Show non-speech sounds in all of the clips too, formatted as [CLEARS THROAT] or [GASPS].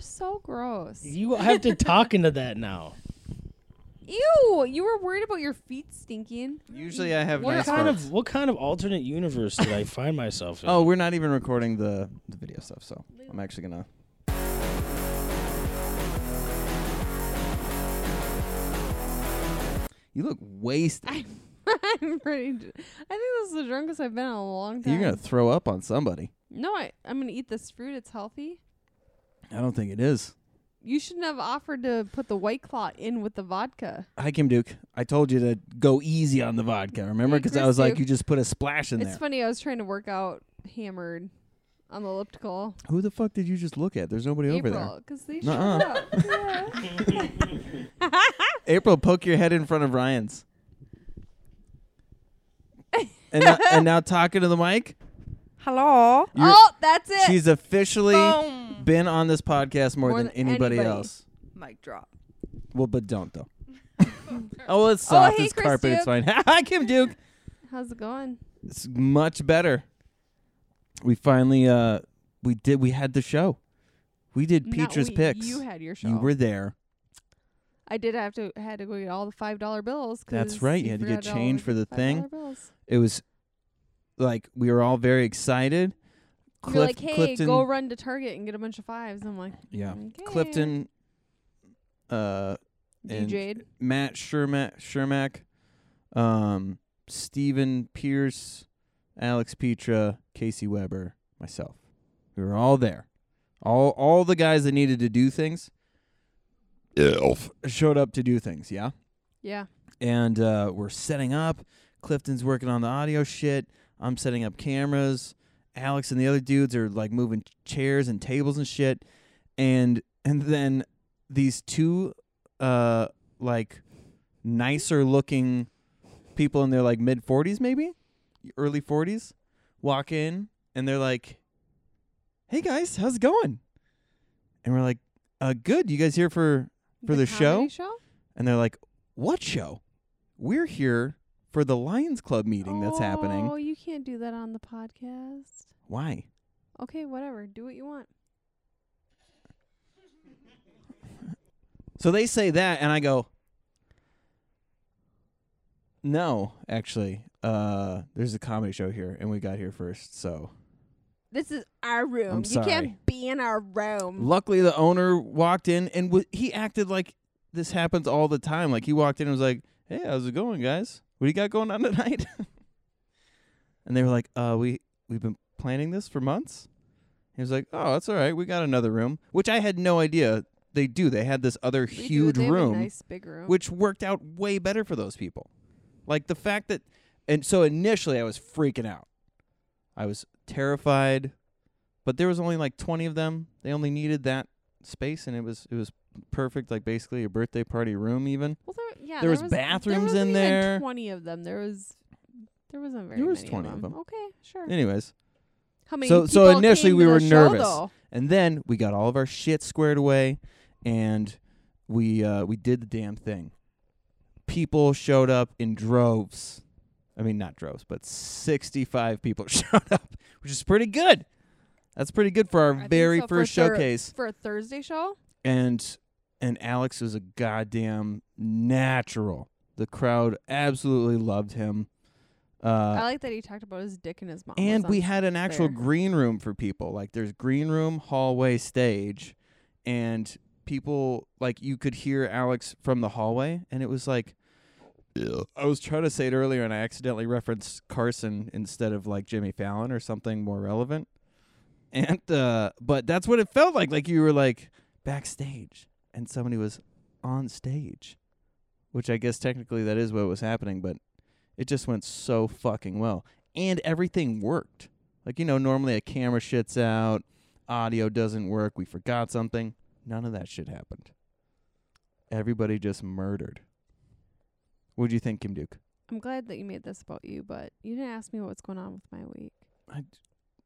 so gross. You have to talk into that now. Ew! You were worried about your feet stinking. [LAUGHS] Usually I have What nice kind parts. of what kind of alternate universe did I find myself in? Oh, we're not even recording the, the video stuff, so I'm actually gonna. You look wasted. I'm pretty. dr- I think this is the drunkest I've been in a long time. You're gonna throw up on somebody. no, I, I'm gonna eat this fruit. It's healthy. I don't think it is. You shouldn't have offered to put the white claw in with the vodka. Hi, Kim Duke. I told you to go easy on the vodka. Remember, Hey, because I Chris was like, Duke. you just put a splash in it's there. funny. I was trying to work out hammered on the elliptical. Who the fuck did you just look at? There's nobody over there. April, because they showed Nuh-uh. up. Yeah. April, poke your head in front of Ryan's. and, now, and now talking to the mic. [LAUGHS] Hello. You're- oh, that's it. She's officially Boom. been on this podcast more, than, anybody, else. Mic drop. Well, but [LAUGHS] don't though. oh, well, it's Oh, soft. hey, it's Chris carpet. It's fine. [LAUGHS] Hi, Kim Duke. How's it going? It's much better. We finally, uh, we did. We had the show. We did Not Petra's we, picks. You had your show. You were there. I did have to had to go get all the five dollar bills. That's 'cause right, you had to get forgot all change of for the $5 thing. bills. It was like we were all very excited. You're Clif- like, hey, Clifton, go run to Target and get a bunch of fives. I'm like, yeah, okay. Clifton, uh, and DJ'd. Matt Shermack, Shermack, um, Stephen Pierce, Alex Petra, Casey Weber, myself. We were all there. All all the guys that needed to do things showed up to do things, yeah? Yeah. And uh, we're setting up. Clifton's working on the audio shit. I'm setting up cameras. Alex and the other dudes are like moving chairs and tables and shit. And and then these two uh like nicer looking people in their like mid 40s maybe early 40s walk in and they're like hey guys how's it going and we're like uh good you guys here for for the show comedy show? and they're like what show we're here for the lions club meeting that's Oh, happening you can't do that on the podcast. why Okay, whatever. Do what you want. so they say that and i go no actually uh there's a comedy show here and we got here first so This is our room. I'm you sorry. can't be in our room. Luckily, the owner walked in and w- he acted like this happens all the time. Like he walked in and was like, "Hey, how's it going, guys? What do you got going on [LAUGHS] tonight?" and they were like, "Uh, we we've been planning this for months." He was like, "Oh, that's all right. We got another room," which I had no idea they do. They had this other We do. huge They have a room, nice big room. which worked out way better for those people. Like the fact that, and so initially I was freaking out. I was terrified, but there was only like 20 of them. They only needed that space, and it was it was perfect. Like basically a birthday party room, even. well, there, yeah, there was there bathrooms wasn't in even there. Twenty of them. There was. There wasn't very. There was many 20 of of them. them. Okay, sure. Anyways, How many? So- so people initially came we to the were show, nervous. though? and then we got all of our shit squared away, and we uh, we did the damn thing. People showed up in droves. I mean, not droves, but 65 people [LAUGHS] showed up, which is pretty good. That's pretty good for our I think very so, for first thir- showcase. for a Thursday show. and and Alex was a goddamn natural. The crowd absolutely loved him. I Uh, like that he talked about his dick and his mom. was and on we had an actual there. green room for people. Like there's green room, hallway, stage, and people like you could hear Alex from the hallway, and it was like. I was trying to say it earlier, and I accidentally referenced Carson instead of like Jimmy Fallon or something more relevant. And uh, but that's what it felt like. Like you were like backstage, and somebody was on stage, which I guess technically that is what was happening. But it just went so fucking well, and everything worked. Like you know, normally a camera shits out, audio doesn't work, we forgot something. None of that shit happened. Everybody just murdered. What do you think, Kim Duke? I'm glad that you made this about you, but you didn't ask me what's going on with my week.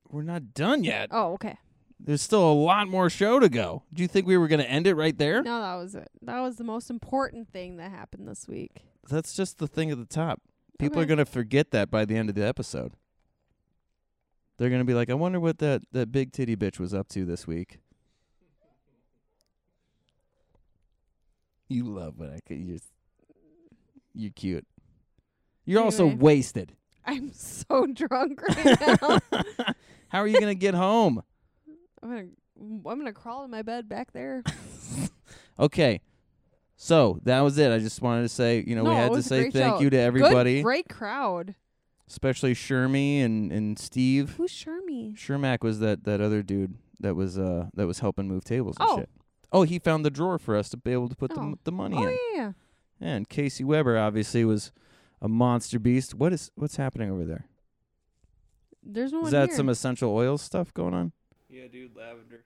We're not done yet. Oh, okay. There's still a lot more show to go. Do you think we were going to end it right there? No, that was it. That was the most important thing that happened this week. That's just the thing at the top. People are Okay. going to forget that by the end of the episode. They're going to be like, "I wonder what that that big titty bitch was up to this week." You love when I c- you're s- you're cute. You're also Anyway. wasted. I'm [LAUGHS] so drunk right [LAUGHS] now. How are you gonna get home? I'm gonna I'm gonna crawl in my bed back there. Okay. So that was it. I just wanted to say, you know, No, we it had to was a say great thank show. you to everybody, Good, great crowd. especially Shermie and and Steve. Who's Shermie? Shermack was that that other dude that was uh that was helping move tables and Oh. shit. Oh, he found the drawer for us to be able to put the Oh. the the money Oh in. yeah, yeah. And Casey Weber obviously was a monster beast. What is what's happening over there? There's no Is one that here. [LAUGHS] some essential oil stuff going on? Yeah, dude, lavender.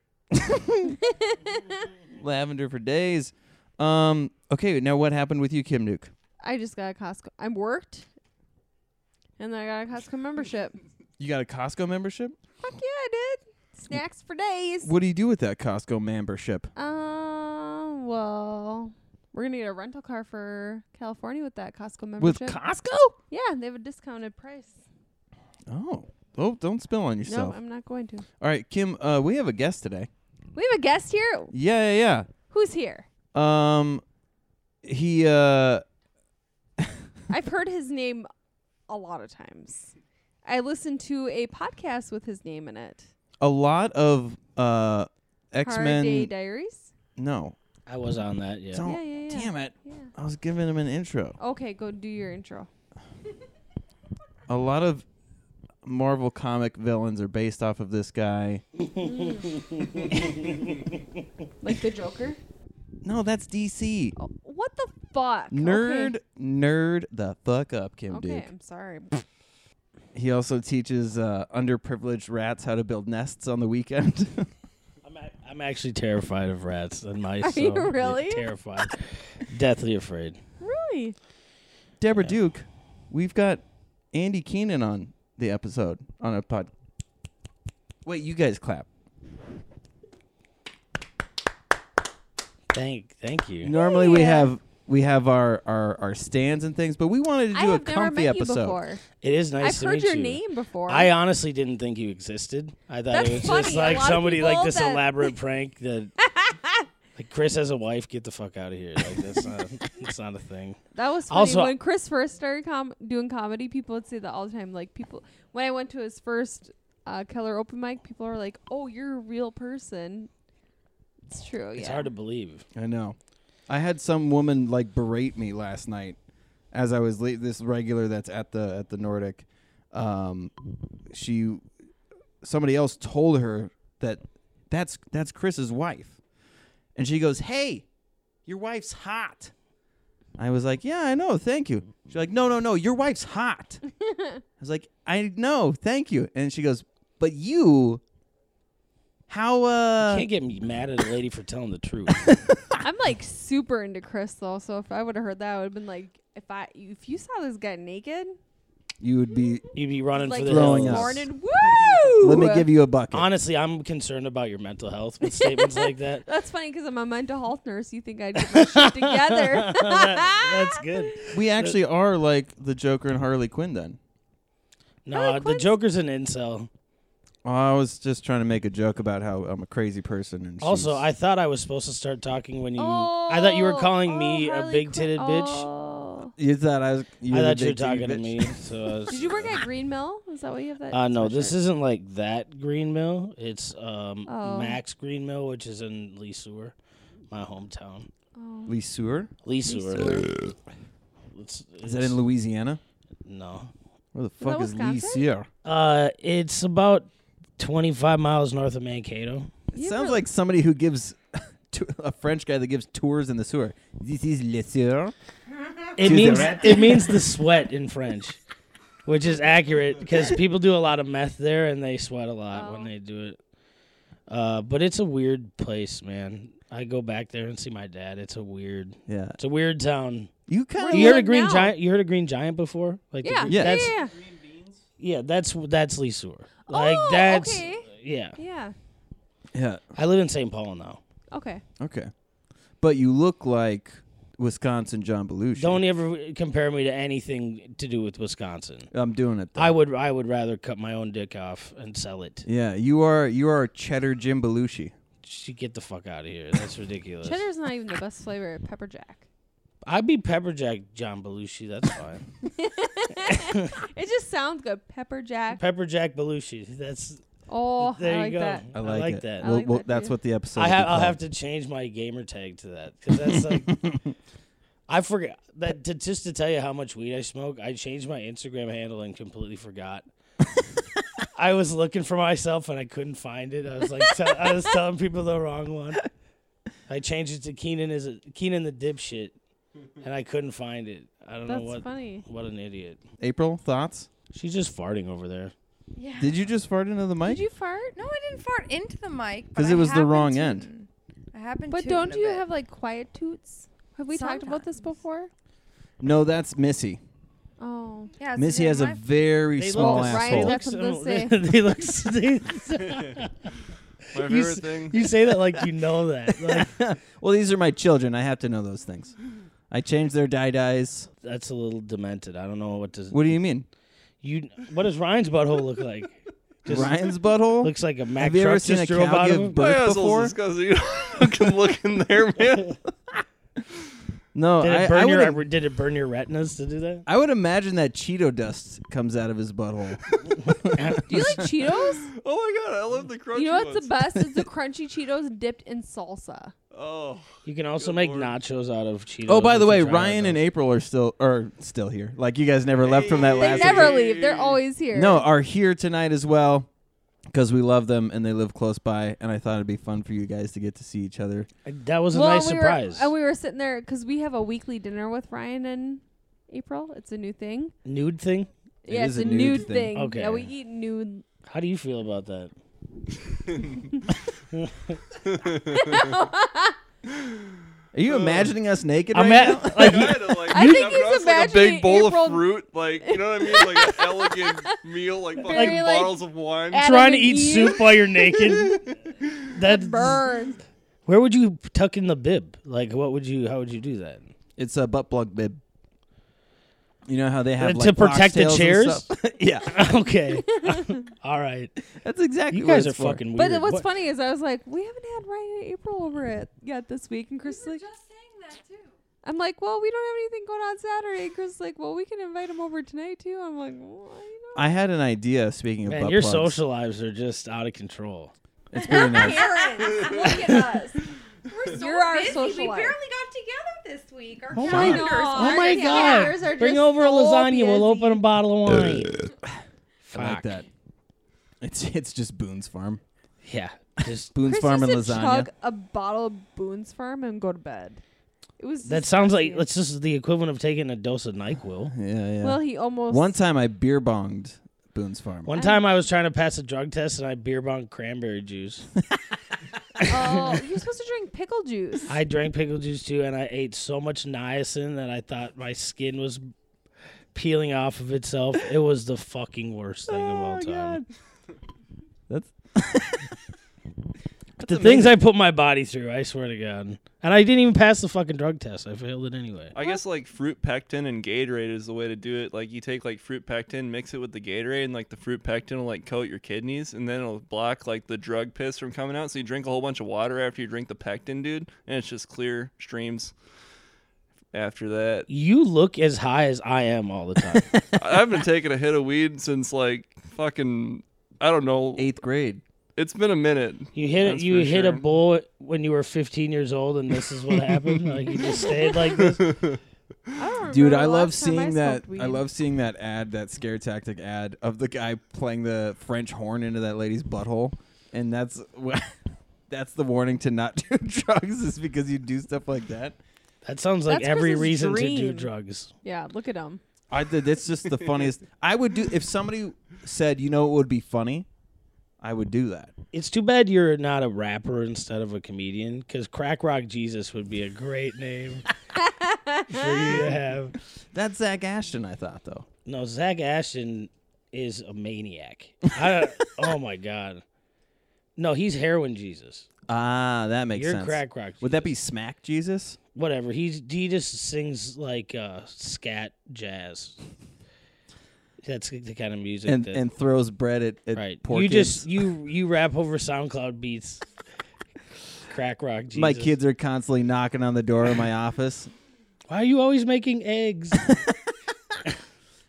Lavender for days. Um. Okay. Now, what happened with you, Kim Nuke? [LAUGHS] I just got a Costco. I worked, and then I got a Costco membership. You got a Costco membership. Fuck yeah, I did. Snacks for days. What do you do with that Costco membership? Uh, well, we're gonna get a rental car for California with that Costco With membership. Costco? yeah, they have a discounted price. Oh. Oh, don't spill on No, yourself. I'm not going to. All right, Kim. Uh, we have a guest today. We have a guest here. Yeah, yeah, Who's here? yeah. Um, he uh, I've heard his name a lot of times. I listened to a podcast with his name in it. a lot of uh, X Hard Day Men. Diaries. No, I was on that, yeah. don't. Yeah, yeah, yeah. Oh, Damn it! Yeah. I was giving him an intro. Okay, go do your intro. a lot of Marvel comic villains are based off of this guy. Like the Joker. No, that's DC. Oh, what the fuck? Nerd, Okay. nerd the fuck up, Kim Okay, Duke. I'm sorry. He also teaches uh, underprivileged rats how to build nests on the weekend. [LAUGHS] I'm, ac I'm actually terrified of rats and mice. Are so- you yeah, really? terrified? Deathly afraid. really? Deborah Yeah. Duke, we've got Andy Keenan on the episode on a pod. Wait, you guys clap. Thank, thank you. Normally we Oh, Yeah. have we have our, our our stands and things, but we wanted to I do a have never comfy met you episode. before. It is nice I've to heard meet your you. name before. I honestly didn't think you existed. I thought That's it was funny. just A like lot of somebody people like this that- [LAUGHS] elaborate prank that like Chris has a wife, get the fuck out of here. Like that's not that's not a [LAUGHS] thing. that was funny. Also- when Chris first started com- doing comedy. People would say that all the time. Like people, when I went to his first uh, Keller open mic, people were like, "Oh, you're a real person." It's true. It's yeah. hard to believe. I know. I had some woman like berate me last night as I was le- this regular that's at the at the Nordic. Um, she somebody else told her that that's that's Chris's wife. And she goes, "Hey, your wife's hot." I was like, "Yeah, I know. Thank you." She's like, "No, no, no. Your wife's hot." I was like, "I know. Thank you." And she goes, "But you how uh You can't get me mad at a lady for telling the truth. [LAUGHS] [LAUGHS] I'm like super into Chris though, so if I would have heard that, I would have been like, if I if you saw this guy naked, you would be You'd be running like for the throwing this hills. up. morning, woo! Let me give you a bucket. Honestly, I'm concerned about your mental health with statements [LAUGHS] like that. That's funny because I'm a mental health nurse. You think I'd get my [LAUGHS] shit together? That- that's good. We actually are like the Joker and Harley Quinn then. No, uh, the Joker's an incel. I was just trying to make a joke about how I'm a crazy person and Also, I thought I was supposed to start talking when you. I thought you Oh, were calling me a big titted bitch. bitch. you thought I was you I were the thought you were big TV talking to bitch. me. So I was, Did you work at Green Mill? Is that what you have that? Uh, no, this sweatshirt? isn't like that Green Mill. It's um, Oh. Max Green Mill, which is in Lee Sewer, my hometown. Oh. Lee Sewer? Lee Sewer. Sewer. It's- Is that it's- in Louisiana? No. Where the that fuck is Lee Wisconsin? Sewer? Uh, it's about 25 miles north of Mankato. It You sounds really- like somebody who gives [LAUGHS] to, a French guy that gives tours in the sewer. This is Le Sewer. It the means rat. it means the sweat in French, which is accurate because people do a lot of meth there and they sweat a lot Oh. when they do it. Uh, but it's a weird place, man. I go back there and see my dad. It's a weird, Yeah. it's a weird town. You Where kind do You you heard live of Green now? Giant? You heard of Green Giant before? Like the Yeah, Green- yeah, that's yeah, yeah, that's that's Lee Sewer. Like Oh, that's okay. yeah. yeah. of Yeah. I live in St. Paul now. Okay. Okay. But you look like Wisconsin John Belushi. Don't e ever compare me to anything to do with Wisconsin. I'm doing it. Though. I would I would rather cut my own dick off and sell it. yeah, you are you are cheddar Jim Belushi. she get the fuck out of here. That's ridiculous. Cheddar's not even the best flavor. Pepper Jack. I'd be pepper jack John Belushi. That's fine. it just sounds good. Pepper Jack. pepper jack Belushi. That's Oh, there I you like go. that. I like, that. I Well, like well, that that's too. what the episode. I will be have, I'll called. have to change my gamer tag to that because that's like [LAUGHS] I forgot that to, just to tell you how much weed I smoke. I changed my Instagram handle and completely [LAUGHS] forgot. I was looking for myself and I couldn't find it. I was like, tell, I was telling people the wrong one. I changed it to Keenan is a, Keenan the dipshit, and I couldn't find it. I don't That's know what funny. what an idiot. April thoughts. She's just farting over there. Yeah. Did you just fart into the mic? Did you fart? No, I didn't fart into the mic. but 'Cause it I was the wrong happened end. to- I happened But to don't in a you bit. have like quiet toots? Have we talked about this Sometimes. before? no, that's Missy. Oh. Yeah, it's Missy in has a my- [LAUGHS] very They small look, Ryan's asshole. got- That's what they they look. [LAUGHS] They, My You s- favorite thing. you say that like you know that. [LAUGHS] Like, well, these are my children. I have to know those things. I change their dye dyes. that's a little demented. I don't know what to. What do you mean? You what does Ryan's butthole look [LAUGHS] like? Just Ryan's butthole. looks like a Mack Have you truck ever seen just a drove cow out of give him. My birth asshole's before? disgusting. [LAUGHS] You don't fucking look in there, [LAUGHS] man. no, Did I, it burn I would. your did it burn your retinas to do that? I would imagine that Cheeto dust comes out of his butthole. [LAUGHS] Do you like Cheetos? [LAUGHS] Oh my god, I love the crunchy you know what's the ones. best? It's the crunchy Cheetos dipped in salsa. oh, You can also Good make lord. nachos out of Cheetos. oh, by the if you way, try Ryan and those. April are still are still here. Like you guys never left from that Hey. They last. Classic. never leave. They're always here. No, are here tonight as well because we love them and they live close by. And I thought it'd be fun for you guys to get to see each other. that was a well, nice and we surprise. Were, and we were sitting there because we have a weekly dinner with Ryan and April. It's a new thing. Nude thing. It yeah, is it's a a nude nude thing. thing. Okay. Yeah, we eat nude. How do you feel about that? Are you imagining us naked? Uh, I'm right now? at [LAUGHS] like kind of like I you think know, he's it's like a imagining big bowl April- of fruit, like you know what I mean, [LAUGHS] like an elegant meal, like fucking Very, like, eh, bottles of wine. Adam trying to and eat Eve. soup while [LAUGHS] you're naked. That's Burn. where would you tuck in the bib? Like, what would you? How would you do that? It's a butt plug bib. You know how they have Uh, like to protect the foxtails and chairs? stuff? [LAUGHS] yeah, [LAUGHS] [LAUGHS] okay, all right. that's exactly. You what guys it's are for. fucking But weird. what's What- funny is I was like, we haven't had Ryan and April over it yet this week, and Chris is like, just saying that too. I'm like, well, we don't have anything going on Saturday. And Chris is like, well, we can invite him over tonight too. I'm like, well, you know. I had an idea. Speaking of Man, butt your plugs. social lives are just out of control. It's [LAUGHS] pretty nice. Parents, look at us. We're so [LAUGHS] You're our busy. we socialite. barely got together this week. Our Oh my- calendars Oh aren't my together. God. calendars are Bring just over a so lasagna. We'll busy. open a bottle of wine. Fuck. I Uh, like that. It's it's just Boone's Farm, Yeah. [LAUGHS] Just Boone's Chris Farm and used to lasagna. chug a bottle of Boone's Farm and go to bed. It was. that sounds like disgusting. that's just the equivalent of taking a dose of Nyquil. Yeah, yeah. Well, he almost. One time I beer bonged Boone's Farm. One time I was trying to pass a drug test and I beer bonged cranberry juice. [LAUGHS] Oh, you're supposed to drink pickle juice. I drank pickle juice too, and I ate so much niacin that I thought my skin was peeling off of itself. It was the fucking worst thing of all time. That's the things I put my body through, I swear to God. And I didn't even pass the fucking drug test. I failed it anyway. I guess like fruit pectin and Gatorade is the way to do it. Like you take like fruit pectin, mix it with the Gatorade, and like the fruit pectin will like coat your kidneys, and then it'll block like the drug piss from coming out. So you drink a whole bunch of water after you drink the pectin, dude, and it's just clear streams. After that, You look as high as I am all the time. I haven't [LAUGHS] taken a hit of weed since like fucking I don't know. eighth grade. It's been a minute. You hit That's you for hit a sure. bullet when you were 15 years old, and this is what happened. like you just stayed like this. I don't remember Dude, the I love last time seeing I that. smoked weed. I love seeing that ad, that scare tactic ad of the guy playing the French horn into that lady's butthole, and that's wh- [LAUGHS] that's the warning to not [LAUGHS] do drugs is because you do stuff like that. That sounds like That's every Chris's reason to do dream. drugs. Yeah, look at him. I th- that's just the funniest. I would do if somebody said, you know, it would be funny. I would do that. It's too bad you're not a rapper instead of a comedian, because Crack Rock Jesus would be a great name for you to have. That's Zach Ashton. I thought though. No, Zach Ashton is a maniac. I, oh my god. No, he's heroin Jesus. Ah, that makes You're sense. Crack Rock. Would that be Smack Jesus? whatever he's he just sings like uh scat jazz that's the kind of music And that, and throws bread at, at right poor you kids. [LAUGHS] just you you rap over soundcloud beats crack rock Jesus. My kids are constantly knocking on the door of my office. Why are you always making [LAUGHS] eggs?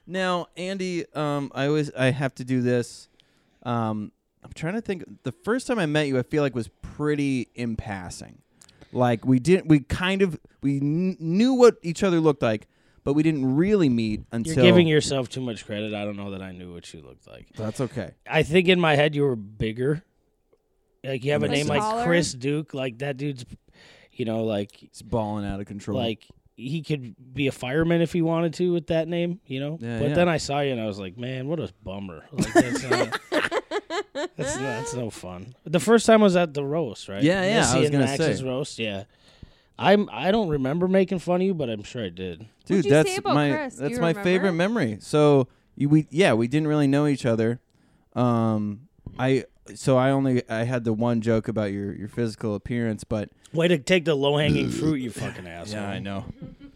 Now, Andy, um, I always I have to do this. Um, I'm trying to think. The first time I met you, I feel like was pretty in passing. Like we didn't, we kind of we kn- knew what each other looked like, but we didn't really meet You're until. giving yourself too much credit. I don't know that I knew what you looked like. That's okay. I think in my head you were bigger. Like you have a Like name taller? like Chris Duke. Like that dude's, you know, like It's balling out of control. like he could be a fireman if he wanted to with that name, you know. Yeah, but yeah. then I saw you and I was like, man, what a bummer. Like, that's, not, [LAUGHS] that's, not- that's no fun. The first time was at the roast, right? Yeah, yeah, I Missy was and gonna Max's say. roast. Yeah, I'm. I don't remember making fun of you, but I'm sure I did. dude, What'd you that's say about my Chris? Do that's you my favorite remember? memory. So you, we yeah we didn't really know each other. Um, I so I only I had the one joke about your your physical appearance, but Way to take the low hanging fruit, you fucking asshole. know.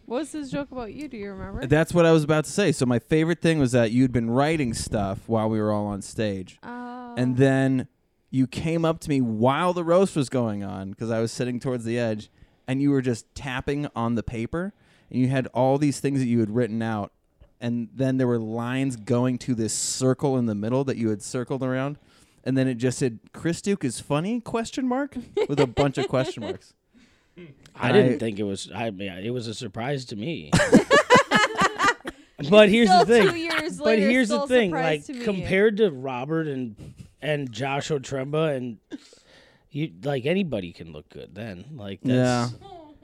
What was his joke about you? Do you remember? That's what I was about to say. So my favorite thing was that you'd been writing stuff while we were all on stage, Oh. and Uh-huh. then you came up to me while the roast was going on because I was sitting towards the edge, and you were just tapping on the paper, and you had all these things that you had written out, and then there were lines going to this circle in the middle that you had circled around, and then it just said Chris Duke is funny question mark with a bunch [LAUGHS] of question marks. I And didn't I- think it was. I mean, it was a surprise to me. [LAUGHS] but here's Still the thing. two years but later, here's still the a thing. surprise Like to me. compared to Robert and and Josh Otremba and you, like anybody can look good then. Like that's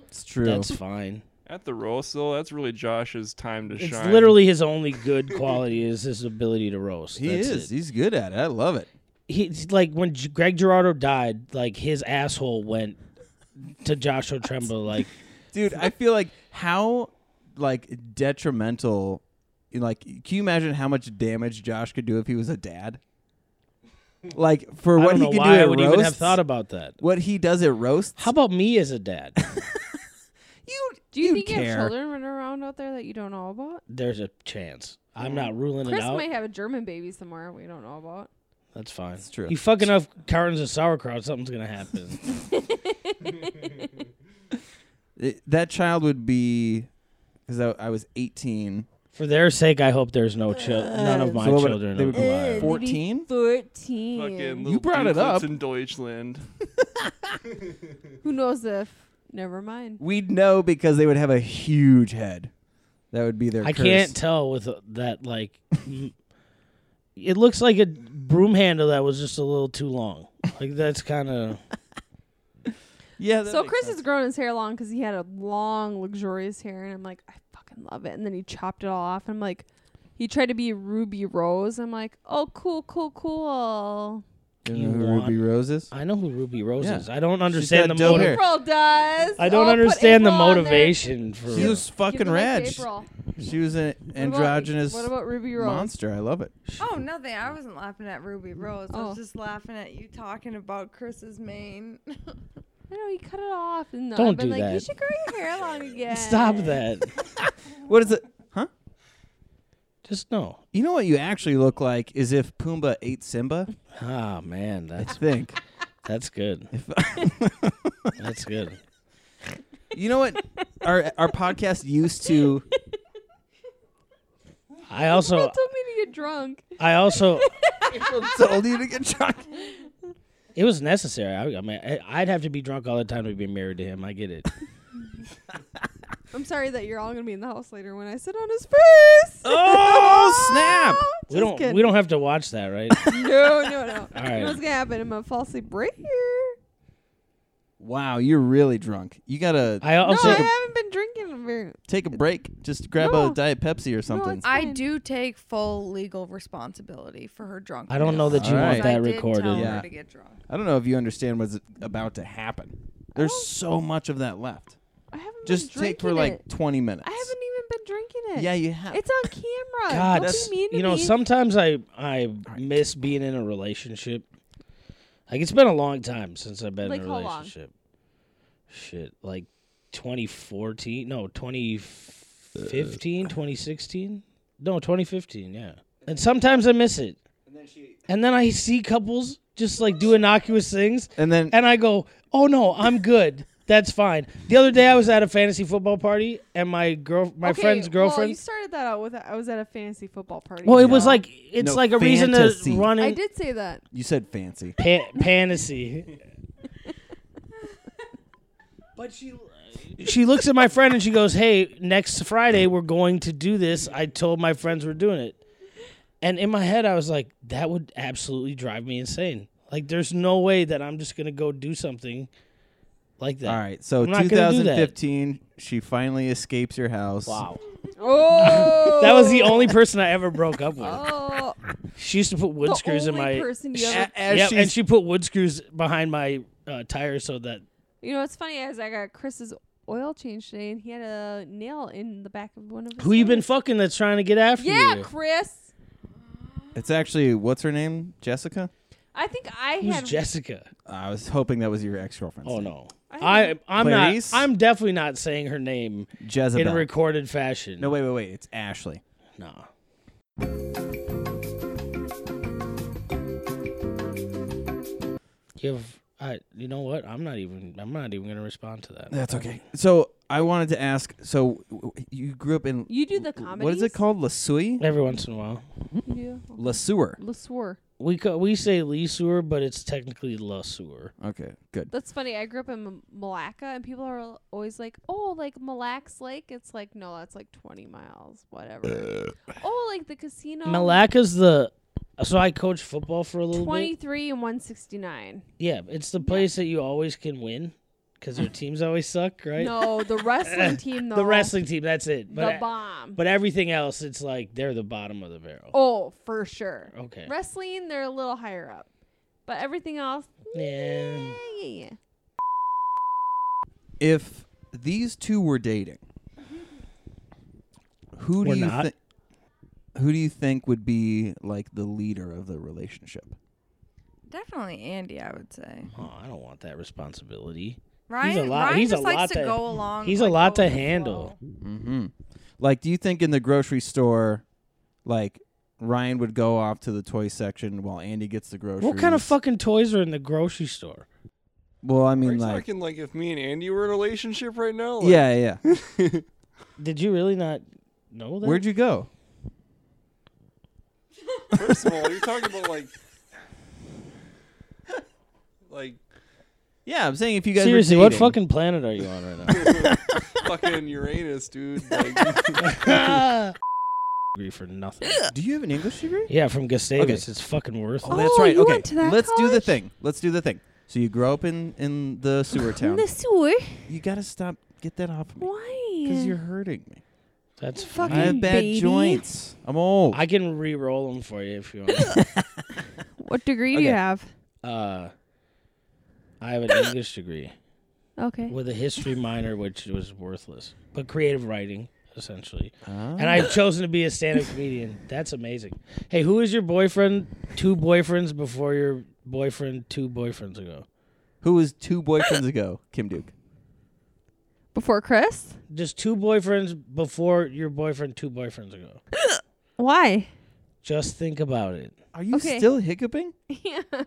It's true. that's fine. At the roast, though, that's really Josh's time to It's shine. literally his only good quality is his ability to roast. he That's is. it. He's good at it. I love it. He's like when G- Greg Girardo died, like his asshole went to Josh Otremba. Like dude i feel like how like detrimental like can you imagine how much damage josh could do if he was a dad like for I what don't he know could do why at I would roasts, even have thought about that. what he does at roasts How about me as a dad? [LAUGHS] you do you, you think you care. have children running around out there that you don't know about? There's a chance. I'm not ruling Chris it out. might have a German baby somewhere we don't know about. That's fine. That's true. You fucking up cartons of sauerkraut, something's gonna happen. [LAUGHS] it- that child would be because I, I was 18 For their sake, I hope there's Uh, no chil- none of my So what would- children they are would be alive. 14 fucking Fourteen. little brought it Dukelets up. in Deutschland. Who knows if? Never mind. we'd know because they would have a huge head that would be their I curse. can't tell with uh, that. Like, m- it looks like a broom handle that was just a little too long. Like that's kind of yeah that So makes Chris sense. has grown his hair long because he had a long, luxurious hair, and I'm like, I fucking love it. And then he chopped it all off. And I'm like, he tried to be Ruby Rose. I'm like, oh, cool, cool, cool. you you know who want- ruby roses I know who Ruby Rose Yeah. is. I don't understand the got dope hair. motive. April does. I don't Oh, put understand the April on there. motivation for. she was Give the fucking link to rad She- April. She was an What about- androgynous What about Ruby Rose? monster. I love it. Oh, nothing. I wasn't laughing at Ruby Rose. I Oh. was just laughing at you talking about Chris's [LAUGHS] mane. I know he cut it off, and Don't I've been do like, you that. should grow your hair [LAUGHS] long again. [LAUGHS] Stop that. What is it? Huh? Just no. You know what you actually look like is if Pumbaa [LAUGHS] ate Simba. Ah man, I [LAUGHS] that's think. that's good. if [LAUGHS] That's good. you know what our our podcast used to. I April also told me to get drunk. I also [LAUGHS] told you to get drunk. it was necessary. I, I mean, I- I'd have to be drunk all the time to be married to him. I [LAUGHS] get it. I'm sorry that you're all gonna be in the house later when I sit on his face. Oh [LAUGHS] [LAUGHS] snap! we don't we don't have to watch that, right? [LAUGHS] No, no, no. All You know what's right. gonna happen? I'm gonna fall asleep right here. Wow, you're really drunk. You gotta [LAUGHS] I also no, I haven't been drinking very. take a break. Just grab No. a diet Pepsi or something. it's- I fine. do take full legal responsibility for her drunkenness. I don't know that you All want right. I that did Tell recorded. Yeah. her to get drunk. I don't know if you understand what's about to happen. There's so much of that left. I haven't Just Oh. been take drinking for like it. 20 minutes. I haven't even been drinking it. Yeah, you have. It's on camera. God, Don't that's- be mean to you know, me. sometimes I I miss being in a relationship. Like it's been a long time since I've been Like, in a how long? relationship. Shit, like 2014, no, 2015, 2016? No, 2015, yeah. And sometimes I miss it. And then I see couples just like do innocuous things. And then And I go, oh no, I'm good. That's fine. The other day I was at a fantasy football party and my girl, my Okay, friend's Well, you girlfriend. started that out with I was at a fantasy football party. Well, it was so- like it's No, like a reason fantasy. to run I in did say that. you said [LAUGHS] fancy. pa- [LAUGHS] fantasy. but she she looks at my friend and she goes, "Hey, next Friday we're going to do this. I told my friends we're doing it." And in my head I was like, that would absolutely drive me insane. Like there's no way that I'm just going to go do something like that. All right. So I'm not gonna do that. 2015, she finally escapes your house. Wow. Oh, [LAUGHS] That was the only person I ever broke up with. [LAUGHS] [LAUGHS] Oh, She used to put wood the screws in only my person you A- ever. as Yep, she's- and she put wood screws behind my uh, tire so that You know what's funny is I got Chris's oil change today, and he had a nail in the back of one of his. who you been fingers. fucking that's trying to get after yeah, you. Chris. it's actually what's her name? Jessica. I think I Who's had. Jessica? I was hoping that was your ex girlfriend. Oh no, I I, haven't- I'm Clarice? not. I'm definitely not saying her name in Jezebel. recorded fashion. no, wait, wait, wait. It's Ashley. no. You have. I, you know what? I'm not even. I'm not even gonna respond to that. That's okay. So I wanted to ask. So w- you grew up in You do the comedy. what is it called? Lasui. Every once in a while, You do. Lasur. Lesueur. we ca- we say Lee Sewer, but it's technically La Sewer. Okay, good. That's funny. I grew up in M- Mille Laca, and people are al- always like, "Oh, like Mille Lacs Lake." It's like, no, that's like 20 miles, whatever. oh, like the casino. Mille Laca's the. So I coached football for a little bit. 23 and 169. Yeah, it's the place that you always can win [LAUGHS] because their teams always suck, right? No, the [LAUGHS] wrestling team though. The wrestling team, that's it. the But bomb. but everything else, it's like they're the bottom of the barrel. oh, for sure. Okay. Wrestling, they're a little higher up, but everything else, Yeah. yeah, yeah, yeah. If these two were dating, who do We're you not. thi- who do you think would be like the leader of the relationship? Definitely Andy, I would say. Oh, I don't want that responsibility. Ryan, lot- Ryan he's a just likes lot to to- go along. He's a like, go lot to with the handle. flow. Mm-hmm. Like, do you think in the grocery store, like Ryan would go off to the toy section while Andy gets the groceries? What kind of fucking toys are in the grocery store? Well, I Are mean, you like, talking like if me and Andy were in a relationship right now? Like, yeah, yeah. Did you really not know that? [LAUGHS] Where'd you go? First of all, you're talking about like, [LAUGHS] like [LAUGHS] Yeah, I'm saying if you guys Seriously, were what dating- fucking planet are you on [LAUGHS] right now? fucking Uranus, dude. Like, Agree for nothing. Do you have an English degree? Yeah, from Gustavus, it's fucking worth Oh, it. that's Oh, right. you okay, went to that let's do the college? thing. Let's do the thing. So you grow up in in the sewer town. sewer. you gotta stop. Get that off of me. Why? Because you're hurting me. That's Fucking I have bad baby. joints. I'm old. I can re-roll them for you if you want. What degree do you Okay. have? uh, I have an [COUGHS] English degree. Okay. with a history minor, which was worthless, but creative writing essentially. Ah. And I've chosen to be a stand-up comedian. That's amazing. Hey, who is your boyfriend? Two boyfriends before your boyfriend two boyfriends ago. Who was two boyfriends ago? Kim Duke. Before [LAUGHS] Chris? Just two boyfriends before your boyfriend two boyfriends ago. Why? Just think about it. Are you Okay. still hiccuping? Yeah. [LAUGHS]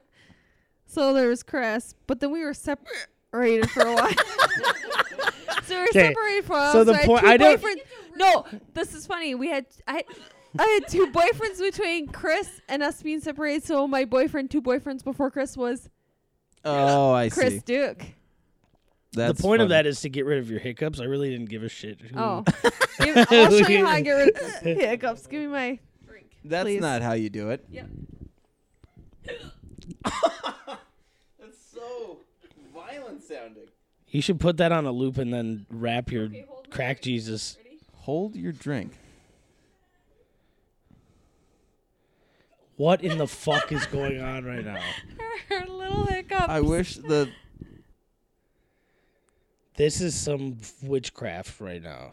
So there was Chris, but then we were separated for a while. [LAUGHS] so we were 'Kay. separated for a while. So So, the I had point- two I don't- boyfriends. No, this is funny. We had I I had two boyfriends between Chris and us being separated. So my boyfriend, two boyfriends before Chris was Oh, I Chris see. Duke. That's the point of funny. that is to get rid of your hiccups. I really didn't give a shit. who- [LAUGHS] Oh, Give- I'll show you how I get rid of [LAUGHS] hiccups. Give me my. That's Please. not how you do it. [LAUGHS] Yep. That's so violent sounding. You should put that on a loop and then wrap your hold my crack Jesus. Hold your drink. What in the fuck is going on right now? Her little hiccups. I wish the [LAUGHS] This is some witchcraft right now.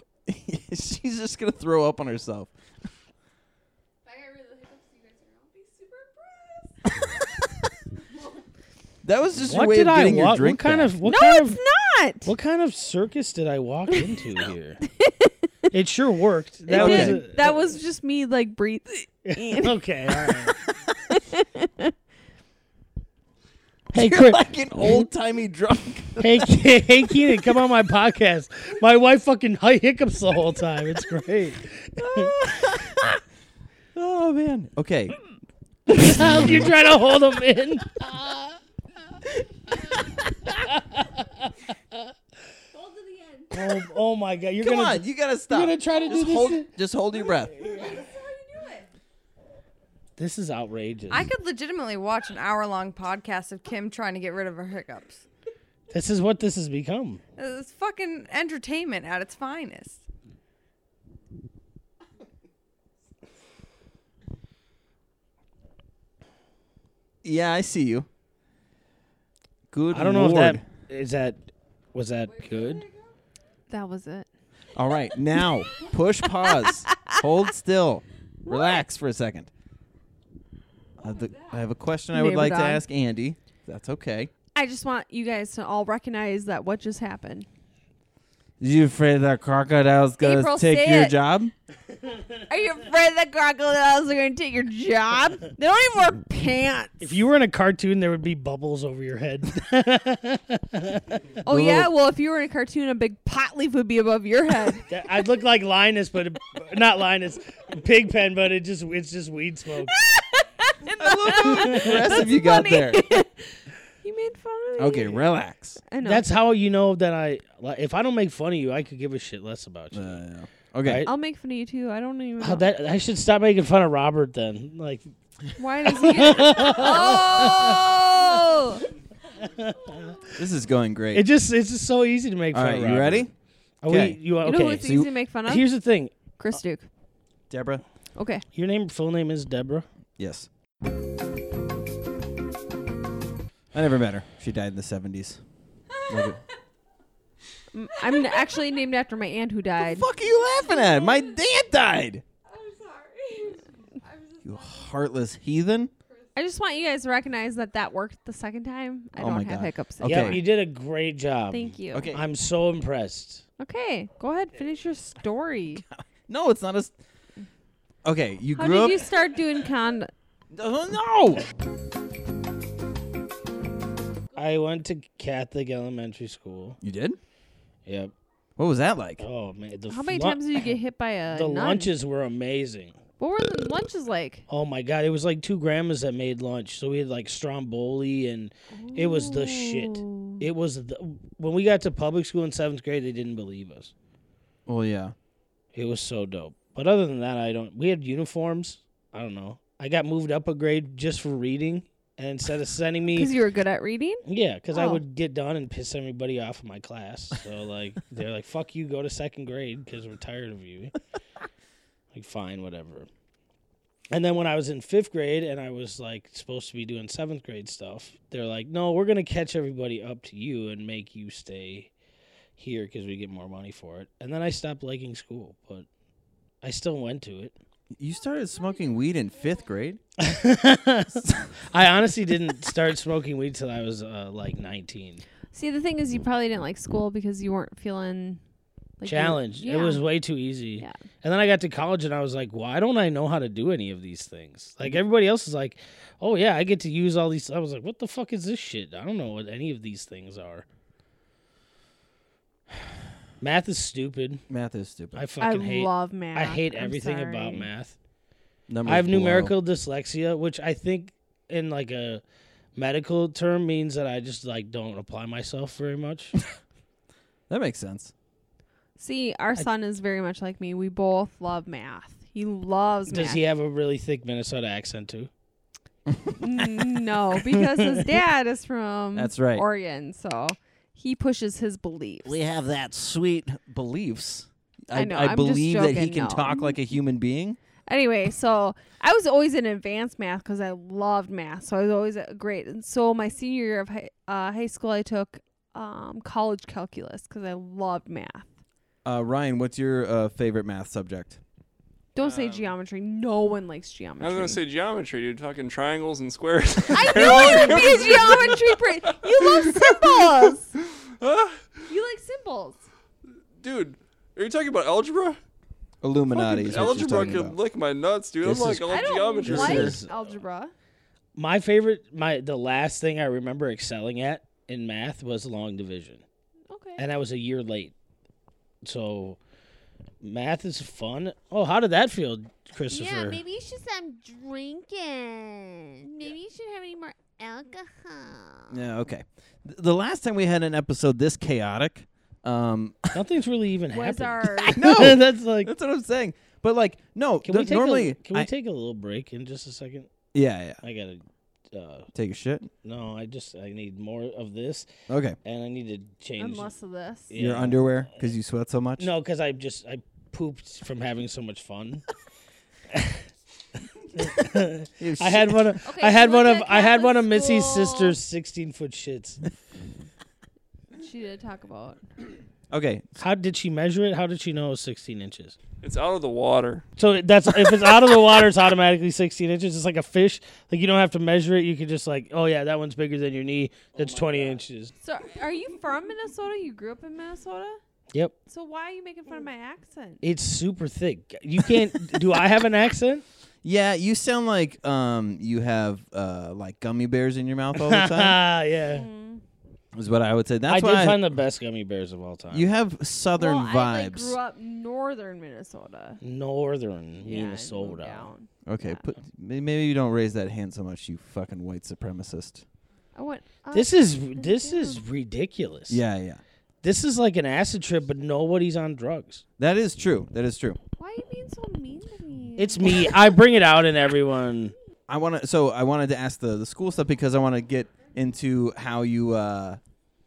she's just gonna throw up on herself. That was just your What way did of I getting your walk? What drink. kind back. [LAUGHS] of what No, kind it's of not. what kind of circus did I walk into [LAUGHS] here? It sure worked. It That was did. [LAUGHS] a- that was just [LAUGHS] me like breathing. [LAUGHS] okay. all right. Hey, You're Chris- like an old [LAUGHS] timey drunk. hey, [LAUGHS] Ke- hey, Keenan, come on my podcast. My wife fucking hi- hiccups the whole time. It's [LAUGHS] great. oh man. Okay. [LAUGHS] You're trying to hold them in. [LAUGHS] Oh, oh my god! You're Come gonna on, you gotta stop. gonna try to just do this hold, shit? Just hold your breath. This is outrageous. I could legitimately watch an hour long podcast of Kim trying to get rid of her hiccups. this is what this has become. It's fucking entertainment at its finest. Yeah, I see you. Good. I don't know if Lord. that is that was that good. That was it. All right, now push pause. hold still. Relax for a second. I have, the- I have a question I would Neighbor like to dog. ask Andy. if That's okay. I just want you guys to all recognize that what just happened. You afraid that crocodile's gonna April, take say your it. [LAUGHS] job? Are you afraid that crocodiles are going to take your [LAUGHS] job? They don't even wear pants. If you were in a cartoon, there would be bubbles over your head. [LAUGHS] Oh Well- yeah, well if you were in a cartoon, a big pot leaf would be above your [LAUGHS] head. That- I'd look like Linus, but it- not Linus, Pigpen, but it just it's just weed [LAUGHS] smoke. Aggressive you got there. you made fun of me. Okay, relax. I know. That's how you know that I. Like, if I don't make fun of you, I could give a shit less about you. Okay. Right? I'll make fun of you too. I don't Uh, even. How Know. that I should stop making fun of Robert then. Like Why does [LAUGHS] he? oh. This is going great. it just it's just so easy to make All fun right, of. you Robert. ready? Are Okay. we, you are, You know who okay. it's so you- easy to make fun of? Here's the thing. Chris Duke. Deborah? Okay. Your name full name is Deborah. Yes. I never met her. She died in the 70s. [LAUGHS] Like, M- I'm actually named after my aunt who died. fuck are you laughing at? My dad died. I'm sorry. [LAUGHS] You heartless heathen. I just want you guys to recognize that that worked the second time. I Oh don't my have God. hiccups. Okay. Yeah, you did a great job. Thank you. Okay. I'm so impressed. Okay. Go ahead. Finish your [LAUGHS] story. No, it's not as. Okay, you How grew did up. you start doing con? Oh, no. I went to Catholic elementary school. You did? Yep. What was that like? Oh man. The How many lu- times did you get hit by a the nun? lunches were amazing. What were the lunches like? Oh my god, it was like two grandmas that made lunch. So we had like stromboli and it was the shit. Ooh. It was the, when we got to public school in 7th grade they didn't believe us. Well, yeah. It was so dope. But other than that, I don't we had uniforms. I don't know. I got moved up a grade just for reading and instead of [LAUGHS] sending me Because you were good at reading. Yeah, because I Oh. would get done and piss everybody off in my class. So like they're like, "Fuck you, go to second grade because we're tired of you." like fine, whatever. And then when I was in fifth grade and I was like supposed to be doing seventh grade stuff, they're like, "No, we're gonna catch everybody up to you and make you stay here because we get more money for it." And then I stopped liking school, but I still went to it. [LAUGHS] You started smoking weed in fifth grade. I honestly didn't start smoking weed till I was uh, like nineteen. See, the thing is, you probably didn't like school because you weren't feeling like you- challenge. It Yeah. was way too easy. Yeah. And then I got to college and I was like, why don't I know how to do any of these things? Like everybody else is like, oh yeah, I get to use all these. I was like, what the fuck is this shit? I don't know what any of these things are. [SIGHS] Math is stupid. Math is stupid. I fucking I hate. love math. I hate I'm everything about sorry. math. Numbers I have blow. numerical dyslexia, which I think in like a medical term means that I just like don't apply myself [LAUGHS] very much. That makes sense. See, our son is very much like me. We both love math. He loves Does math. he have a really thick Minnesota accent too? Mm, no, because [LAUGHS] his dad is from That's right. Oregon, so he pushes his beliefs. have that sweet beliefs. I know, I I'm just believe that he joking, can no. talk like a human being. Anyway, so I was always in advanced math because I loved math, so I was always uh, great. And so my senior year of high, uh, high school, I took um, college calculus because I loved math. Uh, Ryan, what's your uh, favorite math subject? Don't say Um, geometry. No one likes geometry. I was [LAUGHS] gonna say geometry, dude. Talking triangles and squares. [LAUGHS] I knew it would be a geometry print. You love symbols. Huh? You like symbols. dude, are you talking about algebra? Illuminati. Fucking is what you're algebra talking could about. lick my nuts, dude. This I'm is- like, I I love don't geometry. like is- algebra. my favorite my the last thing I remember excelling at in math was long division. Okay. And I was a year late. So math is fun. Oh, how did that feel, Christopher? Yeah, maybe you should stop drinking. Maybe you should have any more alcohol. [LAUGHS] Yeah, okay. Th- The last time we had an episode this chaotic, um, [LAUGHS] Nothing's really even Was happened. [LAUGHS] our No! that's like that's what I'm saying. But like, no, can we th- take normally, a, can we I- take a little break in just a second? yeah, yeah, I gotta uh take a shit. no, I just I need more of this Okay, and I need to change Unless of this. yeah. your underwear because you sweat so much. No, because I just I pooped from having so much fun. You I had one of I [LAUGHS] Okay, had so one like of a I had one of Catholic Missy's school- sister's sixteen foot shits. She did talk about. Okay, How did she measure it? How did she know it was sixteen inches? It's out of the water. So that's if it's out of the water, it's automatically sixteen inches. It's like a fish. Like you don't have to measure it. You can just like, oh yeah, that one's bigger than your knee. Oh That's twenty inches. So, are you from Minnesota? You grew up in Minnesota? Yep. So, why are you making fun of my accent? It's super thick. You can't. do I have an [LAUGHS] accent? yeah, you sound like um, you have uh, like gummy bears in your mouth [LAUGHS] all the time. Ah, yeah. Mm. is what I would say. That's I why did I- find the best gummy bears of all time. you have southern well, I like, vibes. grew up northern Minnesota. Northern Yeah, I moved Minnesota. down. okay, yeah. put, may- maybe you don't raise that hand so much, you fucking white supremacist. I went. Up. This is this is ridiculous. Yeah, yeah, This is like an acid trip, but nobody's on drugs. that is true. That is true. Why are you being so mean to me? It's me. I bring it out in everyone. I want to. So I wanted to ask the the school stuff because I want to get into how you. uh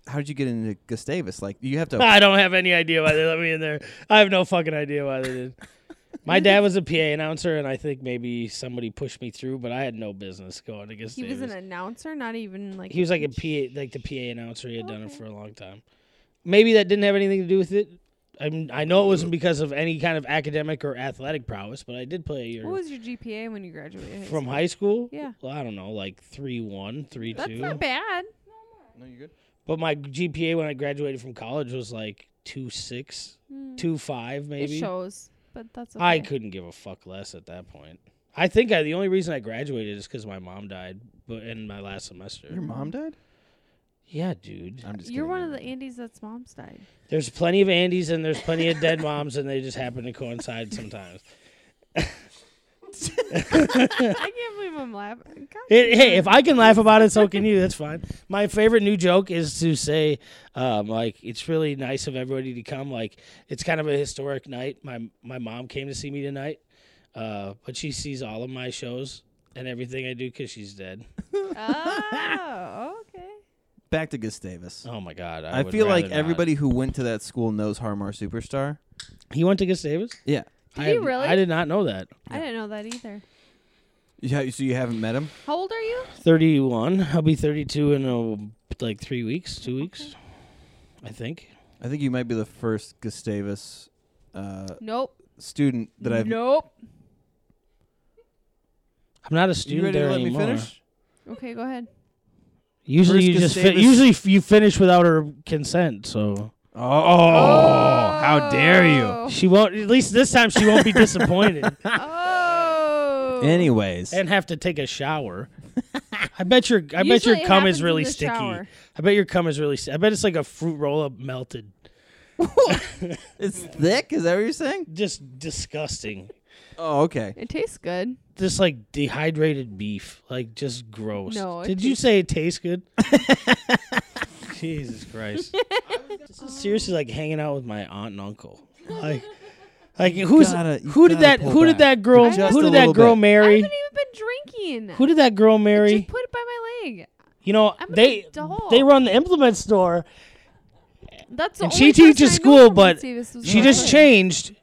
how did you get into Gustavus? Like you [LAUGHS] have [LAUGHS] to. I don't have any idea why they let me in there. I have no fucking idea why they did. [LAUGHS] My dad was a PA announcer, and I think maybe somebody pushed me through, but I had no business going against. he was an announcer, not even like. he was like a PA, like the PA announcer. He had done it for a long time. Maybe that didn't have anything to do with it. I am I know it wasn't because of any kind of academic or athletic prowess, but I did play a year What was your GPA when you graduated? high from school? high school. Yeah. well, I don't know, like three one, three two. That's not bad. No, you're good. But my GPA when I graduated from college was like two six, two five, maybe. It shows, but that's. Okay. I couldn't give a fuck less at that point. I think I, the only reason I graduated is because my mom died, but in my last semester. Your mom died. yeah, dude. I'm just. You're kidding. one of the Andes that's mom's [LAUGHS] died. There's plenty of Andes and there's plenty of [LAUGHS] dead moms, and they just happen to coincide sometimes. I can't believe I'm laughing. God, It, hey, if I can laugh about it, so can you. That's fine. My favorite new joke is to say, um, like, it's really nice of everybody to come. Like, it's kind of a historic night. My my mom came to see me tonight, uh, but she sees all of my shows and everything I do because she's dead. oh, okay. Back to Gustavus. Oh my god! I, I, would feel like rather not. everybody who went to that school knows Harmar Superstar. He went to Gustavus. Yeah. Did I he have- really? I did not know that. I didn't know that either. Yeah. So you haven't met him? How old are you? Thirty-one. I'll be thirty-two in uh like three weeks, two weeks, I think. I think you might be the first Gustavus uh, Nope. student that I've. nope. I'm not a You student ready to there let anymore. me finish? Okay, go ahead. Usually First you just fi- Gustavus- usually f- you finish without her consent, so Oh, how dare you! she won't. At least this time she won't be disappointed Oh. [LAUGHS] Anyways, and have to take a shower. I bet your I bet Usually your it cum happens is in really the sticky. shower. I bet your cum is really. St- I bet it's like a fruit roll up melted. it's thick. Is that what you're saying? Just disgusting. Oh, okay. It tastes good. Just like dehydrated beef, like just gross. No, it Did you tastes- say it tastes good? [LAUGHS] Jesus Christ! this is seriously like hanging out with my aunt [LAUGHS] and uncle. Like, like who's gotta- you who did gotta that? pull Who back did that for girl? just Who a did that little girl bit. I marry? haven't even been drinking. Who did that girl Just marry? put it by my leg. You know, I'm an they adult. they run the implement store. That's the And only she person teaches I know school, from but Gustavus was She my just leg. changed.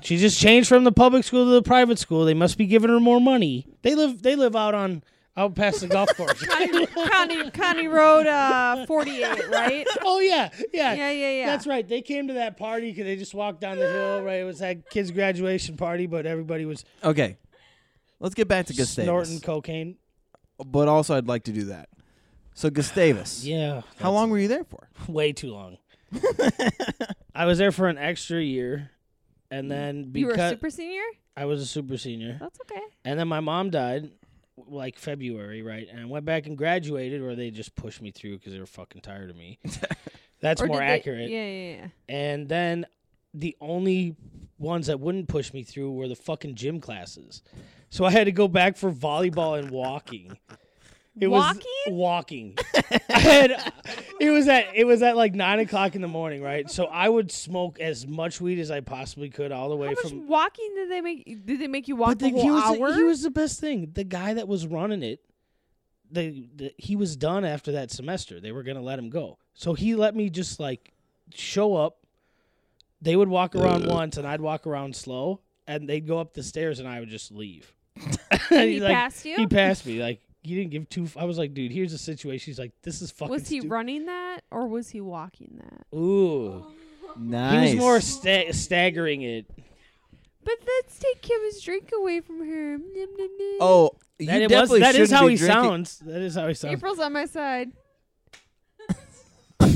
She just changed from the public school to the private school. They must be giving her more money. They live they live out on out past the golf [LAUGHS] course. County County Road uh, 48, [LAUGHS] right? oh yeah, yeah, Yeah, yeah, yeah. That's right. They came to that party because they just walked down the hill. Right, it was that kid's graduation party, but everybody was Okay, let's get back to Gustavus. snorting cocaine. But also, I'd like to do that. So Gustavus, Yeah. how long were you there for? Way too long. I was there for an extra year, and then You were a because super Oh. senior? I was a super senior, That's okay. and then my mom died, like February, right? And I went back and graduated, or they just pushed me through because they were fucking tired of me. That's Or more did they- accurate. Yeah, yeah, yeah. And then the only ones that wouldn't push me through were the fucking gym classes. So I had to go back for volleyball and walking. It was [LAUGHS] walking. I had, it was at it was at like nine o'clock in the morning, right? So I would smoke as much weed as I possibly could all the How way much from walking did they make? Did they make you walk but the the- whole he was hour? The, he was the best thing. The guy that was running it, the, the he was done after that semester. They were gonna let him go, so he let me just like show up. They would walk around once, and I'd walk around slow, and they'd go up the stairs, and I would [LAUGHS] just leave. And he [LAUGHS] Like, passed you. He passed me. Like he didn't give two. F- I was like, dude, here's the situation. He's like, this is fucking. was he stu- running that or was he walking that? Ooh, Nice. he was more sta- staggering it. But let's take Kevin's drink away from her. Nom, nom, nom. Oh, you That, it was, definitely that is shouldn't how be he drinking- sounds. That is how he sounds. April's on my side. [LAUGHS] My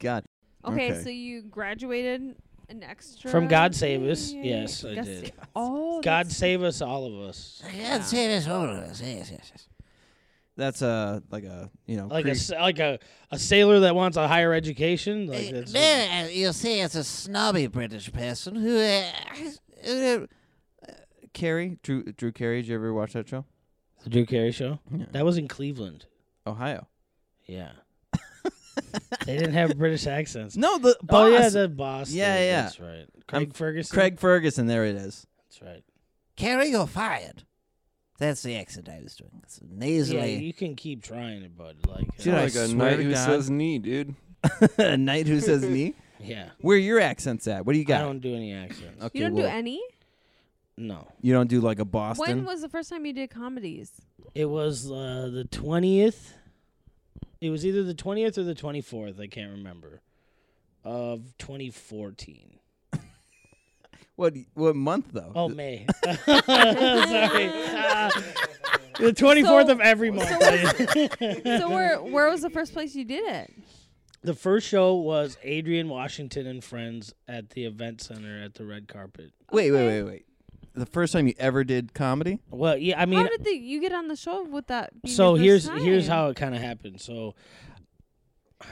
God. Okay, Okay. so you graduated an extra From God Save Us. Yeah, Yes, I God did. Sa- oh, God that's- save us, all of us. Yeah. save us all of us. Yes, yes, yes. That's a like a you know Like a pre- s- like a, a sailor that wants a higher education. Eh, Like that's There, uh, you see, it's a snobby British person who. Uh, uh, [LAUGHS] Carrie Drew Drew Carey. Did you ever watch that show? the Drew Carey show. Yeah. That was in Cleveland. Ohio. [LAUGHS] Yeah, they didn't have British accents. No, the Oh yeah, [LAUGHS] boss. the boss. Yeah, thing, yeah. That's right. Craig Ferguson. Craig Ferguson. There it is. That's right. Carrie, you're fired. That's the accent I was doing. It's Yeah, nasally. you can keep trying it, but like, uh, Dude, I like a swear knight to who God. says knee, dude. [LAUGHS] a knight who says me. yeah, Where your accents at? What do you I got? don't do any accents. okay, You don't do well, any? No, you don't do like a Boston. When was the first time you did [LAUGHS] comedies? it was uh, the twentieth. It was either the twentieth or the twenty fourth. I can't remember. Of twenty fourteen. what what month though? Oh, May. [LAUGHS] Sorry. Uh, the 24th So- of every month. [LAUGHS] So where where was the first place you did it? the first show was Adrian Washington and Friends at the Event Center at the Red Carpet. Wait, wait, wait, wait. The first time you ever did comedy? Well, yeah, I mean, How did they, you get on the show with that? being so your first here's here's time? how it kind of happened. So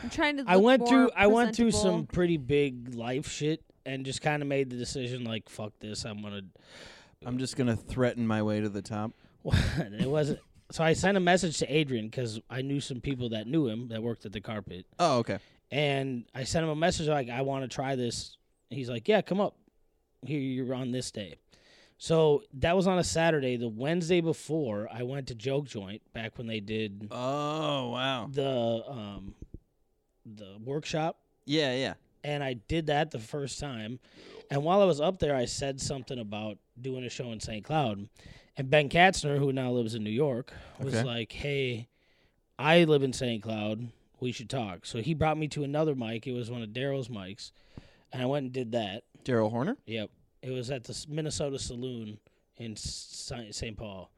I'm trying to. I look went more through I went through presentable. some pretty big life shit and just kind of made the decision like fuck this, I'm going to I'm just gonna threaten my way to the top. [LAUGHS] it wasn't so I sent a message to Adrian cuz I knew some people that knew him that worked at the carpet. Oh, okay. And I sent him a message like, I want to try this. He's like, Yeah, come up. Here you're on this day. So that was on a Saturday. The Wednesday before, I went to Joke Joint back when they did Oh wow. the um the workshop, Yeah, yeah. and I did that the first time. And while I was up there, I said something about doing a show in St. Cloud. And Ben Katzner, who now lives in New York, was Okay. like, Hey, I live in St. Cloud. We should talk. So he brought me to another mic. It was one of Daryl's mics. And I went and did that. Daryl Horner? Yep. It was at the S- Minnesota Saloon in S- St. Paul.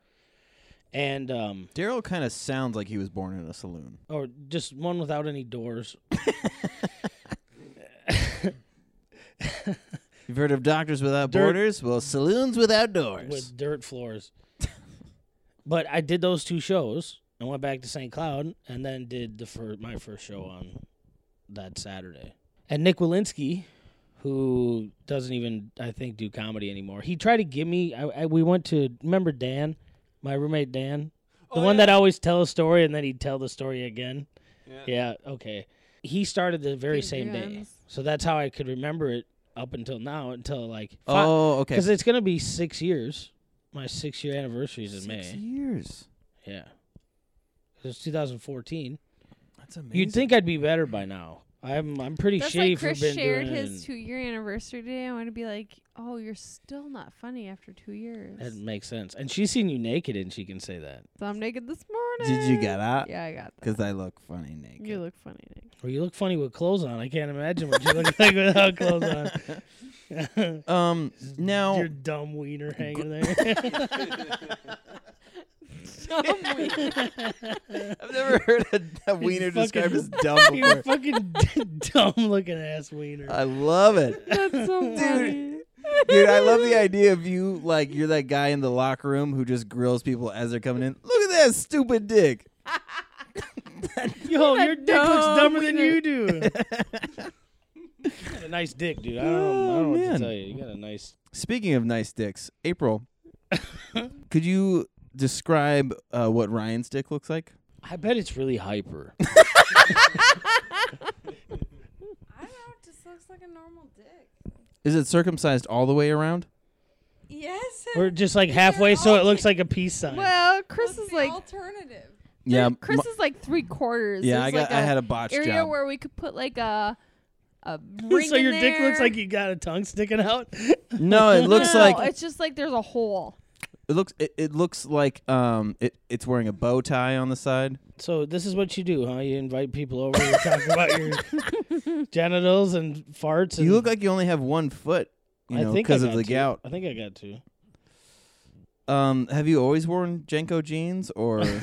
And, um, Daryl kinda sounds like he was born in a saloon. or just one without any doors. You've heard of Doctors Without Dar- Borders? Well, saloons without doors. with dirt floors. but I did those two shows and went back to St. Cloud and then did the fir- my first show on that Saturday. And Nick Walensky, who doesn't even I think do comedy anymore, he tried to give me. I, I we went to remember Dan, my roommate Dan, the one that always tell a story and then he'd tell the story again. Yeah. okay. He started the very Big same day, Jams. so that's how I could remember it up until now. Until like fi- oh, okay. because it's gonna be six years. My six year anniversary is in Six May. years. Yeah, 'Cause it's 2014. That's amazing. You'd think I'd be better by now. I'm I'm pretty That's shitty like Chris for been shared doing his it. two-year anniversary today. I want to be like, oh, you're still not funny after two years. That makes sense. And she's seen you naked, and she can say that. so I'm naked this morning. Did you get out? Yeah, I got that. Because I look funny naked. [LAUGHS] You look funny, [LAUGHS] Nick. [LAUGHS] Or you look funny with clothes on. I can't imagine what you [LAUGHS] look like without clothes on. um now Your dumb wiener hanging [LAUGHS] there. [LAUGHS] I've never [LAUGHS] heard a, a wiener described [LAUGHS] as dumb Your before. fucking dumb looking ass wiener. I love it. That's so funny. Dude, I love the idea of you like you're that guy in the locker room who just grills people as they're coming in. Look at that stupid dick. Yo, your dick looks dumb dumber than wiener. you do. [LAUGHS] You got a nice dick, dude. I don't, I Oh, don't know what to man. tell you. You got a nice. Speaking of nice dicks, [LAUGHS] April, could you describe uh, what Ryan's dick looks like? I bet it's really [LAUGHS] hyper. I don't know. It just looks like a normal dick. Is it circumcised all the way around? Yes. or just like halfway, so it looks like a peace sign. Well, Chris is like alternative. Yeah, Chris m- is like three quarters. yeah. There's I got. Like I had a botch area job. where we could put like a a [LAUGHS] ring. [LAUGHS] so in your dick looks there. like you got a tongue sticking out. [LAUGHS] [LAUGHS] No, it No, looks no, like no, it's just like there's a hole. it looks. It, it looks like um. It, it's wearing a bow tie on the side. So this is what you do, huh? You invite people over to talk about your [LAUGHS] genitals and farts. And You Mm. look like you only have one foot. You I know, think I because of got the two. gout. I think I got two. Um, have you always worn Jenko jeans, [LAUGHS] or is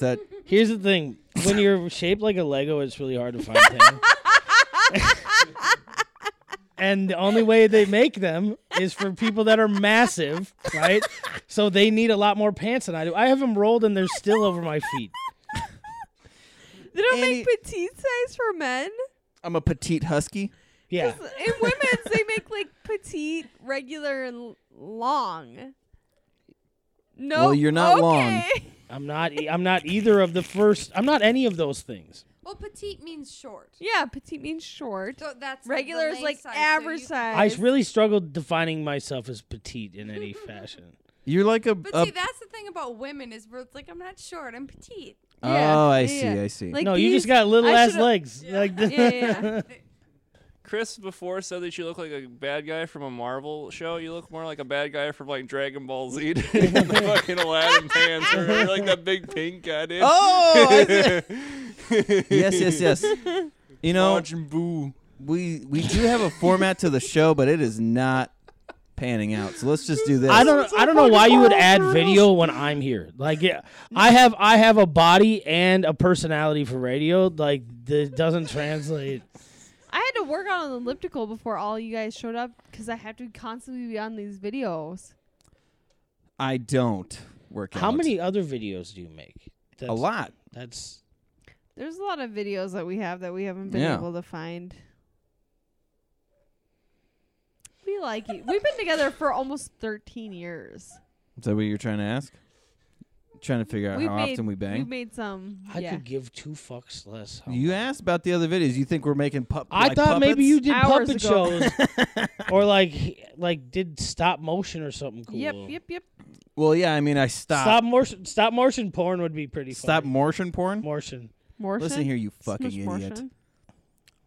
that Here's the thing: when you're shaped like a Lego, it's really hard to find [LAUGHS] things. and the only way they make them is for people that are massive, right? So they need a lot more pants than I do. I have them rolled, and they're still over my feet. They don't Any- make petite size for men. I'm a petite husky? Yeah, In women's, they make like petite, regular, and l- long. No, Well, you're not okay. [LAUGHS] long. I'm not. e- I'm not either of the first. I'm not any of those things. Well, petite means short. Yeah, petite means short. So that's Regular the is lay like size, so average you- I size. s- really struggled defining myself as petite in any fashion. You're like a. But a- see, that's the thing about women is where it's like I'm not short, I'm petite. Yeah, oh, I yeah, see. yeah. I see. Like no, you these- just got little I ass should've- legs. Like [LAUGHS] the- Yeah, yeah, Chris before said that you look like a bad guy from a Marvel show. You look more like a bad guy from like Dragon Ball Z, [LAUGHS] dude, in the fucking Aladdin pants, or or like that big pink guy did. [LAUGHS] oh, I see. [LAUGHS] yes, yes, yes. You know, Watching Boo. we we do have a format to the show, but it is not panning out. So let's just do this. I don't. I don't know why you would add video when I'm here. Like, yeah, I have. I have a body and a personality for radio. Like, that [LAUGHS] doesn't translate. I had to work on an elliptical before all you guys showed up because I have to constantly be on these videos. I don't work. How out. many other videos do you make? That's, A lot. That's. There's a lot of videos that we have that we haven't been Yeah. able to find. We like you. We've been together for almost 13 years. Is that what you're trying to ask? Trying to figure out We've Uh, how made- often we bang. We've made some. I yeah. could give two fucks less. how you much. asked about the other videos. You think we're making pup? I like thought maybe you puppets? did Hours puppet ago. shows, [LAUGHS] or like like did stop motion or something cool. Yep, yep, yep. Well, yeah. I mean, I Stop. stopped. motion. Stop motion porn would be pretty. Stop funny. motion porn. motion. Morshin? Listen here, you Smush fucking idiot. Morshin.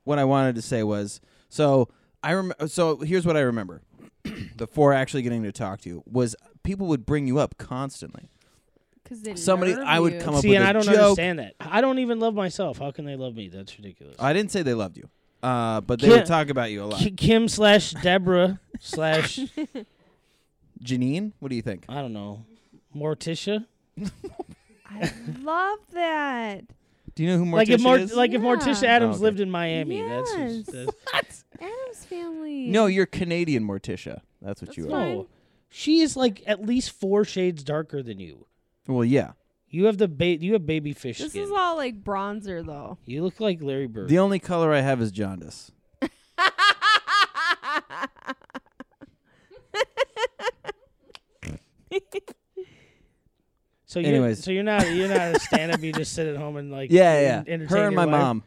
What I wanted to say was, so I rem- So here's what I remember [CLEARS THROAT] before actually getting to talk to you was people would bring you up constantly. 'Cause they Somebody- love I would you. come up- See, with and a I don't joke. understand that. I don't even love myself. How can they love me? That's ridiculous. I didn't say they loved you, uh, but they Ki- [LAUGHS] would talk about you a lot. Ki- Kim slash Deborah slash Janine, what do you think? I don't know Morticia. I love that. Do you know who Morticia like if Mort- is? like if Yeah. Morticia Adams Oh, okay. lived in Miami, that's, who's- Yes. that's Adam's family. no, you're Canadian Morticia. That's what you That's are. Oh. fine. no. She is like at least four shades darker than you. Well, yeah. You have the ba- you have baby fish This skin. is all like bronzer [LAUGHS] though. you look like Larry Bird. The only color I have is jaundice. so you're, anyways. so you're not you're not a stand up. You just sit at home and like [LAUGHS] Yeah, yeah. entertain Her and your my wife. mom.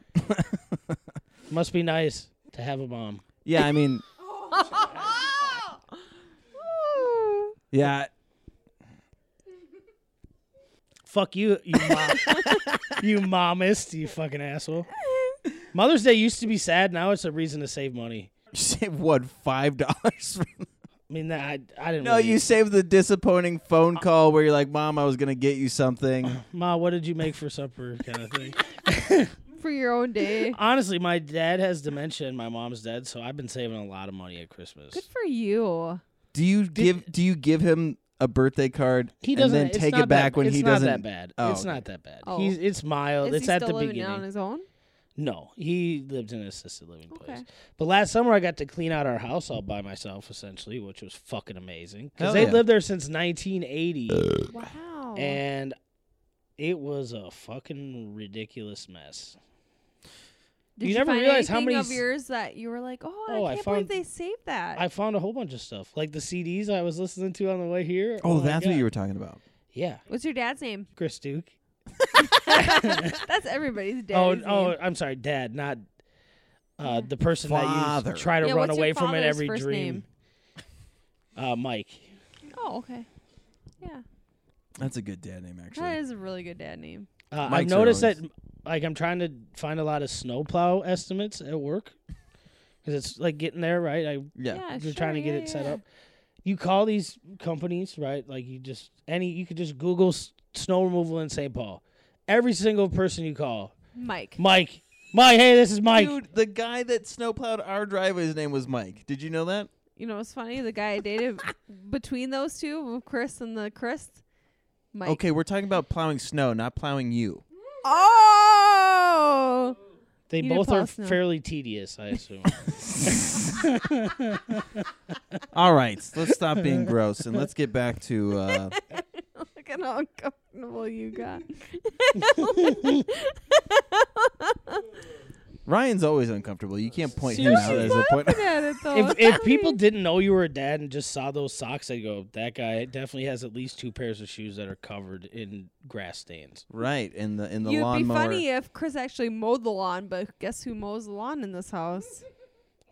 Must be nice to have a mom. Yeah, I mean, [LAUGHS] yeah. [LAUGHS] Fuck you, you mom. [LAUGHS] you momist, you fucking asshole. Mother's Day used to be sad. Now it's a reason to save money. You saved what five dollars? I mean, that I, I didn't. no, really- you saved the disappointing phone call where you're like, "Mom, I was gonna get you something." [CLEARS THROAT] Ma, what did you make for supper? Kind [LAUGHS] of thing. For your own day. Honestly, my dad has dementia and my mom's dead, so I've been saving a lot of money at Christmas. Good for you. Do you give Do you give him a birthday card He and doesn't then it's take not it back that, when it's he not doesn't? That bad. Oh, it's okay. not that bad. Oh. He's it's mild. Is it's he at still the living down beginning. on his own? No, he lived in an assisted living place. Okay. But last summer I got to clean out our house all by myself, essentially, which was fucking amazing. Because Hell they yeah. lived there since 1980, Oh. Wow. and it was a fucking ridiculous mess. Did you never find realize how anything many of s- yours that you were like, oh, Oh, I I can't believe found- they saved that. I found a whole bunch of stuff, like the CDs I was listening to on the way here. Oh, my that's what God. you were talking about. Yeah, What's your dad's [LAUGHS] name? [LAUGHS] Chris Duke. That's everybody's dad's oh, name. oh, I'm sorry, Dad, not uh, the person that Father. you try to Yeah, run what's your away from in father's every first dream. Uh, Mike. Oh, okay. Yeah, That's a good dad name, that actually. is a really good dad name. Uh, I've Mike's are noticed that, always- like, I'm trying to find a lot of snowplow estimates at work because it's like getting there, right? I Yeah. yeah we're sure, trying to get yeah, it set yeah. up. You call these companies, right? Like you just any you could just Google s- snow removal in St. Paul. Every single person you call, Mike. Mike, Mike, hey, this is Mike. Dude, the guy that snowplowed our driveway, his name was Mike. Did you know that? You know, it's funny. The guy I [LAUGHS] dated between those two, Chris and the Chris, Mike. Okay, we're talking about plowing snow, not [LAUGHS] plowing you. Oh. They You did both are pause now. fairly tedious, I [LAUGHS] assume. [LAUGHS] All right, let's stop being gross and let's get back to. [LAUGHS] Uh, Look at how uncomfortable you got. Ryan's always uncomfortable. You can't point him out as a point. Look at it though. if if people didn't know you were a dad and just saw those socks, they'd go, "That guy definitely has at least two pairs of shoes that are covered in grass stains." [LAUGHS] right, in the in the You'd lawnmower. be funny if Chris actually mowed the lawn, but guess who mows the lawn in this house?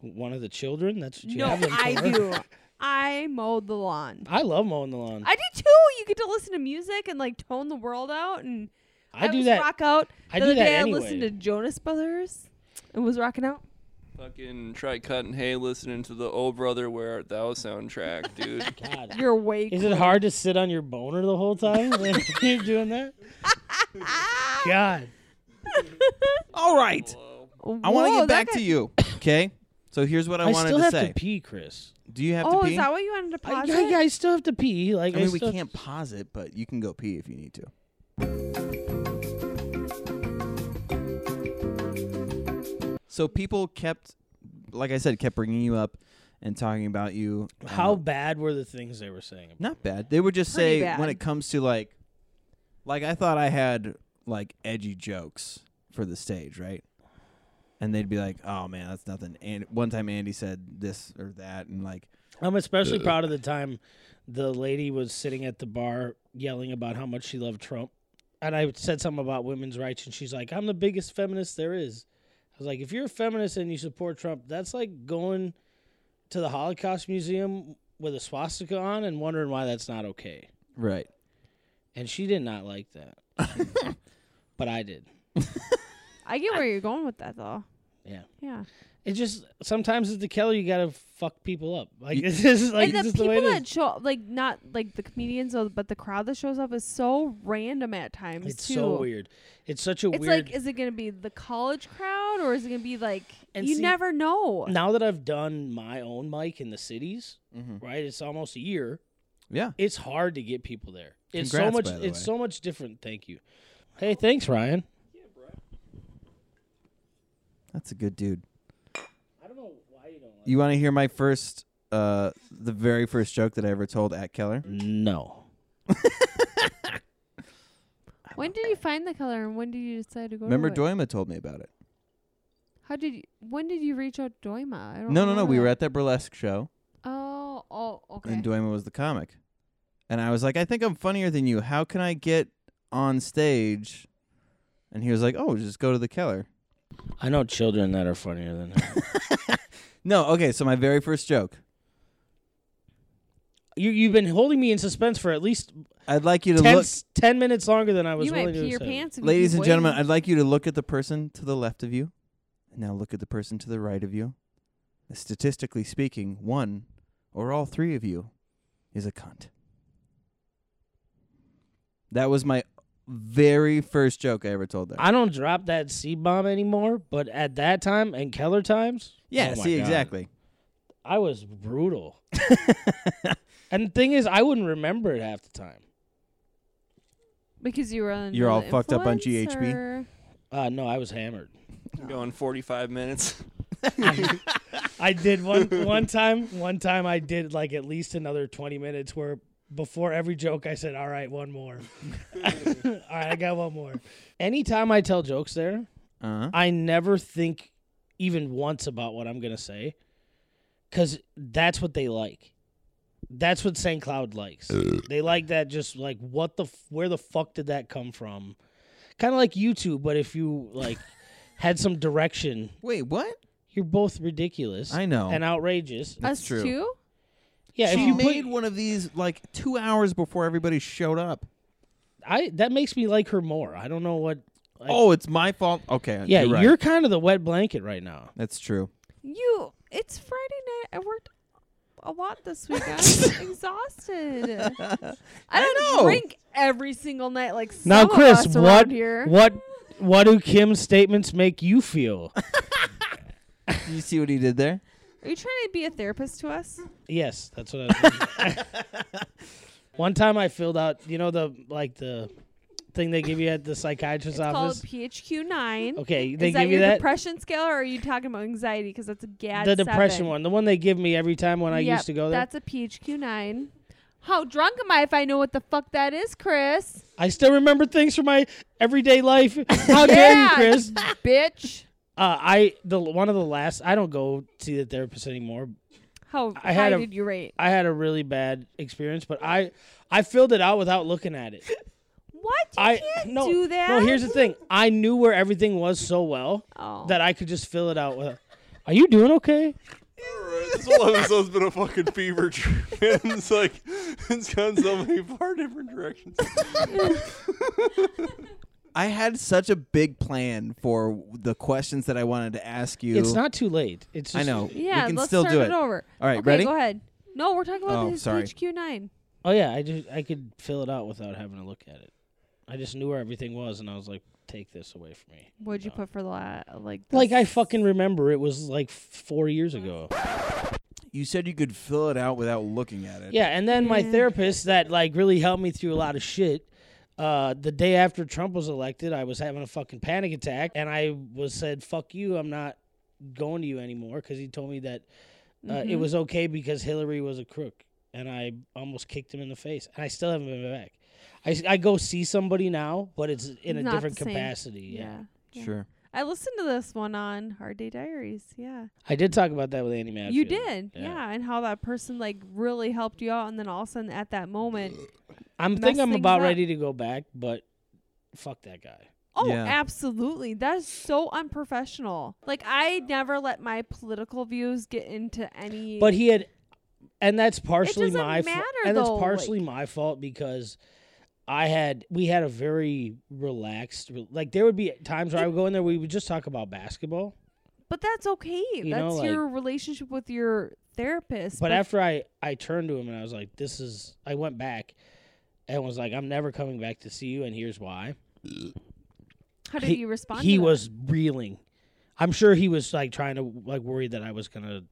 One of the children. That's what you no, have them I for. [LAUGHS] do. I mowed the lawn. I love mowing the lawn. I, I do too. You get to listen to music and like tone the world out, and do was that. Rock out. I the do other that day anyway. I listened to Jonas Brothers and was rocking out. Fucking try cutting hay listening to the Oh Brother Where Art Thou soundtrack, dude. [LAUGHS] God. You're way. Is it hard to sit on your boner the whole time [LAUGHS] when you're [LAUGHS] doing that? God. All right, I want to get back to you. Okay, so here's what I, I, wanted still to have say. to pee, Chris. Do you have Oh, to pee? is that what you wanted to I, pause? I, it? I still have to pee. Like I mean, we still- can't pause it, but you can go pee if you need to. So people kept, like I said, kept bringing you up and talking about you. uh, How bad were the things they were saying? Not bad. They would just Pretty say when bad. it comes to like, like I thought I had like edgy jokes for the stage, right? And they'd be like, "Oh man, that's nothing." And one time Andy said this or that, and like, I'm especially proud of the time the lady was sitting at the bar yelling about how much she loved Trump. And I said something about women's rights, and she's like, I'm the biggest feminist there is. I was like, if you're a feminist and you support Trump, that's like going to the Holocaust Museum with a swastika on and wondering why that's not okay. right? And she did not like that. but I did. I get where you're going with that though. Yeah. Yeah. It just, sometimes as the Keller, you got to fuck people up. Like, [LAUGHS] this is like, and the this is the way people it is. that show up, like not like the comedians, though, but the crowd that shows up is so random at times It's too. so weird. It's such a It's weird. like, is it gonna be the college crowd or is it gonna be like And you see- never know? now that I've done my own mic in the cities, Mm-hmm. right? It's almost a year. Yeah. It's hard to get people there. It's so Congrats, much. by the It's way. so much different. Thank you. Hey, thanks, Ryan. That's a good dude. I don't know why you don't. You want to hear my first, uh, the very first joke that I ever told at Keller? [LAUGHS] No. When did you find the color and when did you decide to go? Remember, to it? Doima told me about it. How did you? When did you reach out to Doima? I don't No, no, no. remember We were that. at that burlesque show, Oh, oh, okay. and Doima was the comic. And I was like, I think I'm funnier than you. How can I get on stage? And he was like, Oh, just go to the Keller. I know children that are funnier than her. [LAUGHS] No, okay. So my very first joke. you. You've been holding me in suspense for at least I'd like you to 10, look, s- 10 minutes longer than I was you might willing pee to your accept. pants, if you ladies keep and gentlemen. waiting. I'd like you to look at the person to the left of you, and now look at the person to the right of you. Statistically speaking, one or all three of you is a cunt. That was my very first joke I ever told them. I don't drop that seed bomb anymore, but at that time and Keller times, yeah, oh my see God. exactly. I was [LAUGHS] brutal. And the thing is, I wouldn't remember it half the time. because you were on. You're all fucked up on GHB? Or? Uh, no, I was hammered. Going 45 [LAUGHS] minutes. I did [LAUGHS] one one time. One time I did like at least another twenty minutes where before every joke I said, "All right, one more." [LAUGHS] All right, I got one more. Anytime I tell jokes there, Uh-huh. I never think even once about what I'm gonna say, because that's what they like. That's what St. Cloud likes. Uh. they like that. Just like what the f- where the fuck did that come from? Kind of like YouTube, but if you [LAUGHS] like had some direction, Wait, what? you're both ridiculous I know. and outrageous. That's Us true. too? Yeah, she if you made put, one of these like two hours before everybody showed up. I that makes me like her more. I don't know what. Like, oh, it's my fault. Okay, yeah, you're, right. you're kind of the wet blanket right now. That's true. You. It's Friday night. I worked a lot this week. I'm [LAUGHS] exhausted. I don't know. drink every single night like some now, of Chris, us what around here. what what do Kim's statements make you feel? [LAUGHS] Did you see what he did there? Are you trying to be a therapist to us? yes, that's what I. was [LAUGHS] thinking. One time I filled out, you know the like the thing they give you at the psychiatrist's Called office. PHQ nine. Okay, they Is that give your you that depression scale, or are you talking about anxiety? Because that's a GAD. the depression seven. one, the one they give me every time when I Yep, used to go there. That's a PHQ nine. How drunk am I if I know what the fuck that is, Chris? [LAUGHS] I still remember things from my [LAUGHS] everyday life. How dare you, Yeah. Chris? Bitch. Uh, I the one of the last. I don't go see the therapist anymore. How high I had a- did you rate? I had a really bad experience, but I I filled it out without looking at it. What? You I can't no do that. no. Here's the thing. I knew where everything was so well Oh. that I could just fill it out with. Are you doing okay? this whole episode's been a fucking fever dream. [LAUGHS] it's like, it's gone so many far different directions. I had such a big plan for the questions that I wanted to ask you. It's not too late. It's I just, know. yeah, we can let's still start do it. over. All right, okay, ready? Go ahead. No, we're talking about Oh, his sorry. PHQ nine. Oh yeah, I just I could fill it out without having to look at it. I just knew where everything was, and I was like, take this away from me. What'd you No. put for the la- like? The Like I fucking remember it was like four years ago. You said you could fill it out without looking at it. Yeah, and then my Yeah. therapist that like really helped me through a lot of shit. Uh, the day after Trump was elected, I was having a fucking panic attack, and I was said, "Fuck you, I'm not going to you anymore," because he told me that uh, it Mhm. was okay because Hillary was a crook, and I almost kicked him in the face, and I still haven't been back. I, s- I go see somebody now, but it's in a Not the different same. capacity. Yeah. Yeah. Sure. I listened to this one on Hard Day Diaries. Yeah. I did talk about that with Andy Matthews. you did. Yeah. and how that person like really helped you out and then all of a sudden at that moment I'm Mess think I'm things about up. ready to go back, but fuck that guy. Oh, Yeah. absolutely. That is so unprofessional. Like I never let my political views get into any But he had, and that's partially doesn't my fault. matter, And that's though, partially like- my fault because I had we had a very relaxed like there would be times where I would go in there we would just talk about basketball. But that's okay. You that's know, your relationship with your therapist. But after I I turned to him and I was like, "This is." I went back and was like, "I'm never coming back to see you, and here's why." how did he- you respond he to that? was reeling. I'm sure he was like trying to like worried that I was gonna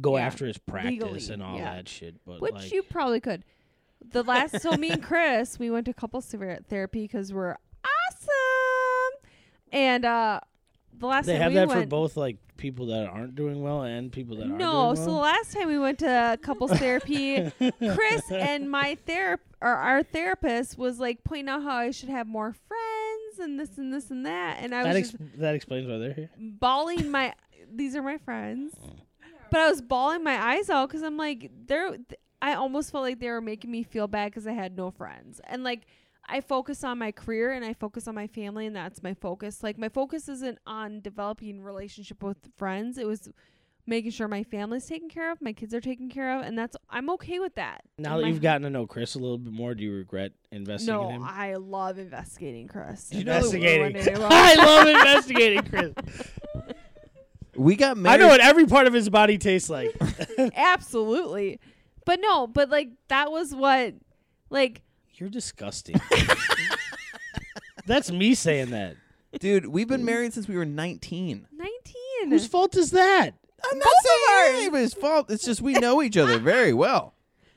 go Yeah. after his practice Legally, and all yeah. that shit. But Which like, you probably could. The last so me and Chris, we went to couple therapy because we're awesome. And uh the last they time have we that went, for both like people that aren't doing well and people that No, are so the last time we went to couples [LAUGHS] therapy, Chris and my therap or our therapist was like pointing out how I should have more friends and this and this and that, and I was that, ex- just that explains why they're here. bawling my. These are my friends, but I was bawling my eyes out because I'm like they're. th- I almost felt like they were making me feel bad because I had no friends, and like I focus on my career and I focus on my family, and that's my focus. Like my focus isn't on developing relationship with friends. It was making sure my family's taken care of, my kids are taken care of, and that's I'm okay with that. Now that My- you've gotten to know Chris a little bit more, do you regret investing no, in him? I love investigating Chris. you know that we investigating. [LAUGHS] were wondering- I love investigating Chris. We got married. I know what every part of his body tastes like. [LAUGHS] Absolutely, but no, but like that was what, like You're disgusting. [LAUGHS] That's me saying that. Dude, weve been married since we were 19. 19. Whose fault is that? I'm not saying it's anybody's fault. It's just we know each other very well.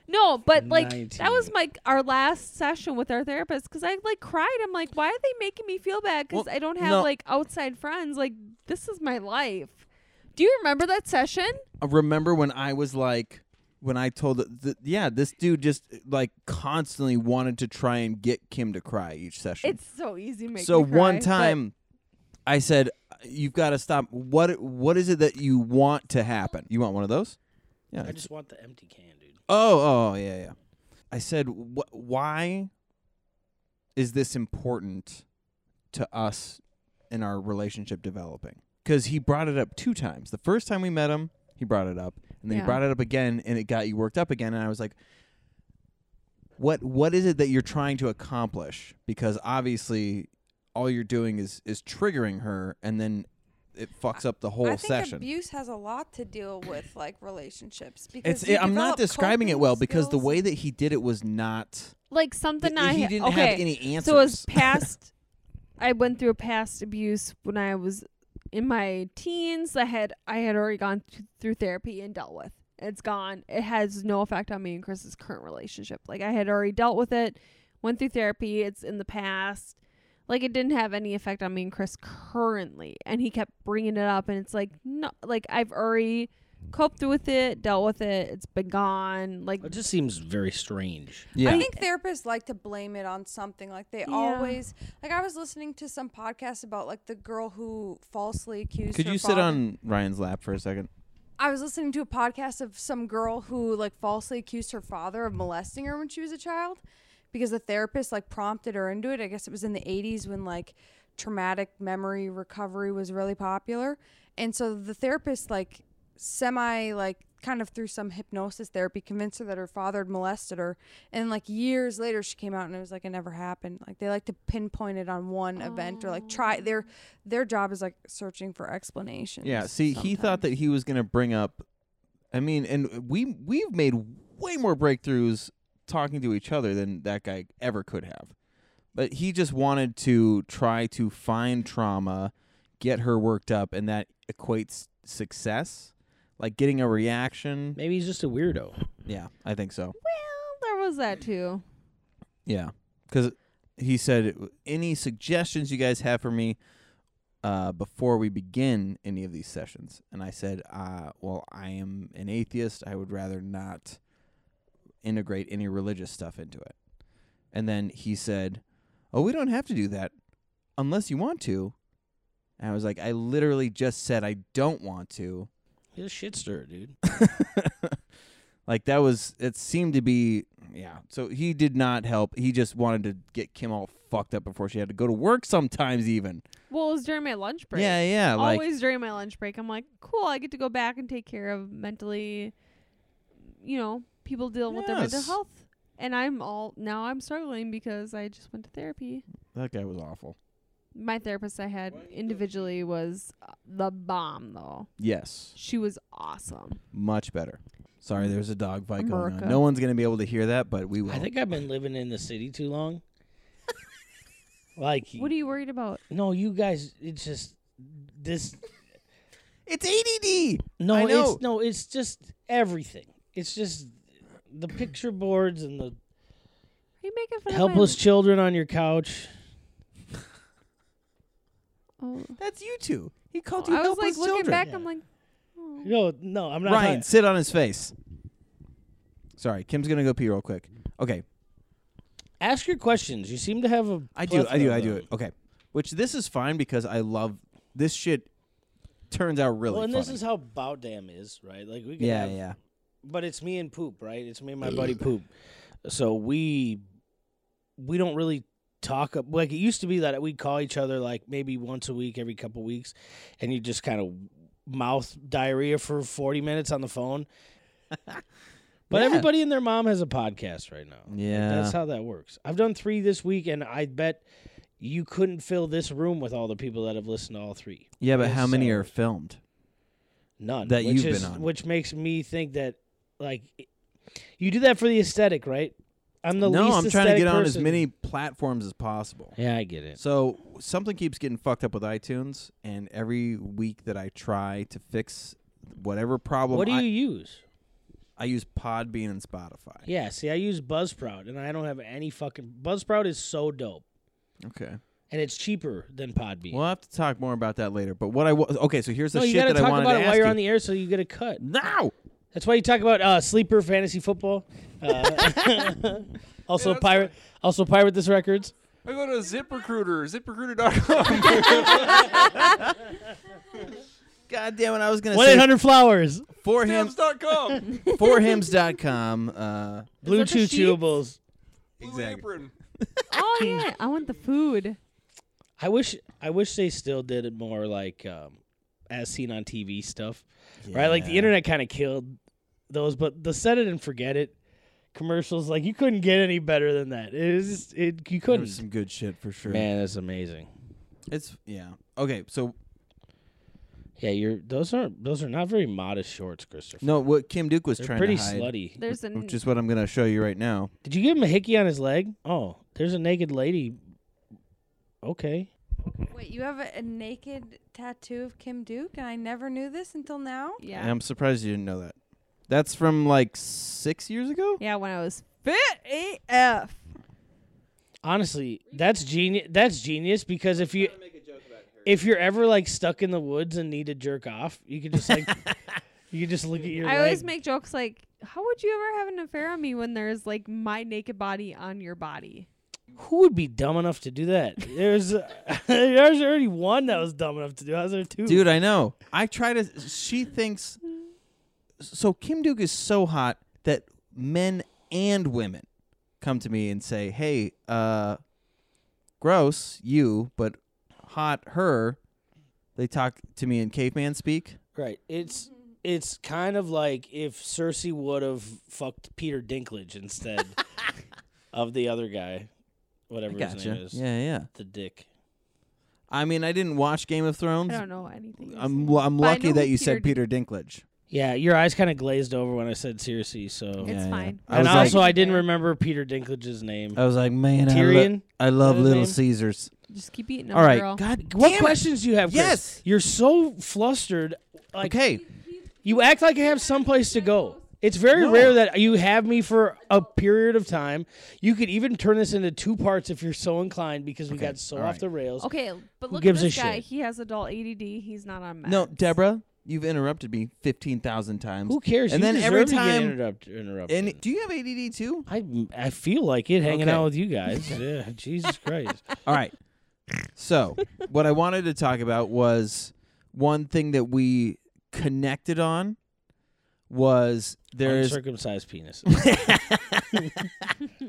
No, but like that was 19. my our last session with our therapist because I like cried. I'm like, why are they making me feel bad? Because Well, I don't have no. like outside friends. Like this is my life. Do you remember that session? I remember when I was like, when I told, th- th- yeah, this dude just like constantly wanted to try and get Kim to cry each session. It's so easy to make. so me cry, one but- time, I said, "You've got to stop. What What is it that you want to happen? You want one of those? Yeah. I it's- just want the empty can, dude. oh, oh, yeah, yeah. I said, wh- why is this important to us in our relationship developing? Because he brought it up two times. The first time we met him, he brought it up, and then Yeah. he brought it up again, and it got you worked up again. And I was like, what What is it that you're trying to accomplish? Because obviously, all you're doing is is triggering her, and then it fucks up the whole I think session. abuse has a lot to deal with like relationships because it's. you It, I'm not develop describing it coping well because the skills. way that he did it was not. like something Th- I he didn't okay. have any answers. So it was [LAUGHS] past. I went through past abuse when I was in my teens. I had I had already gone th- through therapy and dealt with. It's gone. It has no effect on me and Chris's current relationship. Like I had already dealt with it. Went through therapy. It's in the past. Like it didn't have any effect on me and Chris currently. And he kept bringing it up, and it's like no, like I've already coped with it, dealt with it. It's been gone. Like It just seems very strange. yeah. I think therapists like to blame it on something. Like they Yeah. always like I was listening to some podcast about like the girl who falsely accused Could her you sit father- on Ryan's lap for a second? I was listening to a podcast of some girl who like falsely accused her father of molesting her when she was a child because the therapist like prompted her into it. I guess it was in the 80s when like traumatic memory recovery was really popular. And so the therapist like semi like kind of through some hypnosis therapy convinced her that her father had molested her and like years later she came out and it was like it never happened like they like to pinpoint it on one event or like try their their job is like searching for explanations Yeah. See, he thought sometimes. that he was gonna bring up. I mean, and we we've made way more breakthroughs talking to each other than that guy ever could have. But he just wanted to try to find trauma, get her worked up, and that equates success, like getting a reaction. Maybe he's just a weirdo. Yeah, I think so. well, there was that too. Yeah, because he said any suggestions you guys have for me uh, before we begin any of these sessions, and I said, uh, well, I am an atheist. I would rather not integrate any religious stuff into it. And then he said, oh, we don't have to do that unless you want to. And I was like, I literally just said I don't want to. He's a shit stir, dude. [LAUGHS] like that was it seemed to be yeah so he did not help he just wanted to get kim all fucked up before she had to go to work sometimes even Well, it was during my lunch break. yeah yeah like always during my lunch break i'm like cool i get to go back and take care of mentally you know people dealing with their mental Yes. health and i'm all now i'm struggling because i just went to therapy that guy was awful my therapist i had individually was uh, the bomb though yes she was awesome much better sorry there's a dog fight going America. on no one's gonna be able to hear that but we will I think I've been living in the city too long. [LAUGHS] like, E what are you worried about no, you guys, it's just this. it's add No, I know. it's no, it's just everything. It's just the picture boards and the are you making fun helpless children on your couch. of my, oh. that's you two he called you i was like looking helpless children back Yeah. i'm like No, no, I'm not. ryan talking- sit on his face sorry kim's gonna go pee real quick okay ask your questions. You seem to have a. I do, I do, plethora I of do them. it. Okay. Which this is fine because I love this shit turns out really well, and this funny. is how Bout Dam is, right? Like we can yeah, have, yeah. but it's me and Poop, right? It's me and my buddy Poop. So we we don't really talk up like it used to be that we'd call each other like maybe once a week, every couple weeks, and you just kind of mouth diarrhea for 40 minutes on the [LAUGHS] phone. But Yeah. everybody and their mom has a podcast right now. Like, Yeah. that's how that works. I've done 3 this week and I bet you couldn't fill this room with all the people that have listened to all 3. Yeah, but Yes, how many so- are filmed? None that which you've been is- on. which makes me think that like you do that for the aesthetic, right? I'm the no, least I'm trying to aesthetic get on as person. many platforms as possible. Yeah, I get it. So something keeps getting fucked up with iTunes and every week that I try to fix whatever problem what do you I, use? I use Podbean and Spotify. Yeah, see, I use Buzzsprout, and I don't have any fucking. Buzzsprout is so dope, Okay. and it's cheaper than Podbean. We'll have to talk more about that later. But what I was okay, so here's the no, you shit gotta that I talk wanted about to it ask while you're you. on the air, so you get a cut. now. That's why you talk about uh, sleeper fantasy football. [LAUGHS] Uh, [LAUGHS] also pirate, also pirate this records. I go to ZipRecruiter, ZipRecruiter.com. God damn it! I was gonna One eight say hundred flowers, four hymns [LAUGHS] Stamps.com. four hymns.com. Uh, blue that the chew sheets? chewables. Blue Exactly. Apron. oh yeah, I want the [LAUGHS] food. I wish, I wish they still did it more like um, as seen on TV stuff, right? Like the yeah. internet kind of killed those, but the set it and forget it commercials, like you couldn't get any better than that. It was, just, it you There couldn't. was some good shit for sure. Man, that's amazing. It's yeah. Okay, so Yeah, you're those are those are not very modest shorts, Christopher. no, what Kim Duke was They're trying pretty to hide, slutty. There's an which is what I'm gonna show you right now. Did you give him a hickey on his leg? Oh, there's a naked lady. Okay. Wait, you have a, a naked tattoo of Kim Duke, and I never knew this until now. yeah. I'm surprised you didn't know that. That's from like six years ago. Yeah, when I was Fit AF. Honestly, that's genius. That's genius because if you if you're ever like stuck in the woods and need to jerk off, you can [LAUGHS] just like you can just look at your. I leg. always make jokes like, "How would you ever have an affair on me when there's like my naked body on your body?" Who would be dumb enough to do that? There's [LAUGHS] there's already one that was dumb enough to do. it. How's there two? [LAUGHS] Dude, I know. I try to. She thinks. So Kim Duke is so hot that men and women come to me and say, "Hey, uh, gross you, but hot her." They talk to me in caveman speak. Right. It's it's kind of like if Cersei would have fucked Peter Dinklage [LAUGHS] instead of the other guy, whatever his name Gotcha. is, Yeah, yeah. the dick. I mean, I didn't watch Game of Thrones. I don't know anything. you're I'm saying. I'm But I lucky know that who you Peter said Din- Peter Dinklage. Yeah, your eyes kind of glazed over when I said Cersei. So, It's fine. I and was also like, I didn't remember Peter Dinklage's name. I was like, man, I, lo- Tyrion. I love his Little name? Caesars. Just keep eating them, All right, girl. God, what damn it. questions do you have? Chris? Yes. you're so flustered. Like Okay, you act like I have someplace to go. It's very rare that you have me for a period of time. You could even turn this into two parts if you're so inclined because we got so all off right. the rails. Okay, but Who look gives a at this guy. shit? He has adult ADD. He's not on meds. No, Deborah, you've interrupted me fifteen thousand times. Who cares? And You then deserve every to get time- interrupt, interrupted. And do you have ADD too? I I feel like it hanging Okay. out with you [LAUGHS] guys. yeah, Jesus Christ. All right. [LAUGHS] So what I wanted to talk about was one thing that we connected on was there's uncircumcised [LAUGHS] penis.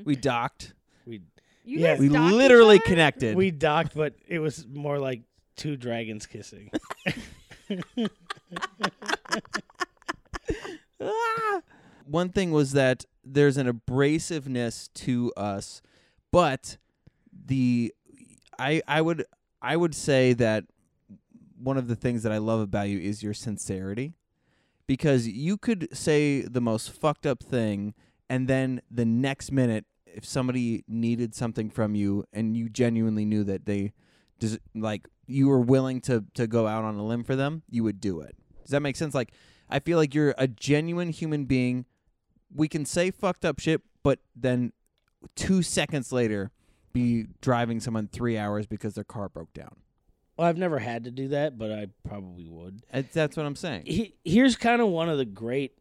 we docked. we You Yeah. guys We dock each literally other? connected. we docked, but it was more like two dragons kissing. Ah! one thing was that there's an abrasiveness to us, but the I I would I would say that one of the things that I love about you is your sincerity because you could say the most fucked up thing and then the next minute if somebody needed something from you and you genuinely knew that they des- like you were willing to to go out on a limb for them, you would do it. Does that make sense? Like I feel like you're a genuine human being. We can say fucked up shit, but then two seconds later, be driving someone three hours because their car broke down. Well, I've never had to do that, but I probably would. Uh, That's what I'm saying. He, here's kind of one of the great,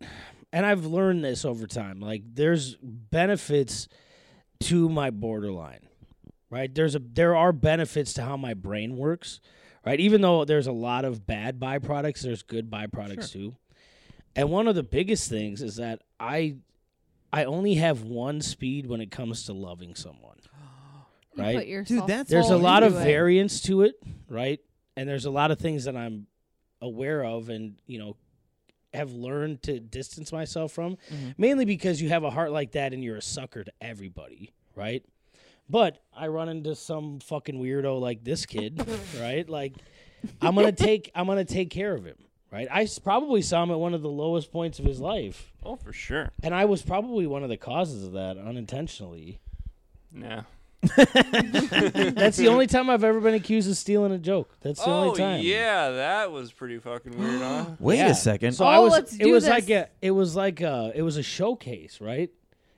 and I've learned this over time. Like, there's benefits to my borderline, right? There's a there are benefits to how my brain works, right? Even though there's a lot of bad byproducts, there's good byproducts too. And one of the biggest things is that I I only have one speed when it comes to loving someone. You Right? put yourself that's there's a full lot of into it. variance to it, right? And there's a lot of things that I'm aware of and, you know, have learned to distance myself from, mainly because you have a heart like that and you're a sucker to everybody, right? But I run into some fucking weirdo like this kid, right? Like I'm going to take I'm going to take care of him, right? I s- probably saw him at one of the lowest points of his life, Oh, for sure. and I was probably one of the causes of that unintentionally. Nah. That's [LAUGHS] the only time I've ever been accused of stealing a joke. That's the oh only time. yeah, that was pretty fucking weird, huh? [GASPS] Wait Yeah. a second. So I Oh, was. let's it do was this. like a. It was like a. It was a showcase, right?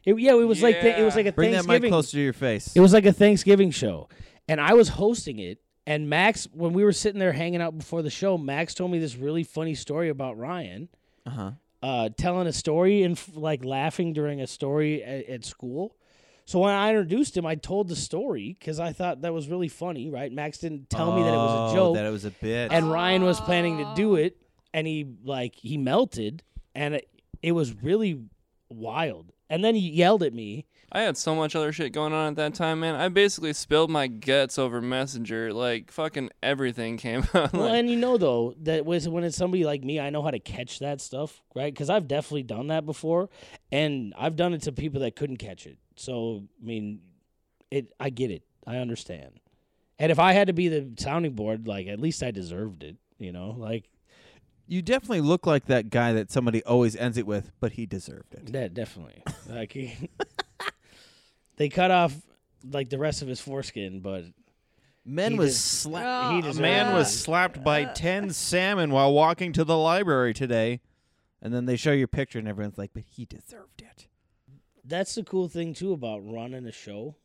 It, yeah, it was like th- it was Yeah. like a Bring that mic Thanksgiving. closer to your face. It was like a Thanksgiving show, and I was hosting it. And Max, when we were sitting there hanging out before the show, Max told me this really funny story about Ryan uh-huh. uh, telling a story and f- like laughing during a story at, at school. So when I introduced him, I told the story because I thought that was really funny, right? Max didn't tell me that it was a Oh, joke, That it was a bit. and Ryan was planning to do it, and he like he melted, and it, it was really wild. And then he yelled at me. [GASPS] I had so much other shit going on at that time, man. I basically spilled my guts over Messenger. Like fucking everything came out. [LAUGHS] Well, like, and you know though that was when it's somebody like me, I know how to catch that stuff, right? Because I've definitely done that before, and I've done it to people that couldn't catch it. So I mean, it I get it, I understand. And if I had to be the sounding board, like at least I deserved it, you know, like you definitely look like that guy that somebody always ends it with, but he deserved it. that definitely. like he- [LAUGHS] they cut off like the rest of his foreskin, but Men He was des- slapped. he a deserved man it. was slapped by ten salmon while walking to the library today, and then they show your picture, and everyone's like, "But he deserved it." That's the cool thing too about running a show.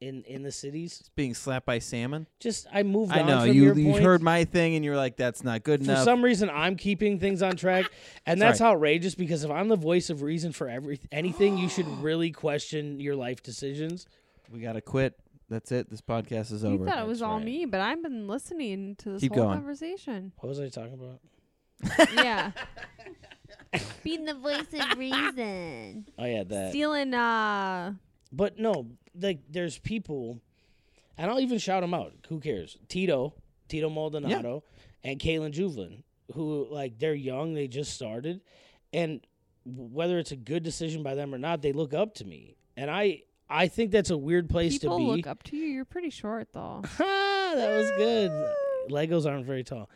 In, in the cities, Being slapped by salmon. just I moved. I on know from you. your You point. heard my thing, and you're like, "That's not good for enough." some reason I'm keeping things on track, and that's outrageous because if I'm the voice of reason for every anything, you should really question your life decisions. we gotta quit. That's it. This podcast is You over. thought it was That's all right. me, but I've been listening to this Keep whole going. [LAUGHS] conversation. What was I talking about? yeah, Being the voice of reason. Oh yeah, that. stealing. Uh, But no, like there's people, and I'll even shout them out. Who cares? Tito, Tito Maldonado, and Kalen Juvelin, who like they're young, they just started, and whether it's a good decision by them or not, they look up to me, and I I think that's a weird place people to be. look up to you. You're pretty short [LAUGHS] though. [LAUGHS] Ha, that was good. Legos aren't [LAUGHS] very tall.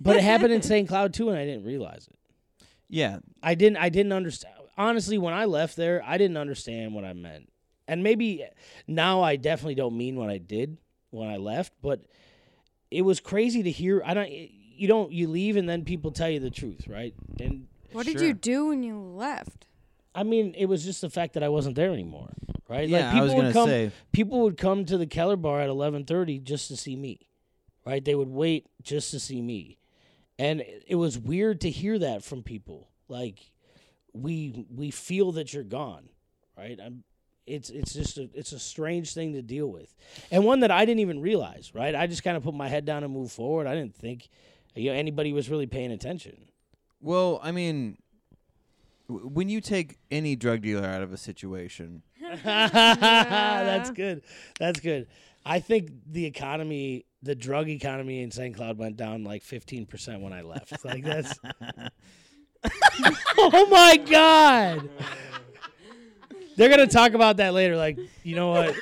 But it happened in St. Cloud too, and I didn't realize it. yeah, I didn't. I didn't understand. Honestly, when I left there, I didn't understand what I meant, and maybe now I definitely don't mean what I did when I left. But it was crazy to hear. I don't. You don't. You leave, and then people tell you the truth, right? And What did you do when you left? I mean, it was just the fact that I wasn't there anymore, right? yeah. I was would gonna come, say people would come to the Keller bar at 11:30 just to see me. Right? They would wait just to see me. And it was weird to hear that from people. Like we we feel that you're gone, right? I'm it's it's just a, it's a strange thing to deal with. And one that I didn't even realize, right? I just kind of put my head down and moved forward. I didn't think you know anybody was really paying attention. Well, I mean, w- when you take any drug dealer out of a situation, That's good. That's good. I think the economy, the drug economy in St. Cloud went down like 15% when I left. Like that's Oh my god. They're going to talk about that later like, you know what?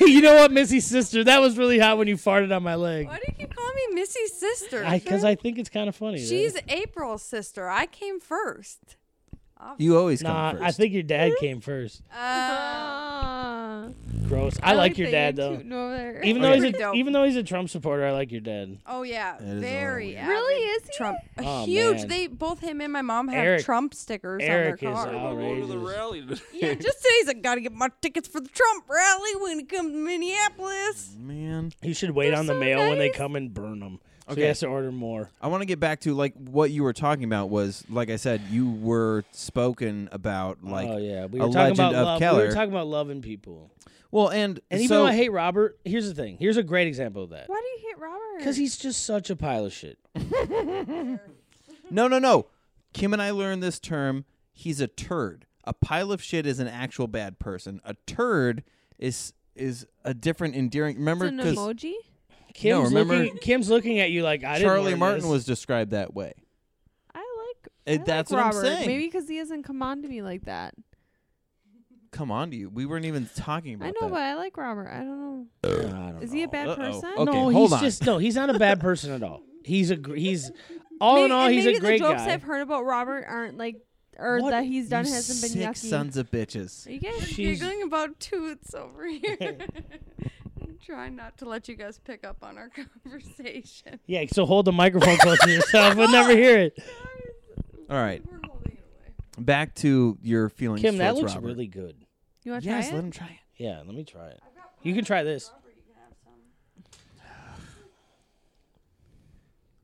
[LAUGHS] you know what, Missy's sister, that was really hot when you farted on my leg. Why do you keep calling me Missy's sister? I cuz I think it's kind of funny. She's April's sister. I came first. you always come Nah, first. I think your dad came first. Uh, Ah. Gross. I, like your dad though. Even though Okay. he's Pretty a, dope. even though he's a Trump supporter, I like your dad. oh yeah, is a very little avid Really? Is he? Trump Oh, huge. man. They both him and my mom have Eric- Trump stickers Eric is on their car. I'm going to the outrageous. rally today. Yeah, [LAUGHS] just today's I gotta get my tickets for the Trump rally. We're gonna come to Minneapolis. man, You should wait They're on the so mail when they nice. come and burn them. So he Okay. has to order more. I want to get back to like what you were talking about was like I said, you were spoken about like oh yeah, we a were talking legend about of love. We were Keller. talking about loving people. well, and And even so though I hate Robert, here's the thing. Here's a great example of that. Why do you hate Robert? Because he's just such a pile of shit. no, no, no. Kim and I learned this term. He's a turd. A pile of shit is an actual bad person. A turd is is a different endearing. Remember, it's an because emoji. Kim's remember- looking. Kim's looking at you like I didn't. Charlie learn Martin this." was described that way. I like. Uh, I like that's what I'm Robert. saying. Maybe because he hasn't come on to me like that. Come on to you. We weren't even talking about I know, that. but I like Robert. I don't know. I don't Is he a know. bad Uh-oh. Oh, person? Okay, no, hold he's on. just no. He's not a bad person at all. He's a gr- he's [LAUGHS] all Maybe, in all and he's maybe a great the jokes guy. I've heard about Robert aren't like or What that he's done you hasn't been sick yucky. sons of bitches. Are you guys She's- giggling about toots over here. [LAUGHS] I'm trying not to let you guys pick up on our [LAUGHS] conversation. Yeah, so hold the microphone close [LAUGHS] to yourself. We'll never hear it. All right, We're holding it away. back to your feelings. Kim, that towards looks Robert. really good. You want to Yes, try let it? him try it. Yeah, let me try it. You can try this.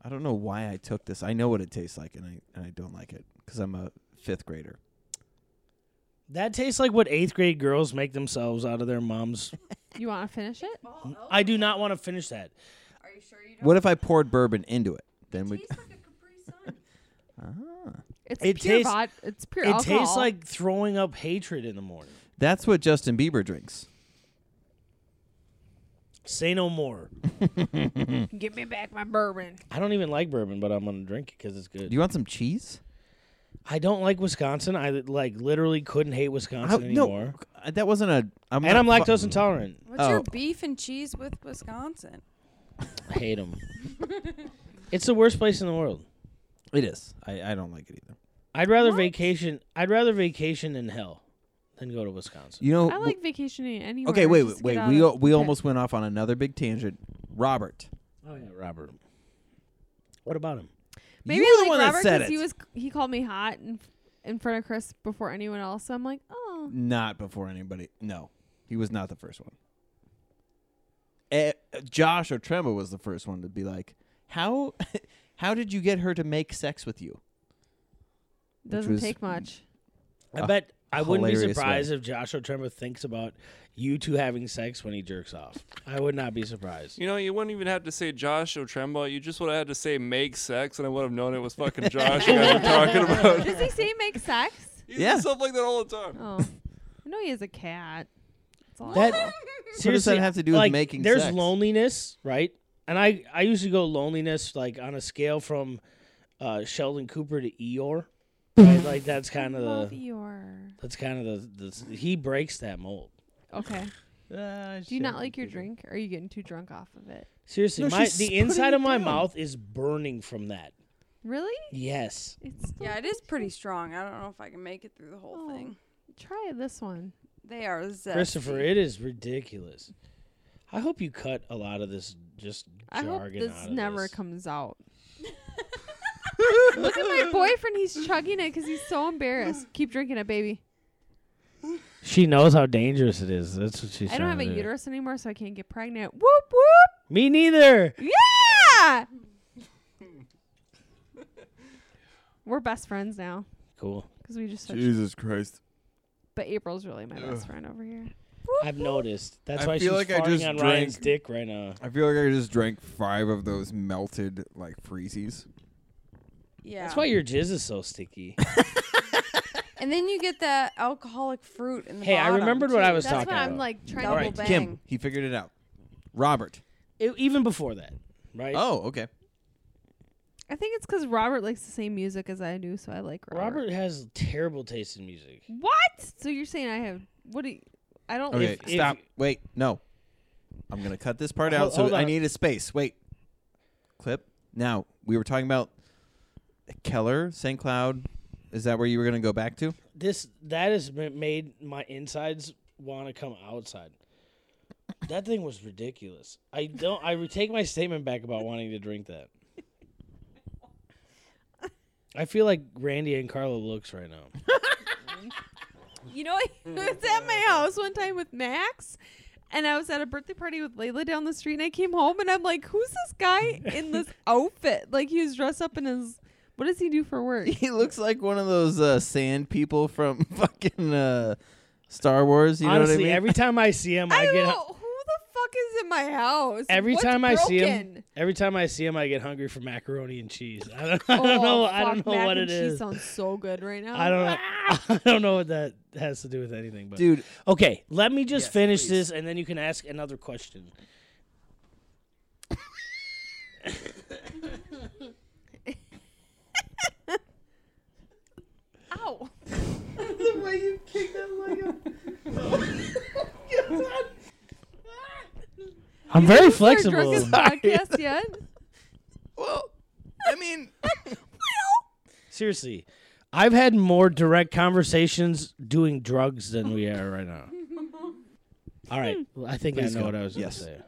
I don't know why I took this. I know what it tastes like, and I and I don't like it because I'm a fifth grader. That tastes like what eighth grade girls make themselves out of their moms. You want to finish it? I do not want to finish that. Are you sure you don't What if I poured bourbon into it? Then we. taste like a Capri Sun? It's It pure tastes- vod- It's pure It alcohol. tastes like throwing up hatred in the morning. That's what Justin Bieber drinks. Say no more. [LAUGHS] Give me back my bourbon. I don't even like bourbon, but I'm gonna drink it because it's good. Do you want some cheese? I don't like Wisconsin. I like literally couldn't hate Wisconsin I- anymore. uh, that wasn't a. I'm and I'm not fu- lactose intolerant. What's Oh. your beef and cheese with Wisconsin? I [LAUGHS] hate them. it's the worst place in the world. It is. I, I don't like it either. I'd rather vacation. I'd rather vacation in hell than go to Wisconsin. You know. I like vacationing anywhere. okay, wait, just wait, to get wait. out We of- al- we Okay. almost went off on another big tangent. Robert, Oh yeah, Robert. What about him? Maybe you I were the like one Robert that said 'cause it. He was he called me hot in, in front of Chris before anyone else. So I'm like, oh, not before anybody. No, he was not the first one. Eh, Josh or Tremble was the first one to be like, "How, [LAUGHS] how did you get her to make sex with you?" Which doesn't was- take much. I A bet I wouldn't be hilarious surprised if Joshua Tremor thinks about you two having sex when he jerks off. I would not be surprised. You know, you wouldn't even have to say Josh Otremba. You just would have had to say make sex, and I would have known it [LAUGHS] was fucking Josh you guys were [LAUGHS] talking about. Does he say make sex? He Yeah. says stuff like that all the time. Oh, I know he has a cat. That's all I That know. What does seriously that have to do with like, making There's sex? loneliness, right? And I I usually go loneliness like on a scale from uh, Sheldon Cooper to Eeyore. Right? like that's kind of Love the your. that's kind of the, the he breaks that mold. Okay. Ah, Do you not like your drink? Or are you getting too drunk off of it? Seriously, No, my she's the putting it inside of my down. mouth is burning from that. Really? Yes. It's still Yeah, it is pretty strong. I don't know if I can make it through the whole Oh. thing. Try this one. They are zesty. Christopher, it is ridiculous. I hope you cut a lot of this just I jargon hope this out of never this. comes [LAUGHS] out. Look at my boyfriend. He's chugging it because he's so embarrassed. Keep drinking it, baby. She knows how dangerous it is. That's what she's I don't have a trying to do. uterus anymore, so I can't get pregnant. Whoop whoop. Me neither. [LAUGHS] Yeah. We're best friends now Cool. because we just. Switched. Jesus Christ! But April's really my best friend over here. I've noticed. That's I why feel she's like I farting just on drank- Ryan's dick right now. I feel like I just drank five of those melted like freezies. Yeah. That's why your jizz is [LAUGHS] so sticky. and then you get that alcoholic fruit in the Hey, I bottom, remembered what I too. was That's talking what I'm about. like trying Double to Alright, bang. Kim, he figured it out. Robert. E- even before that, right? Oh, okay. I think it's because Robert likes the same music as I do, so I like Robert. Robert has terrible taste in music. What? So you're saying I have? What do you? I don't. Okay, If- if- stop. Wait, no. I'm gonna cut this part Hol- out. So hold I on. need a space. Wait. Clip. Now we were talking about Keller, St. Cloud. Is that where you were gonna go back to? [LAUGHS] This that has ma- made my insides want to come outside. That thing was ridiculous. I don't. I take my statement back about wanting to drink that. I feel like Randy and Carla looks right now. You know, [LAUGHS] I Mm, was at my house one time with Max, and I was at a birthday party with Layla down the street, and I came home, and I'm like, "Who's this guy in [LAUGHS] this outfit? Like he was dressed up in his. What does he do for [LAUGHS] work? He looks like one of those uh, sand people from [LAUGHS] fucking uh, Star Wars. [LAUGHS] You know Honestly, what I mean? every time I see him, I I, don't get know. Who the fuck is in my house? every What's time I see him. broken? Every time I see him, I get hungry for macaroni and cheese. [LAUGHS] I don't, [LAUGHS] I don't Oh, know. I fuck, don't know mac what and it cheese is. Sounds so good right now. I don't know. [LAUGHS] I don't know what that has to do with anything. But Dude, okay, let me just Yes, finish please. this, and then you can ask another question. Ow. I'm [LAUGHS] very Our drunkest [LAUGHS] podcast yet? well, I mean, Seriously, I've had more direct conversations doing drugs than we are right now. All right, well, I think Please I know go. what I was Yes. going to say.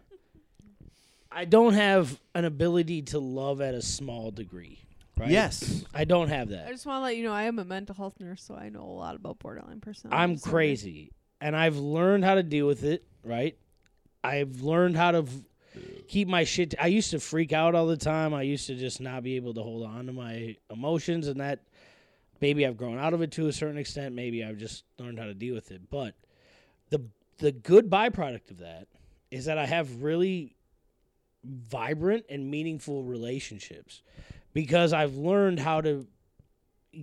I don't have an ability to love at a small degree. Right? Yes. I don't have that. I just want to let you know I am a mental health nurse, so I know a lot about borderline personality. I'm disorder. crazy, and I've learned how to deal with it. Right, I've learned how to v- keep my shit. I used to freak out all the time. I used to just not be able to hold on to my emotions, and that maybe I've grown out of it to a certain extent. Maybe I've just learned how to deal with it. But the the good byproduct of that is that I have really vibrant and meaningful relationships because I've learned how to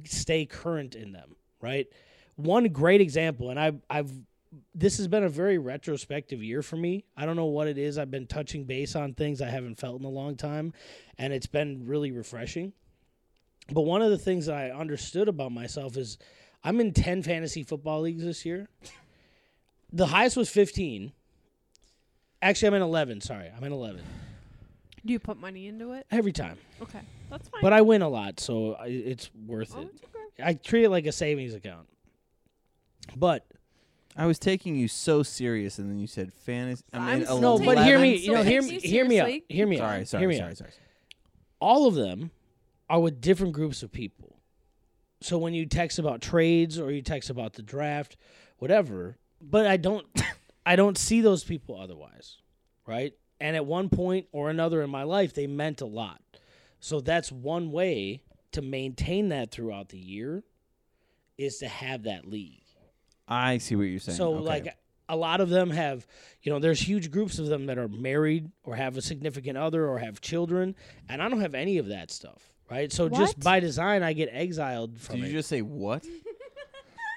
stay current in them. Right one great example, and I, I've this has been a very retrospective year for me. I don't know what it is. I've been touching base on things I haven't felt in a long time, and it's been really refreshing. But one of the things that I understood about myself is I'm in 10 fantasy football leagues this year. The highest was 15. Actually, I'm in 11. Sorry, I'm in 11 Do you put money into it? every time. Okay, that's fine. But I win a lot, so I, it's worth Oh, it. it's okay. I treat it like a savings account. But I was taking you so serious, and then you said fantasy. I I'm mean, still no, but hear 11, me. You know, so hear it me. takes you Hear me out. seriously. Hear me Sorry, out. sorry, hear me sorry, out. sorry. All of them are with different groups of people. So when you text about trades or you text about the draft, whatever, but I [LAUGHS] don't, I don't see those people otherwise, right? And at one point or another in my life, they meant a lot. So that's one way to maintain that throughout the year, is to have that league. I see what you're saying. So Okay. like a lot of them have, you know, there's huge groups of them that are married or have a significant other or have children, and I don't have any of that stuff, right? So just What? by design, I get exiled from did you it. just say what?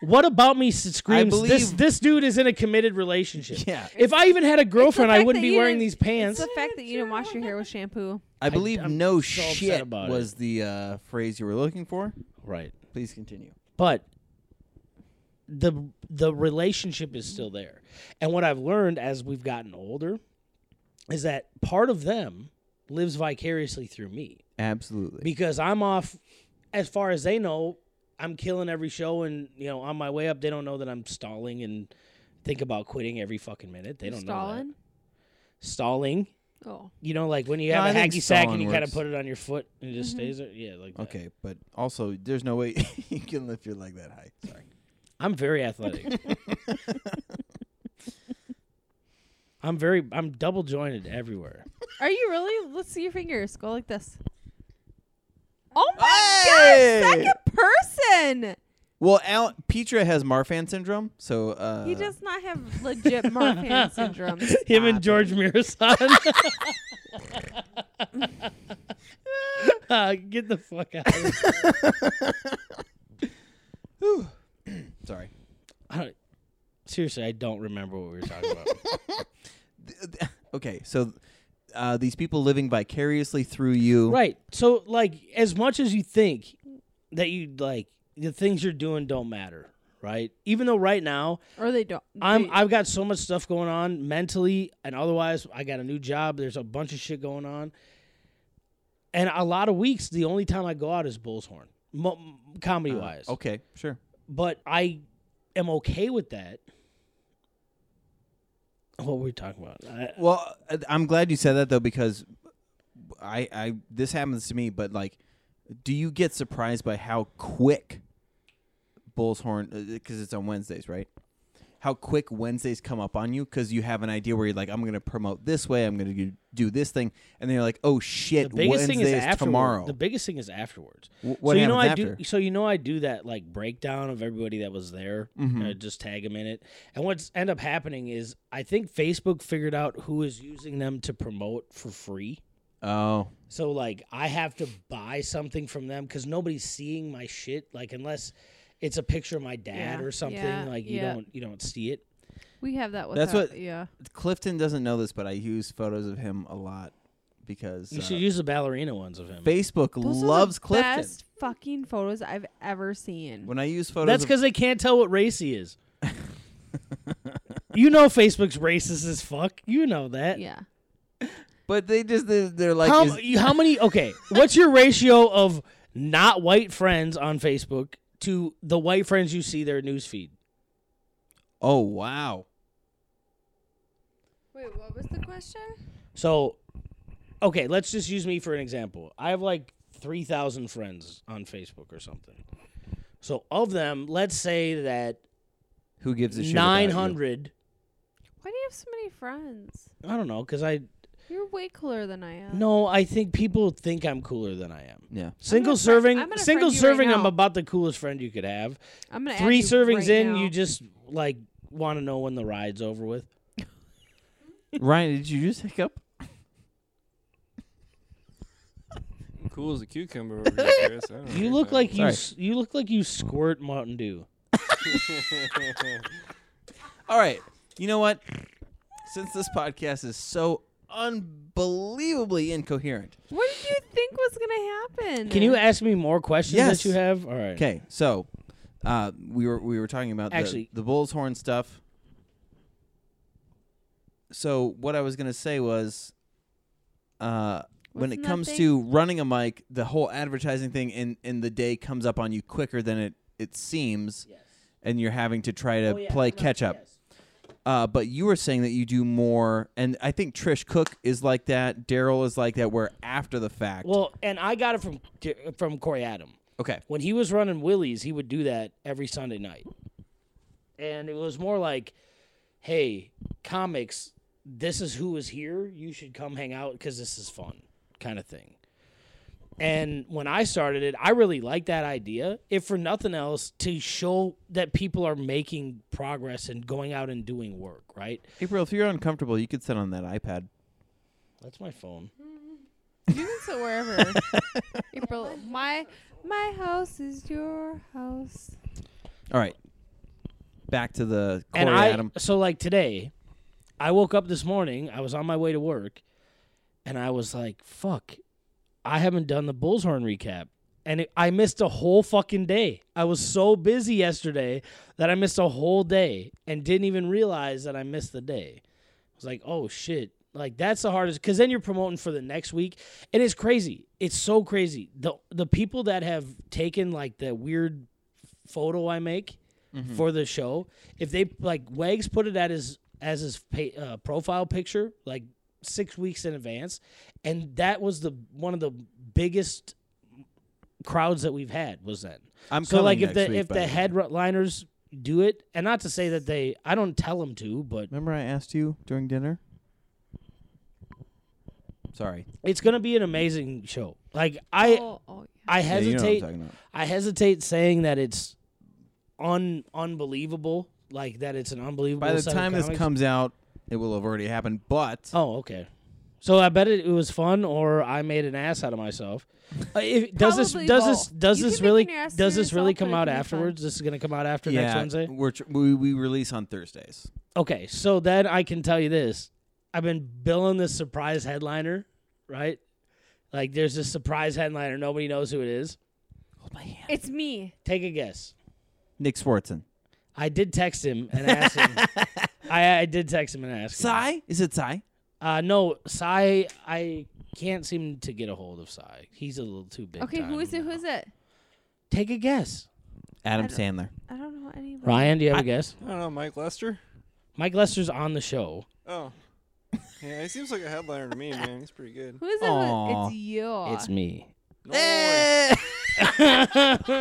what about me s- screams this? believe- This dude is in a committed relationship. Yeah, If I even had a girlfriend, I fact wouldn't that be you wearing didn't- these pants. It's the fact that you didn't wash your hair with shampoo. I believe I'm no so upset shit about it. was the uh, phrase you were looking for. right. Please continue. but the the relationship is still there. And what I've learned as we've gotten older is that part of them lives vicariously through me Absolutely. because I'm off as far as they know, I'm killing every show and you know, on my way up they don't know that I'm stalling and think about quitting every fucking minute. They don't know Stalin. that. Stalling. Oh, You know, like when you No, have I a think hacky sack and stalling you kind of works. put it on your foot and it just stays there. Yeah, like that. okay, but also there's no way [LAUGHS] you can lift your leg that high. Sorry. I'm very athletic. [LAUGHS] I'm very I'm double jointed [LAUGHS] everywhere. are you really? Let's see your fingers. Go like this. Oh my Hey! gosh! Second person. Well, Al- Petra has Marfan syndrome, so uh, he does not have legit [LAUGHS] Marfan syndrome. Him Stop. and George Mirasan. Uh, [LAUGHS] get the fuck out. Of here. Sorry. I don't- seriously, I don't remember what we were talking about. Okay, so uh, these people living vicariously through you. right. So like as much as you think that you like the things you're doing don't matter, right? Even though right now or they don't. I'm they- I've got so much stuff going on mentally and otherwise. I got a new job. There's a bunch of shit going on, and a lot of weeks. The only time I go out is Bullshorn, mo- comedy wise. Uh, Ah, Okay, sure. But I am okay with that. What were we talking about? I, Well, I- I'm glad you said that though because I, I this happens to me, but like, do you get surprised by how quick Bull's Horn because it's on Wednesdays, right? How quick Wednesdays come up on you because you have an idea where you're like, I'm going to promote this way, I'm going to do this thing, and then you're like, oh the shit, biggest Wednesday thing is, is, afterward- tomorrow. The biggest thing is afterwards. Wh- so what you know I happens after? do. So you know I do that like breakdown of everybody that was there. Mm-hmm. and I just tag them in it. And what's end up happening is I think Facebook figured out who is using them to promote for free. Oh, So like I have to buy something from them because nobody's seeing my shit. Like unless it's a picture of my dad Yeah, or something. yeah, like you yeah. don't you don't see it. we have that. That's without- what- Yeah. Clifton doesn't know this, but I use photos of him a lot because You uh, should use the ballerina ones of him. Facebook Those loves are the Clifton. Best fucking photos I've ever seen. When I use photos, That's of- because they can't tell what race he [LAUGHS] is. you know Facebook's racist as fuck. You know that. yeah. but they just they're, they're like how, is- you- how many? Okay, what's your ratio of not white friends on Facebook to the white friends you see their newsfeed. Oh wow. Wait, what was the question? So, okay, let's just use me for an example. I have like 3,000 friends on Facebook or something. So, of them, let's say that Who gives a shit? about you? 900, Why do you have so many friends? I don't know, because I, You're way cooler than I am. no, I think people think I'm cooler than I am. Yeah. Single gonna fri- serving, I'm gonna single friend you right serving, I'm now. about the coolest friend you could have. I'm gonna add Three you servings right in, now. you just like want to know when the ride's over with. [LAUGHS] Ryan, did you just hiccup? Cool as a cucumber over here, Chris. I don't know You look what you're like talking you s- you look like you squirt Mountain Dew. All right. You know what? Since this podcast is so unbelievably incoherent. What did you think was gonna happen? Can you ask me more questions Yes. that you have? All right. Okay, so uh, we were we were talking about the- Actually- the, bull's horn stuff. So what I was gonna say was, uh, when What's it in that comes thing? to running a mic, the whole advertising thing in in the day comes up on you quicker than it it seems, and you're having to try Oh, to play catch up. Uh, but you were saying that you do more, and I think Trish Cook is like that. Daryl is like that. Where after the fact, Well, and I got it from from Corey Adam. okay, When he was running Willie's, he would do that every Sunday night. And it was more like, "Hey, comics, this is who is here. You should come hang out cuz this is fun." kind of thing. And when I started it, I really liked that idea. If for nothing else, to show that people are making progress and going out and doing work, right? April, if you're uncomfortable, you could sit on that iPad. That's my phone. You can sit [LAUGHS] wherever. April, my my house is your house. All right. Back to the Corey and I Adam. so like today, I woke up this morning. I was on my way to work, and I was like, "Fuck, I haven't done the bullshorn recap." And it, I missed a whole fucking day. I was so busy yesterday that I missed a whole day and didn't even realize that I missed the day. I was like, "Oh shit." Like that's the hardest cuz then you're promoting for the next week and it's crazy. It's so crazy. The the people that have taken like the weird photo I make Mm-hmm. for the show. If they like Wags put it at his as his pa uh, profile picture like six weeks in advance, and that was the one of the biggest crowds that we've had was then. I'm so coming like if next the week, if by the way. headliners do it, and not to say that they I don't tell them to, but Remember I asked you during dinner? Sorry. it's gonna be an amazing show. Like I oh, oh, yeah. I Yeah, you know what I'm hesitate. talking about. I hesitate saying that it's un unbelievable. Like that it's an unbelievable. By the set of time this comics. comes out, it will have already happened, but Oh, okay. So I bet it, it was fun, or I made an ass out of myself. Uh, [LAUGHS] if, does this Probably does both. this does You this can make really an ass does out of this really yourself, but it come out can be fun. afterwards? This is going to come out after yeah, next Wednesday. We're tr- we, we release on Thursdays. Okay, so then I can tell you this: I've been billing this surprise headliner, right? Like, there's this surprise headliner. Nobody knows who it is. It's me. Take a guess. Nick Swartzen. I did text him and ask him. I, I did text him and ask. him. Psy? Is it Psy? Uh, no, Sai. I can't seem to get a hold of Sai. He's a little too big. Okay, who is it? Who is it? Take a guess. Adam I [GASPS] Sandler. I don't know anybody. Ryan, do you have a guess? about. I don't know, Mike Lester? Mike Lester's on the show. Oh. [LAUGHS] Yeah, he seems like a headliner to me, man. He's [LAUGHS] pretty good. Who is it? Who- Aw. It's you. It's me. No way. nice I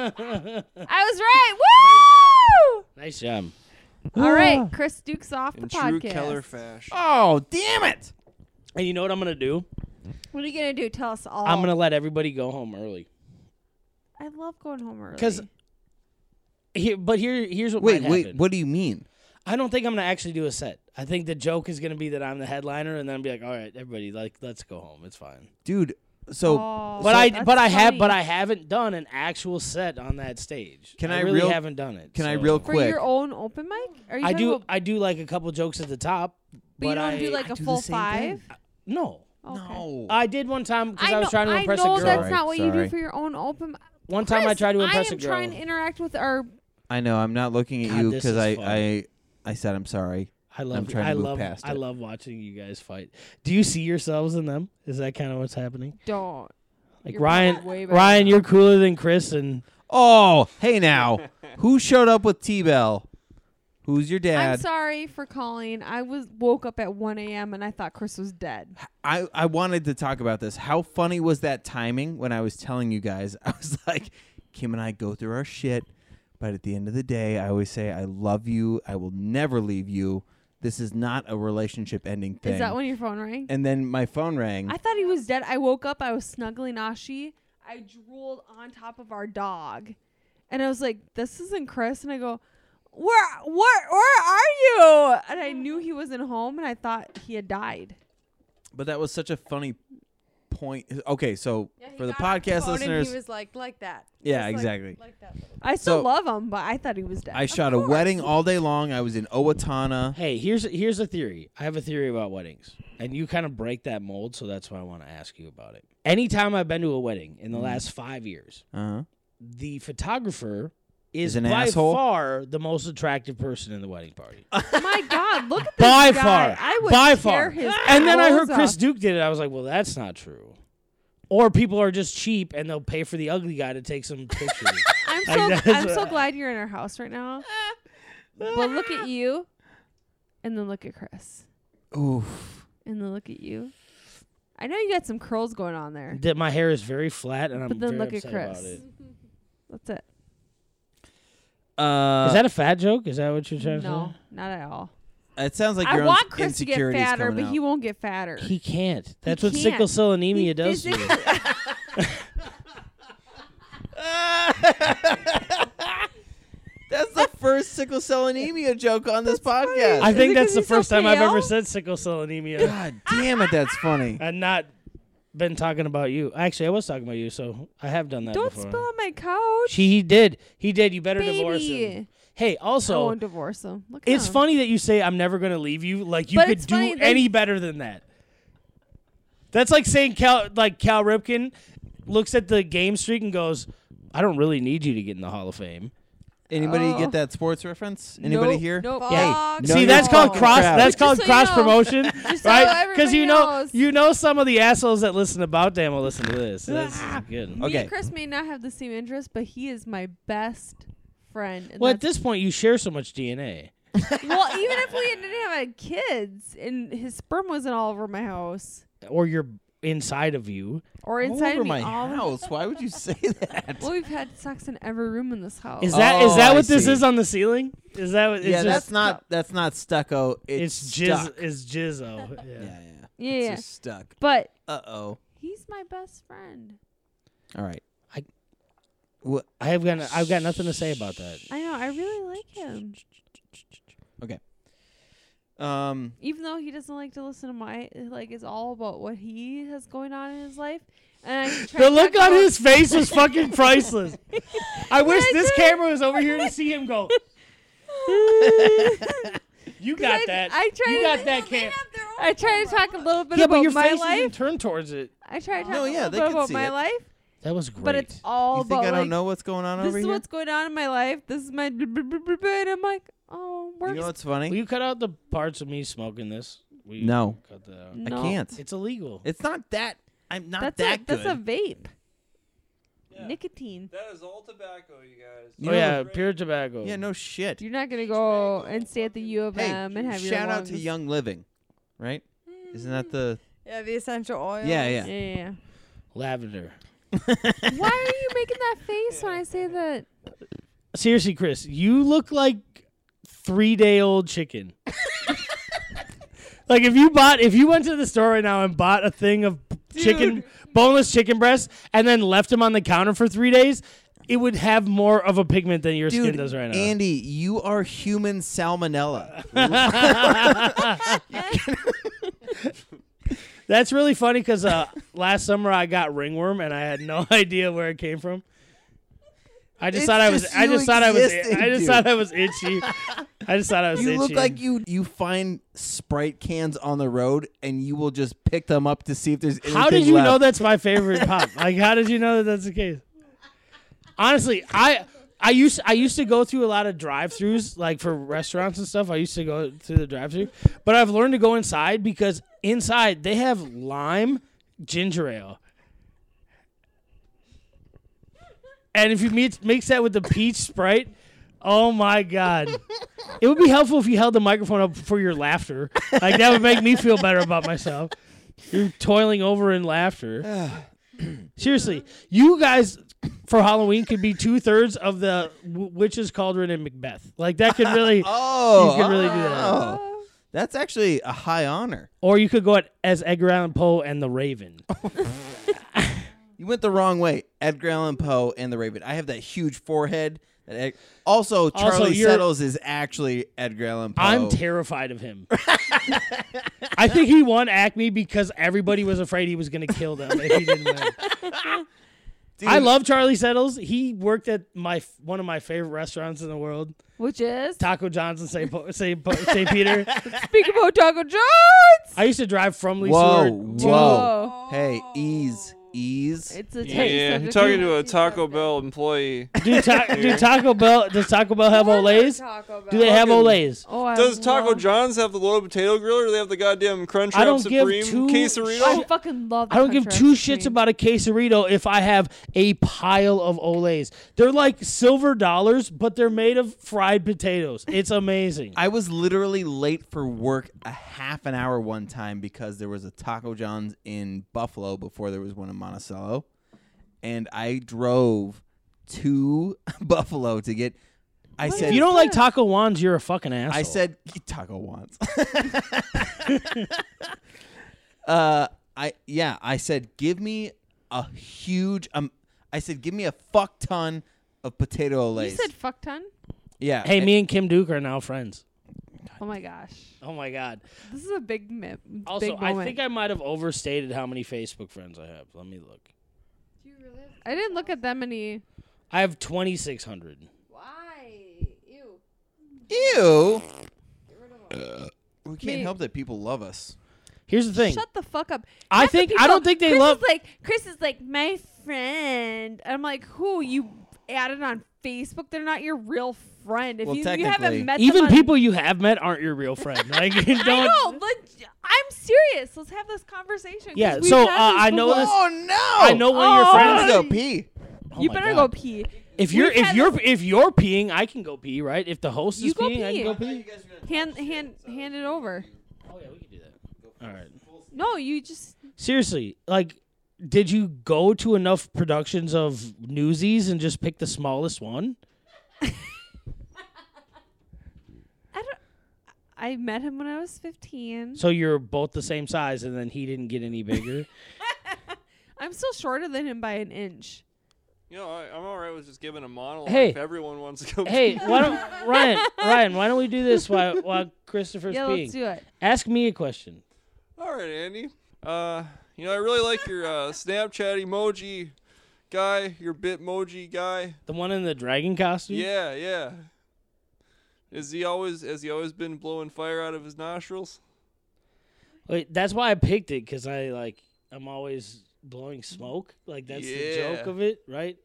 was right. job. Woo! All right, Chris Duke's off the And Drew podcast. Keller Fash. Oh, damn it. And you know what I'm gonna do? What are you gonna do? Tell us all. I'm gonna let everybody go home early. I love going home early. 'Cause- Here, but here, here's what. Wait, might wait. happen. What do you mean? I don't think I'm gonna actually do a set. I think the joke is gonna be that I'm the headliner, and then I'll be like, "All right, everybody, like, let's go home. It's fine." Dude, so Oh, But I, that's but I have, funny. but I haven't done an actual set on that stage. Can I really real- haven't done it. can I so- real for quick? your own open mic. Are you I talking do, about- I do like a couple jokes at the top, but you don't I do like I a do the full same thing. five. no. Okay. No. I did one time because I, was know- trying to impress I know a girl. that's Sorry, not what you sorry. do for your own open. mic. One time I Chris, tried to impress I a am girl. trying to interact with our. I know. I'm not looking at God, you this because is I, funny. I I said I'm sorry. I love. trying to I move love. past I it. love watching you guys fight. Do you see yourselves in them? Is that kind of what's happening? Don't. Like You're Ryan. probably way better Ryan, than you're cooler than Chris, and Oh, hey [LAUGHS] now, who showed up with T Bell? Who's your I'm dad? sorry for calling. I was woke up at 1 a.m. and I thought Chris was dead. I, I wanted to talk about this. How funny was that timing when I was telling you guys? [LAUGHS] I was like, Kim and I go through our shit, but at the end of the day, I always say, I love you. I will never leave you. This is not a relationship ending thing. Is that when your phone rang? and then my phone rang. I thought he was dead. I woke up. I was snuggling Ashi. I drooled on top of our dog, and I was like, "This isn't Chris." And I go, "Where, where, where are you?" And I knew he wasn't home, and I thought he had died. but that was such a funny point. Okay, so Yeah, he for the got off podcast phone listeners, and he was like like that. yeah, Just like- exactly. Like that. I still So- love him, but I thought he was dead. I shot a wedding all day long. I was in Owatonna. Hey, here's here's a theory. I have a theory about weddings, and you kind of break that mold, so that's why I want to ask you about it. Anytime I've been to a wedding in the last five years, Uh-huh. the photographer is Is an by asshole? far the most attractive person in the wedding party. My God, look at this [LAUGHS] by guy. far, I would by tear far. his and then I heard clothes Chris off. Duke did it. I was like, well, that's not true. Or people are just cheap and they'll pay for the ugly guy to take [LAUGHS] some pictures. I'm I guess so uh, I'm so what- glad you're in our house right now. but look [LAUGHS] at you, and then look at Chris, Oof. and then look at you. I know you got some curls going on there. that my hair is very flat, and I'm But then very look at upset about Chris. it. Is That's it. Uh, that a fat joke? Is that what you're trying No, not at all. it sounds like I your own want Chris to get insecurities fatter, coming but out. he won't get fatter. to say? He can't. That's what can't. sickle cell anemia He does to you. physically- [LAUGHS] that's the first sickle cell anemia joke on this podcast. [LAUGHS] I think it 'cause that's the he's so first time I've ever pale? said sickle cell anemia. God damn it, that's funny. and not been talking about you. Actually, I was talking about you, so I have done [LAUGHS] that Don't before. spill on my couch, She he did. He did. You better divorce him. baby. Hey, I also, won't divorce him. Look at it's him. funny that you say I'm never going to leave you. Like you Oh. But could it's do funny that- any better than that. That's like saying Cal like Cal Ripken looks at the game streak and goes, "I don't really need you to get in the Hall of Fame." Anybody Oh. get that sports reference? Anybody Nope, here? Nope. Hey, Fuck know See, your that's called fucking cross. crowd. That's Just called so you cross know. promotion, [LAUGHS] Just so right? Because you everybody know, knows. you know, some of the assholes that listen to Bout Damn will listen to [LAUGHS] this. So That's good. Me Okay. and Chris may not have the same interest, but he is my best friend. and Well, at that's- this point, you share so much DNA. well, [LAUGHS] even if we didn't have had kids and his sperm wasn't all over my house or you're inside of you. or All inside over of me, my all over- house. Why would you say that? [LAUGHS] well, we've had sex in every room in this house. Is that is Oh, that I what this see. is on the ceiling? Is that what? It's yeah, just, that's not that's not stucco. It's, It's stuck. jizz. It's jizzo. [LAUGHS] Yeah, Yeah. yeah. yeah, It's yeah. just stuck. but Uh oh. he's my best friend. All right. I- What? I have got I've got nothing to say about that. I know. I really like him, Um. even though he doesn't like to listen to my like. It's all about what he has going on in his life. And [LAUGHS] I try The not look to on go- his face was [LAUGHS] fucking priceless. I wish I this did. camera was over here to see [LAUGHS] him go. You got I- that. I tried You to- got that camera. [LAUGHS] I try to talk a little bit Yeah, but about your my face isn't life. turned towards it. I try to talk No, yeah, a they little bit can about see my it. life, That was great. Oh, but it's all You think about I don't like, know what's going on this over is here? what's going on in my life. This is my blah, blah, blah, blah, blah, and I'm like, oh, you works. know what's Will funny? you cut out the parts of me smoking this? Will you No. Cut that out. no. I can't. It's illegal. It's not that. I'm not That's that a, good. that's a vape. Yeah. Nicotine. That is all tobacco, you guys. You oh know yeah, the- pure tobacco. yeah, no shit. You're not gonna go and stay at the U of M and have your shout out to lungs- Young Living, right? Isn't that the? Yeah, the essential oil. Yeah, Yeah, yeah. yeah. yeah. Lavender. Why are you making [LAUGHS] that face when I say that? Seriously, Chris, you look like three day old chicken. like if you bought if you went to the store right now and bought a thing of chicken boneless chicken breasts and then left them on the counter for three days, it would have more of a pigment than your skin Dude, does right now. Andy, you are [LAUGHS] human salmonella. That's really funny because uh, last summer I got ringworm and I had no [LAUGHS] idea where it came from. I just It's thought I was. just I you just thought I was. existing, I just dude. thought I was itchy. I just thought I was. you itchy. look like you you find Sprite cans on the road and you will just pick them up to see if there's. How did anything you left. know that's my favorite pop? Like, how did you know that that's the case? Honestly, I I used I used to go through a lot of drive-throughs, like for restaurants and stuff. I used to go through the drive-through, but I've learned to go inside because inside they have lime ginger ale. And if you meet, mix that with the peach sprite, oh my god. It would be helpful if you held the microphone up for your laughter. Like that would make me feel better about myself. You're toiling over in laughter. [SIGHS] Seriously, you guys for Halloween could be two thirds of the w- witches' cauldron in Macbeth. Like that could really, [LAUGHS] Oh, you could really do that. Uh, oh. That's actually a high honor. Or you could go at, as Edgar Allan Poe and the Raven. You went the wrong way. Edgar Allan Poe and the Raven. I have that huge forehead. That Ed- also, Charlie you're- Settles is actually Edgar Allan Poe. I'm terrified of [LAUGHS] him. I think he won Acme because everybody was afraid he was going to kill them if he didn't win. [LAUGHS] Dude, I love Charlie Settles. He worked at my one of my favorite restaurants in the world, Which is Taco John's in St. Po- St. Po- St. Peter. speak about Taco Jones. I used to drive from Lee Whoa, Seward to- whoa. Hey, ease, ease. It's a tasty Yeah, you're subject. talking to a Taco Bell employee. Do, [LAUGHS] ta- do Taco Bell? Does Taco Bell have Olays? Taco Bell. Do they have Olays? Oh, I Does Taco love- John's have the little potato griller? Do they have the goddamn Crunchwrap I don't give Supreme two I quesarito? fucking love. The I don't give Crunchwrap two Supreme. shits about a quesarito if I have a pile of Olays. They're like silver dollars, but they're made of fried potatoes. It's amazing. I was literally late for work a half an hour one time because there was a Taco John's in Buffalo before there was one in Monticello. And I drove to [LAUGHS] Buffalo to get. I if said, you don't like taco wands, you're a fucking asshole. I said taco wants. [LAUGHS] uh, I yeah, I said give me a huge um. I said give me a fuck ton of potato You lays. said fuck ton. yeah. Hey, and- me and Kim Duke are now friends. Oh my gosh, Oh my god. this is a big myth. Also, big I moment. think I might have overstated how many Facebook friends I have. Let me look. I didn't look at that many. I have 2600. Ew. We can't Me- help that people love us. Here's the thing. Shut the fuck up. I Half the think- I don't think they Chris love- Is like Chris is like my friend. I'm like, who you added on Facebook? They're not your real friend. If Well, you, you haven't technically. met Even them on- people you have met aren't your [LAUGHS] real friend. Like [LAUGHS] don't I know. leg- I'm serious. Let's have this conversation. 'cause Yeah, we've so, had uh, I this know before. this- Oh no! I know one of your Oh. Let's [LAUGHS] friends. go pee. Oh you my better God. go pee. If you're We've if had you're if you're peeing, I can go pee, right? If the host You is go peeing, I can pee. go pee. Hand hand hand it over. Oh yeah, we can do that. All right. No, you just Seriously, like did you go to enough productions of Newsies and just pick the smallest one? I don't. I met him when I was 15. So you're both the same size and then he didn't get [LAUGHS] any bigger? I'm still shorter than him by an inch. You know, I, I'm all right with just giving a monologue. Hey. if everyone wants to go. [LAUGHS] Hey, why don't Ryan? [LAUGHS] Ryan, why don't we do this while while Christopher's yeah, peeing? let's do it. Ask me a question. all right, Andy. Uh, you know, I really like your uh, [LAUGHS] Snapchat emoji guy, your Bitmoji guy. The one in the dragon costume. Yeah, yeah. Is he always has he always been blowing fire out of his nostrils? Wait, that's why I picked it because I like I'm always blowing smoke. Like that's the joke Yeah. of it, right?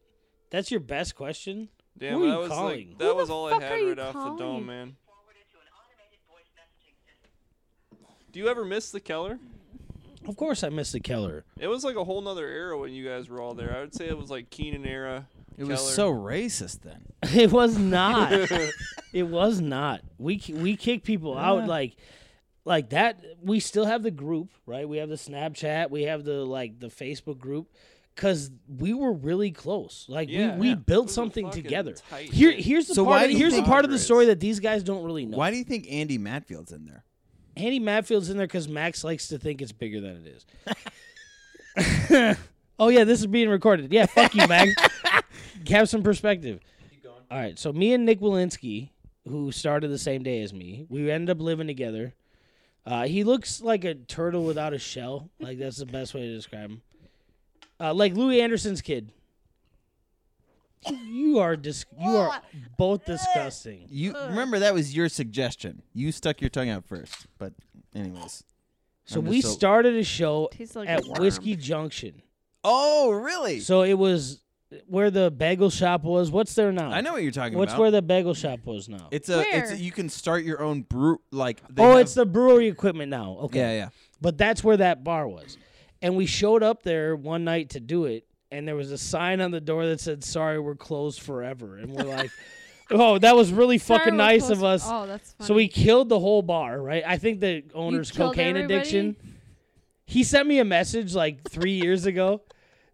That's your best question. Damn, Who are that you was calling? like Who that was the all I fuck had are you right off the calling? dome, man. Do you ever miss the Keller? Of course, I missed the Keller. It was like a whole nother era when you guys were all there. I would say it was like Keenan era. It was Keller. so racist then. [LAUGHS] it was [LAUGHS] not. it was not. We ki- we kick people out like like that. We still have the group, right? We have the Snapchat. We have the like the Facebook group. Cause we were really close, like Yeah. we, we Yeah. It built was a something fucking together. tight Here, knit here's the So part. why Of, do you here's the think- part of the story that these guys don't really know. Why do you think Andy Matfield's in there? Andy Matfield's in there because Max likes to think it's bigger than it [LAUGHS] is. oh yeah, this is being recorded. Yeah, fuck you, Max. Have some perspective. All right, so me and Nick Walensky, who started the same day as me, we ended up living together. Uh, he looks like a turtle without a shell. Like that's the best way to describe him. Uh, like Louis Anderson's kid. You are dis- you are both disgusting. You remember that was your suggestion. You stuck your tongue out first, but anyways. So I'm just we so- started a show Tastes like at a worm. Whiskey Junction. Oh, really? So it was where the bagel shop was. What's there now? I know what you're talking What's about. where the bagel shop was now? it's a. It's Where? a, you can start your own brew. Like they oh, have- it's the brewery equipment now. Okay. yeah, yeah. But that's where that bar was. And we showed up there one night to do it, and there was a sign on the door that said, "Sorry, we're closed forever." And we're [LAUGHS] like, "Oh, that was really fucking nice of us." Oh, that's funny. so we killed the whole bar, right? I think the owner's killed cocaine everybody? addiction. He sent me a message like three years ago.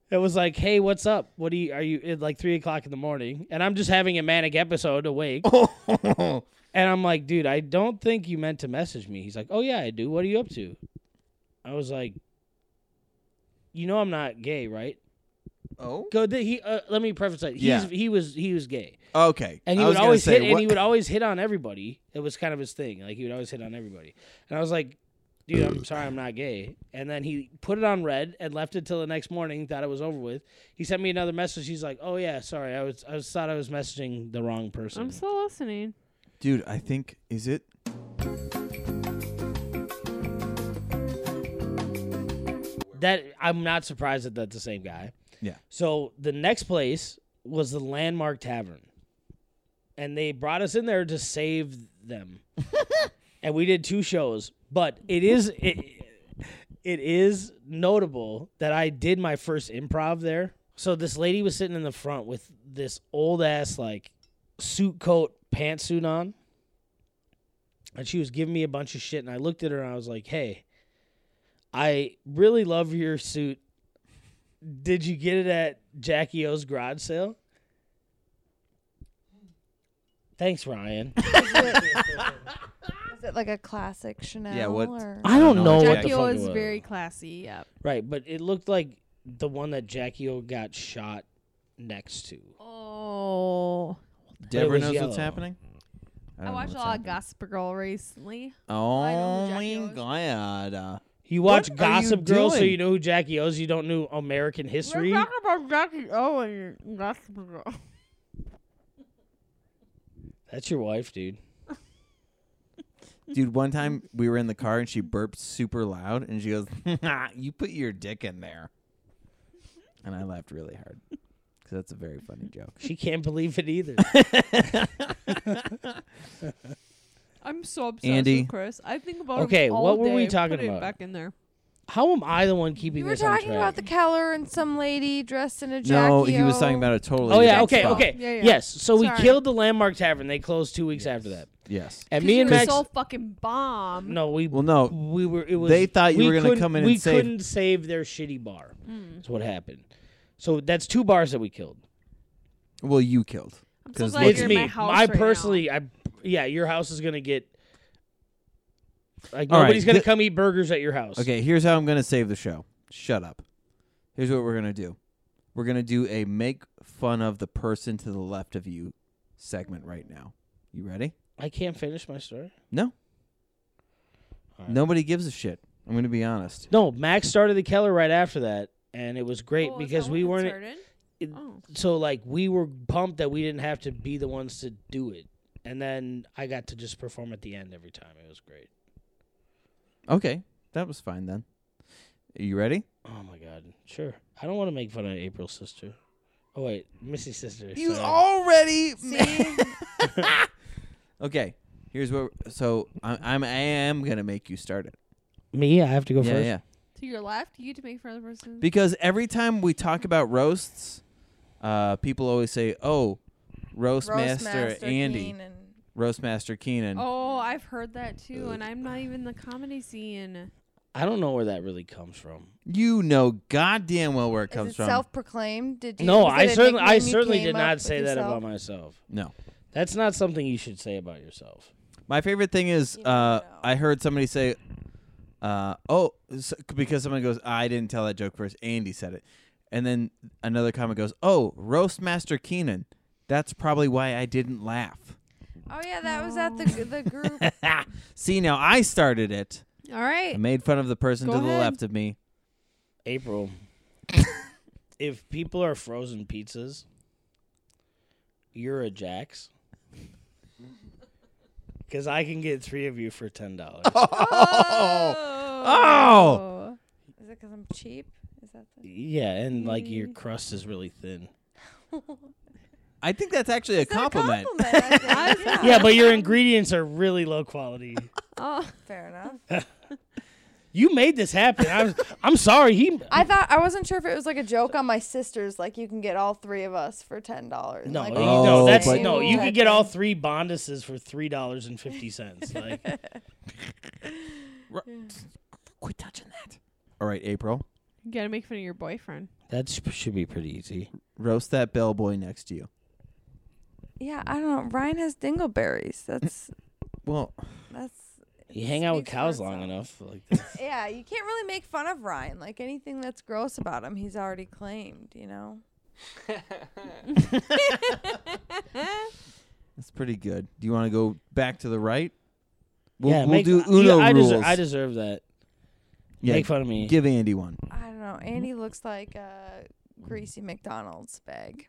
It was like, "Hey, what's up? What do you are you at like three o'clock in the morning?" And I'm just having a manic episode [LAUGHS] awake. And I'm like, dude, I don't think you meant to message me. He's like, oh yeah, I do. What are you up to? I was like, you know, I'm not gay, right? oh. Go. Th- he. Uh, let me preface that. He's, Yeah. He was. He was gay, Okay. and he I was would gonna always say, hit. what- And he would always hit on everybody. It was kind of his thing. Like he would always hit on everybody. And I was like, dude, I'm sorry, I'm not gay. And then he put it on red and left it till the next morning. Thought it was over with. He sent me another message. He's like, oh yeah, sorry, I was. I was thought I was messaging the wrong person. I'm still listening. Dude, I think is it that I'm not surprised that that's the same guy. Yeah. So the next place was the Landmark Tavern, and they brought us in there to save them, and we did two shows. But it is it, it is notable that I did my first improv there. So this lady was sitting in the front with this old ass like suit coat pantsuit on. And she was giving me a bunch of shit and I looked at her and I was like, "Hey, I really love your suit. Did you get it at Jackie O's garage sale? Thanks, Ryan. Is it like a classic Chanel? what- Or? [LAUGHS] I don't know what Oh, what the Jackie Jackie fuck O it is was. very classy. Yep. right, but it looked like the one that Jackie O got shot next to. Oh, It Deborah was knows yellow. what's happening? I, don't know watched a what's lot of happening. Gossip Girl recently. Oh I know my who god. Uh, You What watch are you Gossip Girl, so doing? you know who Jackie O's. You don't know American history. about Jackie O and Gossip Girl. That's your wife, dude. Dude, one time we were in the car and she burped super loud and she goes, [LAUGHS] "You put your dick in there," and I laughed really hard because that's a very funny joke. She can't believe it either. I'm so obsessed Andy. with Chris. I think about Okay, him all what were we day. talking Put it about? back in there. How am I the one keeping You were this on talking track? about the Keller and some lady dressed in a Jackie No, he was talking O. about a totally. Oh yeah, different okay, spot. okay. Yeah, yeah. Yes, so Sorry. we killed the Landmark Tavern. They closed two weeks after that. Yes. And 'Cause me you and were Max so fucking bomb. No, we Well, no, we were. It was They thought you we were gonna couldn't- come in We and save- couldn't save their shitty bar. Hmm. That's what happened. So that's two bars that we killed. well, you killed. I'm so 'Cause glad look- It's you're me. in my house. I right now. Oh, personally, I yeah, your house is gonna get. Like All right, nobody's gonna the- come eat burgers at your house. Okay, here's how I'm gonna save the show. Shut up. Here's what we're gonna do. We're gonna do a make fun of the person to the left of you segment right now. You ready? I can't finish my story. No. All right. Nobody gives a shit. I'm gonna be honest. No, Max started the Keller right after that, and it was great Oh, is because that we when it weren't. started? it- Oh. so like we were pumped that we didn't have to be the ones to do it and then i got to just perform at the end every time it was great Okay, that was fine then. Are you ready? oh my god sure i don't want to make fun of april's sister oh wait missy's sister You sorry. already. [LAUGHS] okay, here's what. So I'm, I'm I am gonna make you start it. me i have to go yeah, first yeah. To your left, you get to make for other person. Because every time we talk about roasts, uh, people always say, "Oh, roast, master, Roastmaster Andy, Keen and- roast master Keenan." oh, I've heard that too, and I'm not even the comedy scene. i don't know where that really comes from You know goddamn well where it Is comes it from. self-proclaimed? Did you? no was i it a certainly i nickname you certainly came did up not with say that yourself? about myself no, that's not something you should say about yourself my favorite thing is You never uh, know. I heard somebody say, uh, "Oh," s- because someone goes, "I didn't tell that joke first. Andy said it," and then another comment goes, "Oh, roast master Keenan." That's probably why I didn't laugh. [LAUGHS] Oh yeah, that was at the g- the group. [LAUGHS] See, now I started it. All right. I made fun of the person Go to the ahead. left of me. [LAUGHS] april if people are frozen pizzas you're a [LAUGHS] jax because i can get three of you for ten dollars Oh. Oh. Is it 'cause I'm cheap? Is that the? Yeah, and like your Mm. crust is really thin. I think that's actually a Is that compliment. [LAUGHS] compliment? I think, yeah. Yeah, but your ingredients are really low quality. Oh. Fair enough. You made this happen. I was, I'm sorry. He [LAUGHS] I thought I wasn't sure if it was like a joke on my sisters. Like you can get all three of us for ten dollars. no, like, you- Oh, no, that's but- no. You could get all three Bonduses for three dollars and fifty [LAUGHS] cents. Like, Quit touching that. All right, April. You gotta make fun of your boyfriend. that should be pretty easy. Roast that bellboy next to you. Yeah, I don't know. Ryan has dingleberries. That's Well, that's. You hang out with Speaks cows for long itself. enough. Like, that's- Yeah, you can't really make fun of Ryan. Like anything that's gross about him, he's already claimed. You know. that's pretty good. Do you want to go back to the right? We'll, yeah, we'll make- do you- Uno I rules. Deserve, I deserve that. yeah, Make fun of me. give Andy one. I don't know. Mm-hmm. Andy looks like a greasy McDonald's bag.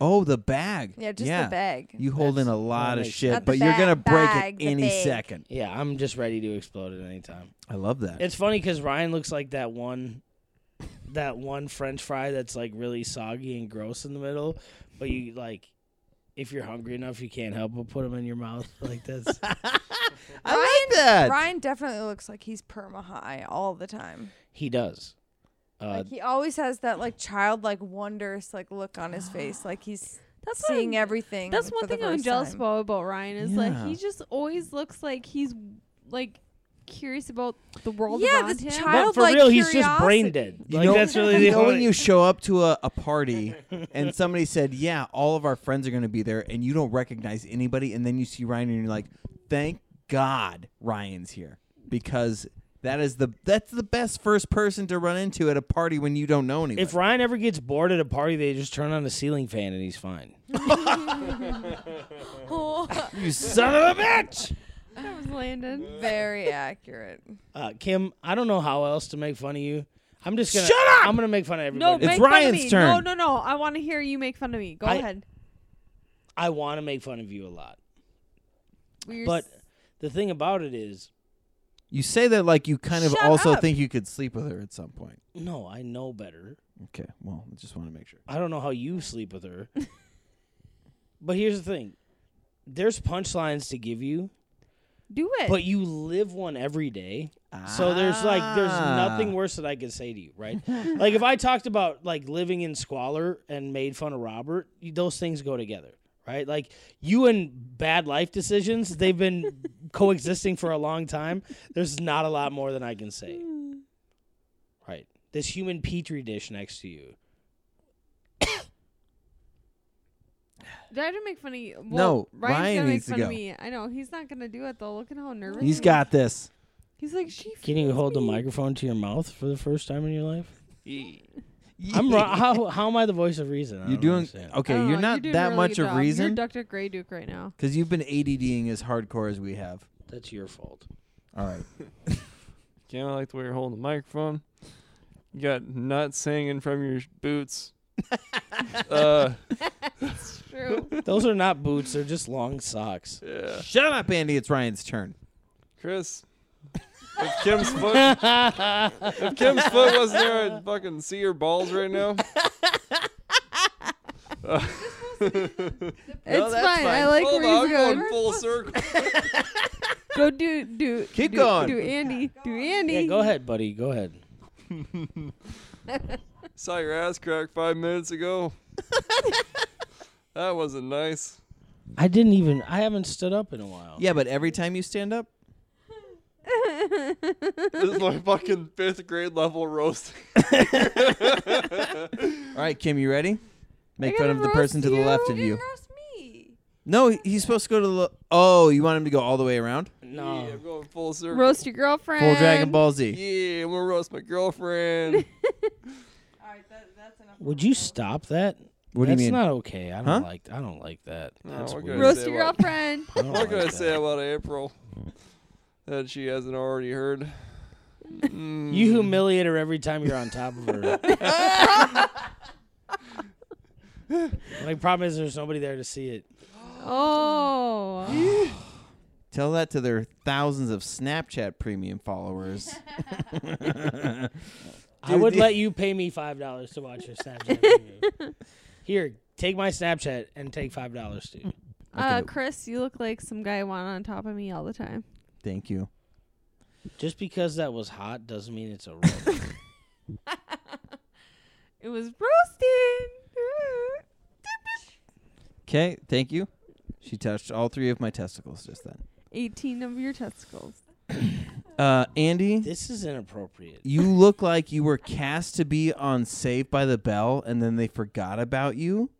Oh, the bag. Yeah, just yeah. the bag. You holding That's- a lot that of makes shit, sense. but Not the you're bag, gonna break it bag, the any bag. second. yeah, I'm just ready to explode at any time. I love that. It's funny because Ryan looks like that one, that one French fry that's like really soggy and gross in the middle, but you like, if you're hungry enough, you can't help but put them in your mouth [LAUGHS] like this. I like that. Ryan definitely looks like he's perma high all the time. he does. Uh, like he always has that like childlike wondrous like look on his [GASPS] face, like he's That's what seeing I'm- everything. That's for one the thing I'm first jealous time. about about Ryan is like Yeah. he just always looks like he's like curious about the world Yeah, around this him. child- but for Childlike real, he's just brain curiosity. dead. You like know, that's [LAUGHS] [LAUGHS] really you the know when only- you show up to a, [LAUGHS] a party and somebody said, "Yeah, all of our friends are going to be there," and you don't recognize anybody, and then you see Ryan and you're like, "Thank God Ryan's here," because that is the that's the best first person to run into at a party when you don't [LAUGHS] know anybody. If Ryan ever gets bored at a party, they just turn on the ceiling fan and he's [LAUGHS] fine. [LAUGHS] you son of a bitch! that was Landon. Very accurate. Uh, Kim, I don't know how else to make fun of you. I'm just gonna Shut up! I'm gonna make fun of everybody. No, make It's- fun of Ryan's me. turn. No, no, no. I want to hear you make fun of me. Go I- ahead. I want to make fun of you a lot, We're but the thing about it is, you say that like you kind of Shut also up. think you could sleep with her at some point. no, I know better. Okay, well, I just want to make sure. I don't know how you sleep with her. but here's the thing: there's punchlines to give you, do it. but you live one every day. So there's like there's Ah. nothing worse that I could say to you, right? like if I talked about like living in squalor and made fun of Robert, you- those things go together, right? Like you and bad life decisions, they've been coexisting for a long time. There's not a lot more than I can say. Right. This human petri dish next to you. Did I have to make fun of you? No, Well, Ryan's Ryan gonna needs to make fun go. of me. I know he's not gonna do it though. Look at how nervous He's he got this. Is. He's like she. Can you feels hold the me." microphone to your mouth for the first time in your life? I'm [LAUGHS] wrong. how how am I the voice of reason? I You're don't doing understand. I okay. don't You're know, not doing a that really much good of job. You're reason. Dr. Grey Duke right [LAUGHS] now. Because you've been ADDing as hardcore as we have. that's your fault. All right. You know, I like the way you're holding the microphone. You got nuts hanging from your [LAUGHS] boots. uh, It's true. Those are not boots, they're just long socks. [LAUGHS] yeah. Shut up, Andy. It's Ryan's turn. Chris, if Kim's foot, if Kim's foot wasn't there, I'd fucking see her balls right [LAUGHS] now. Uh, it's fine. I like Hold where he's on, I'm going. [LAUGHS] going full circle. Go do do. Keep do, going. Do Andy. Do Andy. yeah, go ahead, buddy. Go ahead. Saw your ass crack five minutes [LAUGHS] ago. that wasn't nice. I didn't even I haven't stood up in a while. Yeah, but every time you stand up, This is my fucking fifth grade level roast. all right, Kim, you ready? Make I fun gotta of the person roast to the you? left of You you. Roast me. No, he- he's supposed to go to the. lo- Oh, you want him to go all the way around? No. Yeah, I'm going full [LAUGHS] circle. Roast your girlfriend. Full Dragon Ball Z. Yeah, I'm gonna roast my girlfriend. All right, that, that's enough. Would you stop that? What do you That's mean? not okay. I don't Huh? like I don't like that. No, That's we're good. weird. Roast Say your what? girlfriend. [LAUGHS] I [LAUGHS] don't What like can I say that. about April that she hasn't already [LAUGHS] heard? Mm. You humiliate her every time you're on top of [LAUGHS] her. [LAUGHS] like problem is there's nobody there to see it. Oh. Tell that to their thousands of Snapchat premium followers. [LAUGHS] I Dude, would the- let you pay me five dollars to watch your Snapchat. [LAUGHS] video. Here, take my Snapchat and take five dollars too. Uh, Okay. Chris, you look like some guy I want on top of me all the time. Thank you. Just because that was hot doesn't mean it's a roast. [LAUGHS] It was [LAUGHS] roasted. Okay, thank you. She touched all three of my testicles just then. 18 of your testicles. Uh, Andy, this is inappropriate. you look like you were cast to be on Saved by the Bell, and then they forgot about you,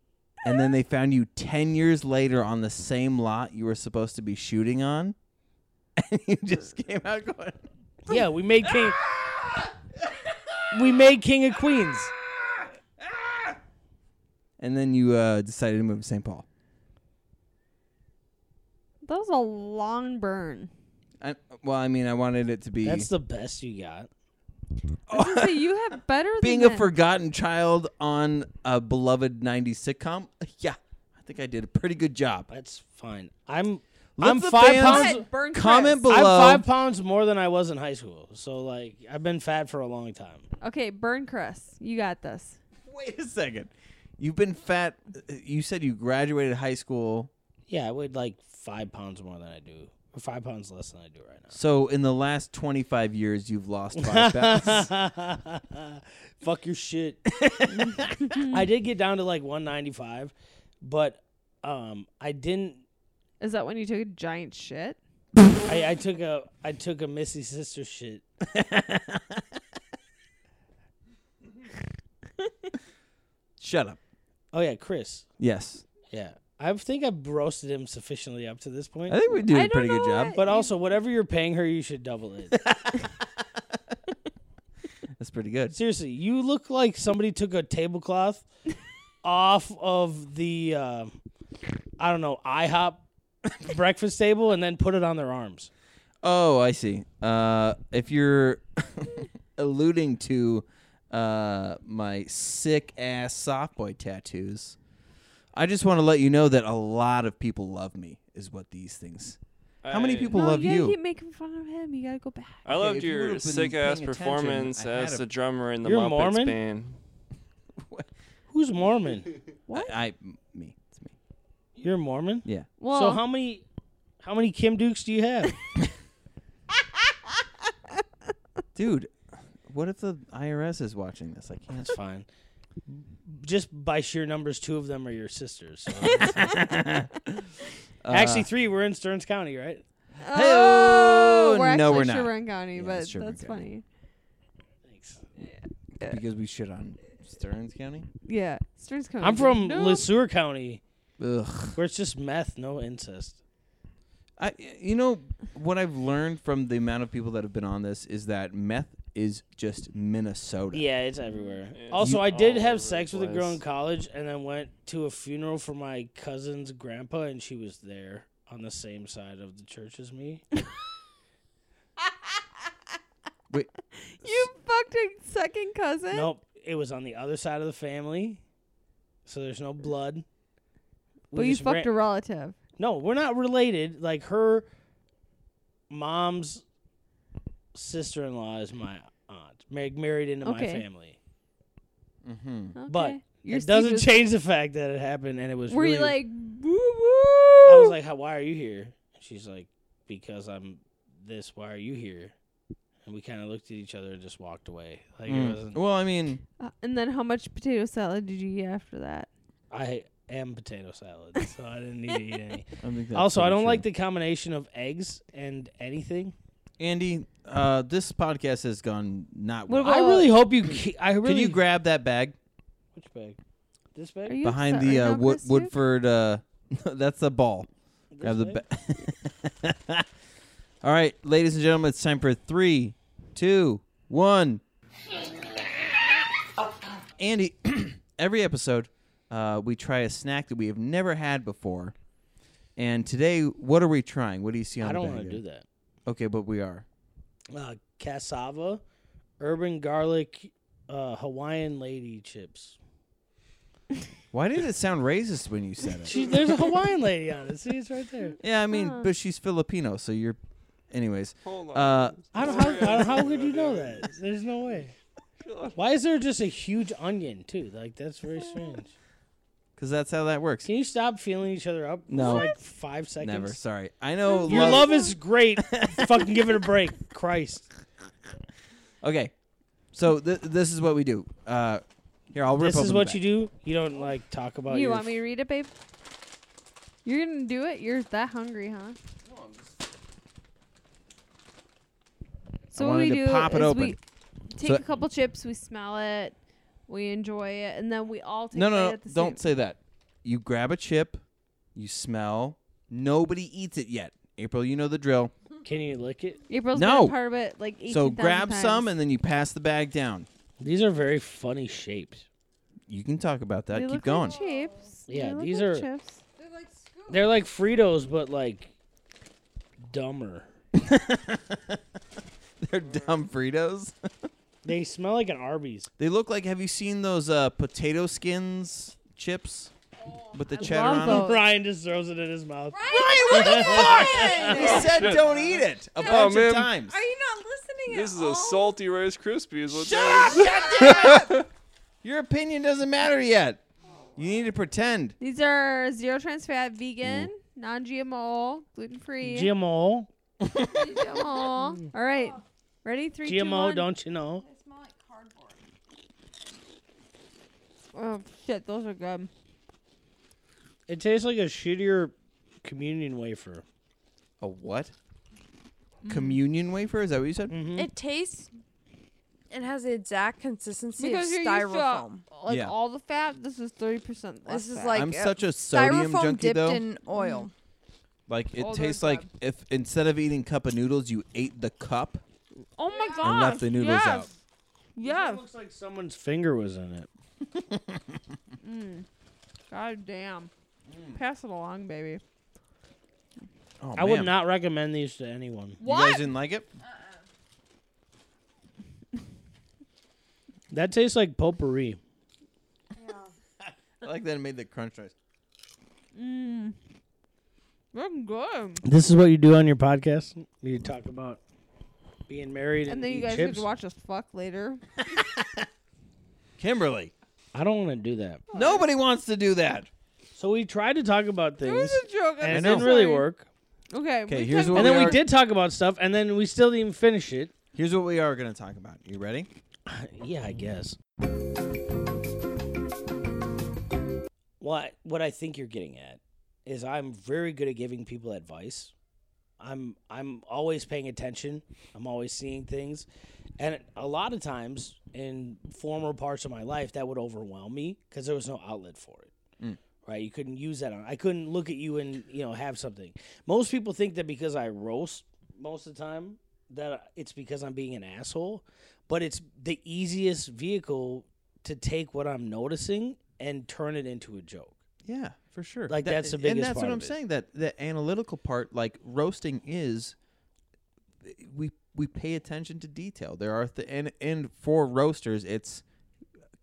and then they found you ten years later on the same lot you were supposed to be shooting on, [LAUGHS] and you just came out going. Yeah, we made King. we made King of Queens. And then you uh, decided to move to St. Paul. That was a long burn. I, well, I mean, I wanted it to be That's the best you got. I was gonna say, you [LAUGHS] have better than being a that. forgotten child on a beloved '90s sitcom. Yeah, I think I did a pretty good job. That's fine. I'm. Let I'm the five fans- pounds. Fat burn Comment Chris. below. I'm five pounds more than I was in high school. So like, I've been fat for a long time. Okay, burn Chris. You got this. Wait a second. You've been fat. You said you graduated high school. Yeah, I weighed like five pounds more than I do, or five pounds less than I do right now. So in the last 25 years, you've lost five pounds. [LAUGHS] Fuck your shit. [LAUGHS] I did get down to like 195, but um, I didn't. Is that when you took a giant shit? I, I took a I took a Missy sister shit. Shut up. Oh yeah, Chris. Yes. Yeah, I think I've roasted him sufficiently up to this point. I think we did I a don't pretty good know job. what- But also, whatever you're paying her, you should double [LAUGHS] it. That's pretty good. Seriously, you look like somebody took a [LAUGHS] tablecloth off of the uh, I don't know IHOP [LAUGHS] breakfast table and then put it on their arms. Oh, I see. Uh, if you're [LAUGHS] alluding to uh, my sick ass soft boy tattoos, I just want to let you know that a lot of people love me. Is what these things. How many I- people no, love you gotta you? keep making fun of him. You gotta go back. I loved if you your would've been sick ass paying attention, performance I had as a- the drummer in the You're Muppets Mormon? band. Who's Mormon? What? I, I me. It's me. You're Mormon. Yeah. Well, so how many how many Kim Dukes do you have? Dude, what if the IRS is watching this? I can't. That's fine. Just by sheer numbers, two of them are your sisters. [LAUGHS] so- [LAUGHS] Uh, Actually, three. We're in Stearns County, right? oh, Hey-oh! we're No, actually we're not. Sherburne County, Yeah, but it's Sherburne that's County. funny. Thanks. Uh, because we shit on Stearns County. Yeah, Stearns County. I'm from No. [LAUGHS] Lesueur County, Ugh. where it's just meth, no incest. I, you know what I've learned from the amount of people that have been on this is that meth is just Minnesota. Yeah, it's everywhere. It's Also, You- I did all over have the sex with a girl place. in college, and then went to a funeral for my cousin's grandpa, and she was there on the same side of the church as me. You fucked a second cousin. Nope, it was on the other side of the family, so there's no blood. We but you just fucked ran- a relative. No, we're not related. Like her mom's sister-in-law is my aunt, mar- married into my Okay. family. Mm-hmm. But Okay. Your it Steve doesn't is- change the fact that it happened, and it was. Were really, you like woo woo? I was like, "How? Why are you here?" And she's like, "Because I'm this. Why are you here?" And we kind of looked at each other and just walked away. Like it wasn't. Well, I mean, Uh, and then how much potato salad did you get after that? I am potato salad, [LAUGHS] so I didn't need to eat any. I don't think that's also, I pretty don't true. like the combination of eggs and anything. Andy. Uh, this podcast has gone not What well. about- I Well, really hope you. Ke- I really. Can you grab that bag Which bag? This Are bag. you behind upset the right uh, now, Wood- Chris, dude? Woodford? Uh, [LAUGHS] that's the ball. This Grab the bag? ba- [LAUGHS] All right, ladies and gentlemen, it's time for three, two, one. Andy, [CLEARS THROAT] every episode, uh, we try a snack that we have never had before. And today, what are we trying? What do you see on I the don't bag want to here? do that. Okay, but we are. Uh, cassava, urban garlic, uh, Hawaiian lady chips. [LAUGHS] Why did it sound racist when you said [LAUGHS] it? She, there's a Hawaiian lady on it. See, it's right there. yeah, I mean, Huh. but she's Filipino, so you're. Anyways, Hold uh, I don't, how, I don't, how could you know that? There's no way. Why is there just a huge onion too? Like that's very strange. because that's how that works. Can you stop feeling each other up? No. For like five seconds. Never. Sorry. I know. Your love is great. Fucking give it a break, Christ. Okay. So th- this is what we do. Uh, here [LAUGHS] I'll rip. This is what you do. You don't like talk about. you your want me to read it, babe? You're gonna do it. You're that hungry, huh? So I what we wanted to do pop it is open. we take So- a couple chips, we smell it, we enjoy it, and then we all take No, a bite no, no. at the same- Don't say that. You grab a chip. You smell. Nobody eats it yet. April, you know the drill. Can you lick it? April's No. been a part of it like 18, So grab some and then you pass the bag down. These are very funny shapes. You can talk about that. they Keep look going. Like chips. They Yeah, look these like are- chips. They're like Fritos, but like dumber. [LAUGHS] They're dumb Fritos. [LAUGHS] They smell like an Arby's. They look like. Have you seen those uh, potato skins chips with the cheddar love on those. them? Oh. Ryan just throws it in his mouth. [LAUGHS] He said don't eat it Oh, a bunch man. of times. Are you not listening This is at all? a salty Rice Krispie. Is what that Oh. Shut up! God damn it! [LAUGHS] Your opinion doesn't matter yet. You need to pretend. These are zero trans fat, vegan, Mm. non-GMO, gluten free. GMO, GMO. All right, ready? Three, two, GMO, one. don't you know? Oh shit, those are good. It tastes like a shittier communion wafer. A what? Communion wafer? Is that what you said? Mm. Hmm? Mm-hmm. It tastes. It has the exact consistency Because of you're used to uh, styrofoam. like Yeah. all the fat. This is thirty percent. This is like I'm uh, such a sodium styrofoam junkie dipped though. in oil. like it Oh, they're tastes like good. if instead of eating cup of noodles, you ate the cup oh my god. and left the noodles yes. out. Yeah. looks like someone's finger was in it. God damn. Pass it along, baby. Oh, I would man. not recommend these to anyone. You guys didn't like it? [LAUGHS] That tastes like potpourri. I like that it made the crunch noise. Mm. I'm good. This is what you do on your podcast. You talk about being married and, And then you eat guys get chips. to watch us fuck later. Kimberly, I don't want to do that. nobody wants to do that. So we tried to talk about It was things, a joke. I'm and it so didn't really sorry. work. Okay. Okay, we here's talked what And about- then we are- did talk about stuff, and then we still didn't even finish it. Here's what we are going to talk about. You ready? [SIGHS] Yeah, I guess. What what I think you're getting at is I'm very good at giving people advice. I'm I'm always paying attention. I'm always seeing things. And a lot of times in former parts of my life that would overwhelm me cuz there was no outlet for it. Mm. Right? You couldn't use that on. I couldn't look at you and, you know, have something. Most people think that because I roast most of the time that it's because I'm being an asshole but it's the easiest vehicle to take what I'm noticing and turn it into a joke. Yeah, for sure. Like, that's the And biggest that's part of what I'm it. saying. That the analytical part, like roasting, is we we pay attention to detail. There are th- and and for roasters, it's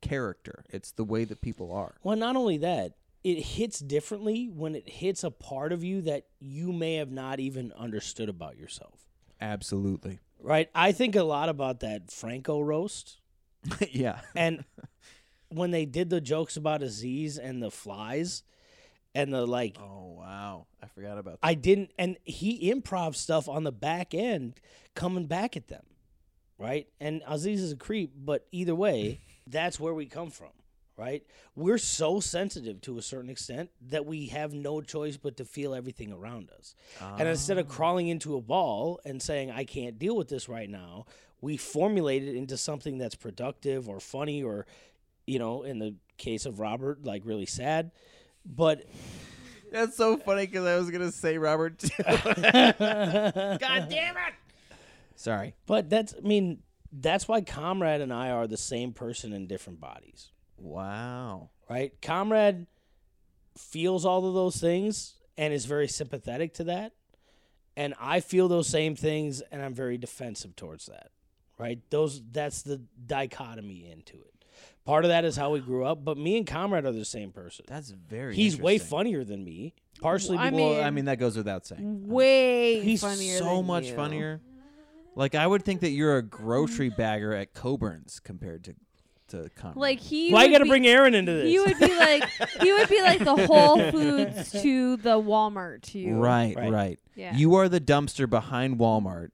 character. It's the way that people are. Well, not only that, it hits differently when it hits a part of you that you may have not even understood about yourself. Absolutely. Right? I think a lot about that Franco roast [LAUGHS] yeah. and when they did the jokes about Aziz and the flies and the like Oh wow, I forgot about that. I didn't, and he improv stuff on the back end, coming back at them, right? And Aziz is a creep, but either way, that's where we come from, right? We're so sensitive to a certain extent that we have no choice but to feel everything around us. Ah. And instead of crawling into a ball and saying, I can't deal with this right now, we formulate it into something that's productive or funny or, you know, in the case of Robert, like really sad. But [LAUGHS] [LAUGHS] that's so funny because I was gonna say Robert. Too. God damn it! [LAUGHS] Sorry. But that's, I mean, that's why Comrade and I are the same person in different bodies, Wow. right? Comrade feels all of those things and is very sympathetic to that. And I feel those same things and I'm very defensive towards that, right? Those, that's the dichotomy into it. Part of that is how we grew up, but me and Comrade are the same person. That's very. He's way interesting. funnier than me, partially I because Well, I mean- mean that goes without saying. way He's funnier so than much you. funnier. Like I would think that you're a grocery bagger at Coburn's compared to to Conrad. Like he Why you would got to be- bring Aaron into this? He would be like he would be like the Whole Foods to the Walmart to you. right, Right. right, Yeah. You are the dumpster behind Walmart,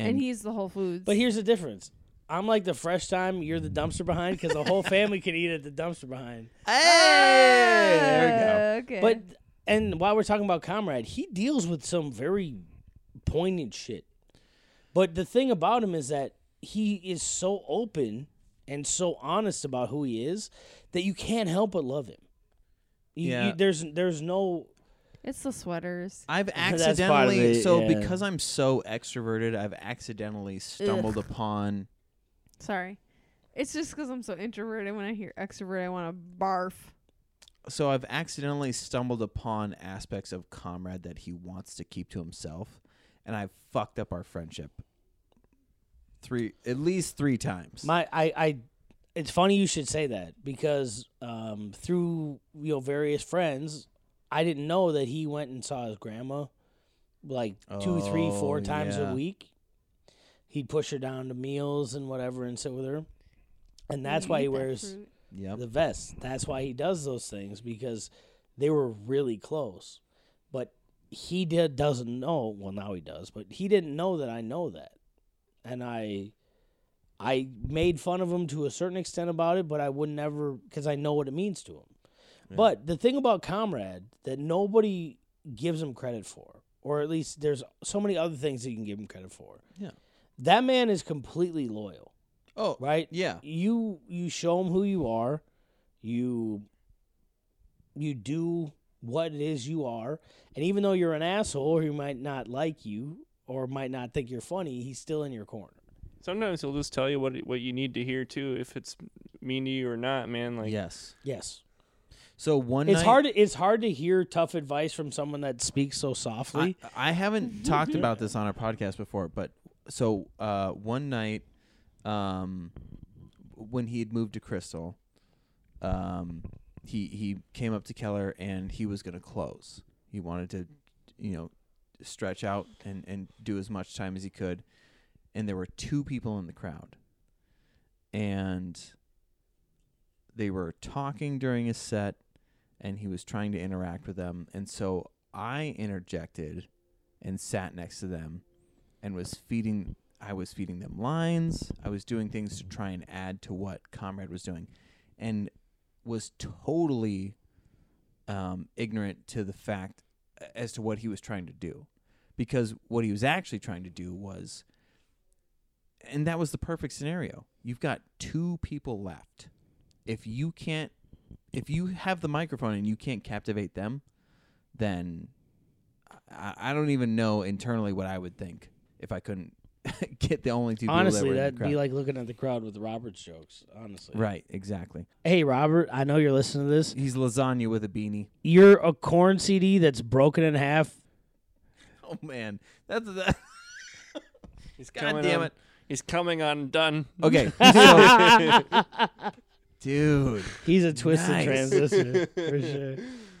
and, and, he's the Whole Foods. but here's the difference. I'm like the fresh time. You're the dumpster behind because the whole family could eat at the dumpster behind. hey, there we go. Okay. But and while we're talking about Comrade, he deals with some very poignant shit. But the thing about him is that he is so open and so honest about who he is that you can't help but love him. You- you- Yeah. there's there's no it's the sweaters. I've part of accidentally it, so yeah. because I'm so extroverted, I've accidentally stumbled upon. Sorry. It's just because I'm so introverted. When I hear extrovert, I want to barf. So I've accidentally stumbled upon aspects of Comrade that he wants to keep to himself, and I've fucked up our friendship. Three, at least three times. My, I, I, it's funny you should say that because um, through you know various friends, I didn't know that he went and saw his grandma, like two, three, four Oh, times yeah. a week. He'd push her down to meals and whatever, and sit with her, and Mm, that's why he Hmm. wears yep. the vest. That's why he does those things because they were really close. But he did doesn't know. Well, now he does, but he didn't know that I know that, and I, I made fun of him to a certain extent about it, but I would never because I know what it means to him. But the thing about Comrade that nobody gives him credit for, or at least there's so many other things that you can give him credit for. Yeah. that man is completely loyal, Oh, right? yeah. you you show them who you are you you do what it is you are and even though you're an asshole who might not like you or might not think you're funny he's still in your corner Sometimes he'll just tell you what what you need to hear too, if it's mean to you or not, man. Like yes. yes So one. it's night, hard it's hard to hear tough advice from someone that speaks so I, softly I haven't talked about this on our podcast before, but so uh, one night, um, when he had moved to Crystal, um, he he came up to Keller and he was going to close. He wanted to, you know, stretch out and and do as much time as he could, and there were two people in the crowd, and they were talking during his set, and he was trying to interact with them, and so I interjected and sat next to them and was feeding I was feeding them lines. I was doing things to try and add to what Comrade was doing and was totally um, ignorant to the fact as to what he was trying to do. Because what he was actually trying to do was and that was the perfect scenario. You've got two people left. If you can't if you have the microphone and you can't captivate them, then I, I don't even know internally what I would think if I couldn't [LAUGHS] get the only two. honestly people that were in the that'd be crowd. like looking at the crowd with robert's jokes honestly right, exactly. hey robert i know you're listening to this He's lasagna with a beanie. you're a corn cd that's broken in half [LAUGHS] Oh man, that's that. [LAUGHS] he's God coming damn on- it. He's coming undone. [LAUGHS] Okay, so, [LAUGHS] dude. he's a twisted Nice. transistor for sure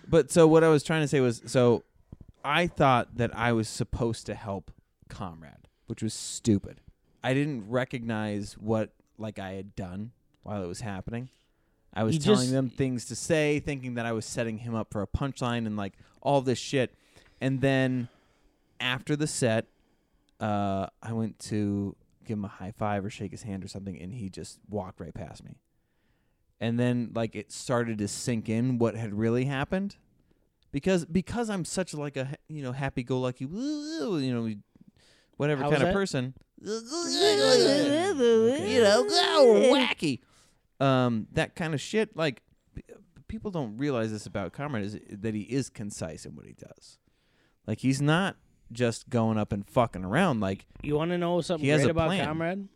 But so what I was trying to say was, so I thought that I was supposed to help Comrade, which was stupid. I didn't recognize what like I had done while it was happening. I was You telling just- them things to say, thinking that I was setting him up for a punchline and like all this shit. And then after the set, uh, I went to give him a high five or shake his hand or something, and he just walked right past me. And then like it started to sink in what had really happened, because because I'm such like a ha- you know happy go lucky you know whatever How was kind of that? person you you know, know, go wacky. Um, that kind of shit. Like p- people don't realize this about Comrade is that he is concise in what he does. Like he's not just going up and fucking around. Like You want to know something He has great a about plan. Comrade?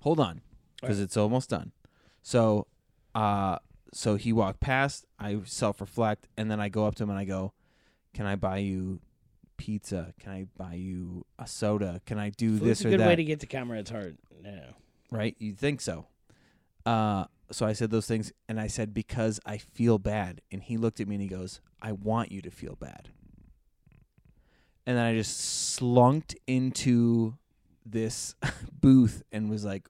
hold on, because it's almost done. So, uh, so he walked past. I self reflect, and then I go up to him and I go, "Can I buy you?" Pizza? Can I buy you a soda? Can I do It's this a or good that? way to get to Comrade's heart. Yeah. right? You'd think so. Uh, so I said those things, and I said because I feel bad, and he looked at me and he goes, "I want you to feel bad." And then I just [LAUGHS] slunked into this booth and was like,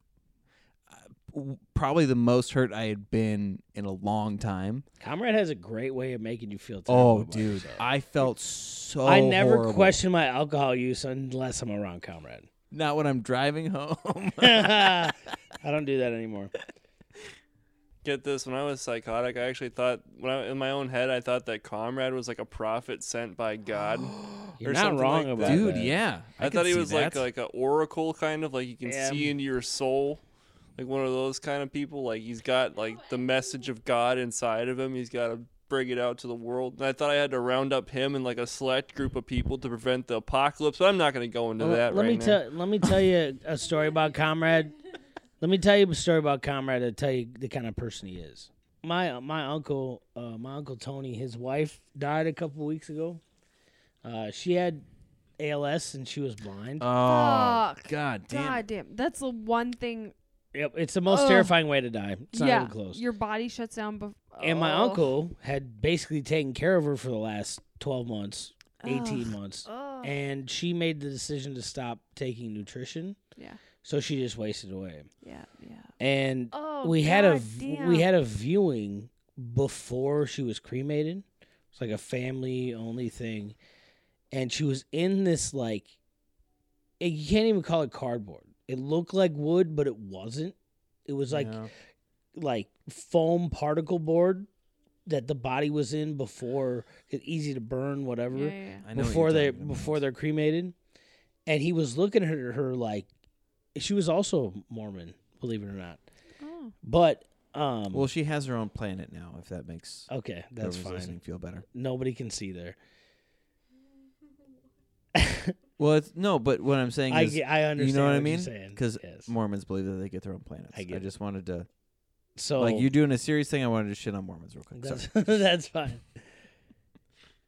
uh, w- probably the most hurt I had been in a long time. Comrade has a great way of making you feel terrible. Oh, about dude, yourself. I felt so. I never horrible. question my alcohol use unless I'm around Comrade. [LAUGHS] Not when I'm driving home. [LAUGHS] I don't do that anymore. Get this, when I was psychotic, I actually thought when I in my own head I thought that Comrade was like a prophet sent [GASPS] by God. [GASPS] You're Or not something wrong like about that. dude, that. yeah. I, could thought he see was that. like like an oracle kind of like you can Yeah. see into your soul. Like one of those kind of people. Like he's got like the message of God inside of him. He's gotta bring it out to the world. And I thought I had to round up him and like a select group of people to prevent the apocalypse, but I'm not gonna go into Well, that let right me now. tell let me tell you a story about comrade let me tell you a story about comrade to tell you the kind of person he is my my uncle uh, my uncle tony his wife died a couple weeks ago uh, she had als and she was Uh, blind Oh, Fuck. god damn. God damn, that's the one thing. yep, it's the most Ugh. terrifying way to die it's not oh. yeah, even close your body shuts down. Bef- and my Oh. uncle had basically taken care of her for the last 12 months Oh. 18 months Ugh. and she made the decision to stop taking nutrition Yeah. so she just wasted away Yeah, yeah. and Oh, we had a God v- damn. we had a viewing before she was cremated. It's like a family only thing, and she was in this like eh, you can't even call it cardboard. It looked like wood, but it wasn't. It was like Yeah. like foam particle board that the body was in before. It easy to burn, whatever yeah, yeah, yeah. I know what before you're they talking about. before they're cremated, and he was looking at her, her like she was also Mormon, believe it or not. Oh. But um, Well, she has her own planet now. If that makes okay, Oh, that's whoever's fine. listening feel better. Nobody can see there. Well, it's, no, but what I'm [LAUGHS] saying I, is, ge- I understand. you know what I you're mean? saying. Because Yes. Mormons believe that they get their own planets. I I, get it. just wanted to, so like, you're doing a serious thing. I wanted to shit on Mormons real quick. That's, [LAUGHS] Sorry. that's fine.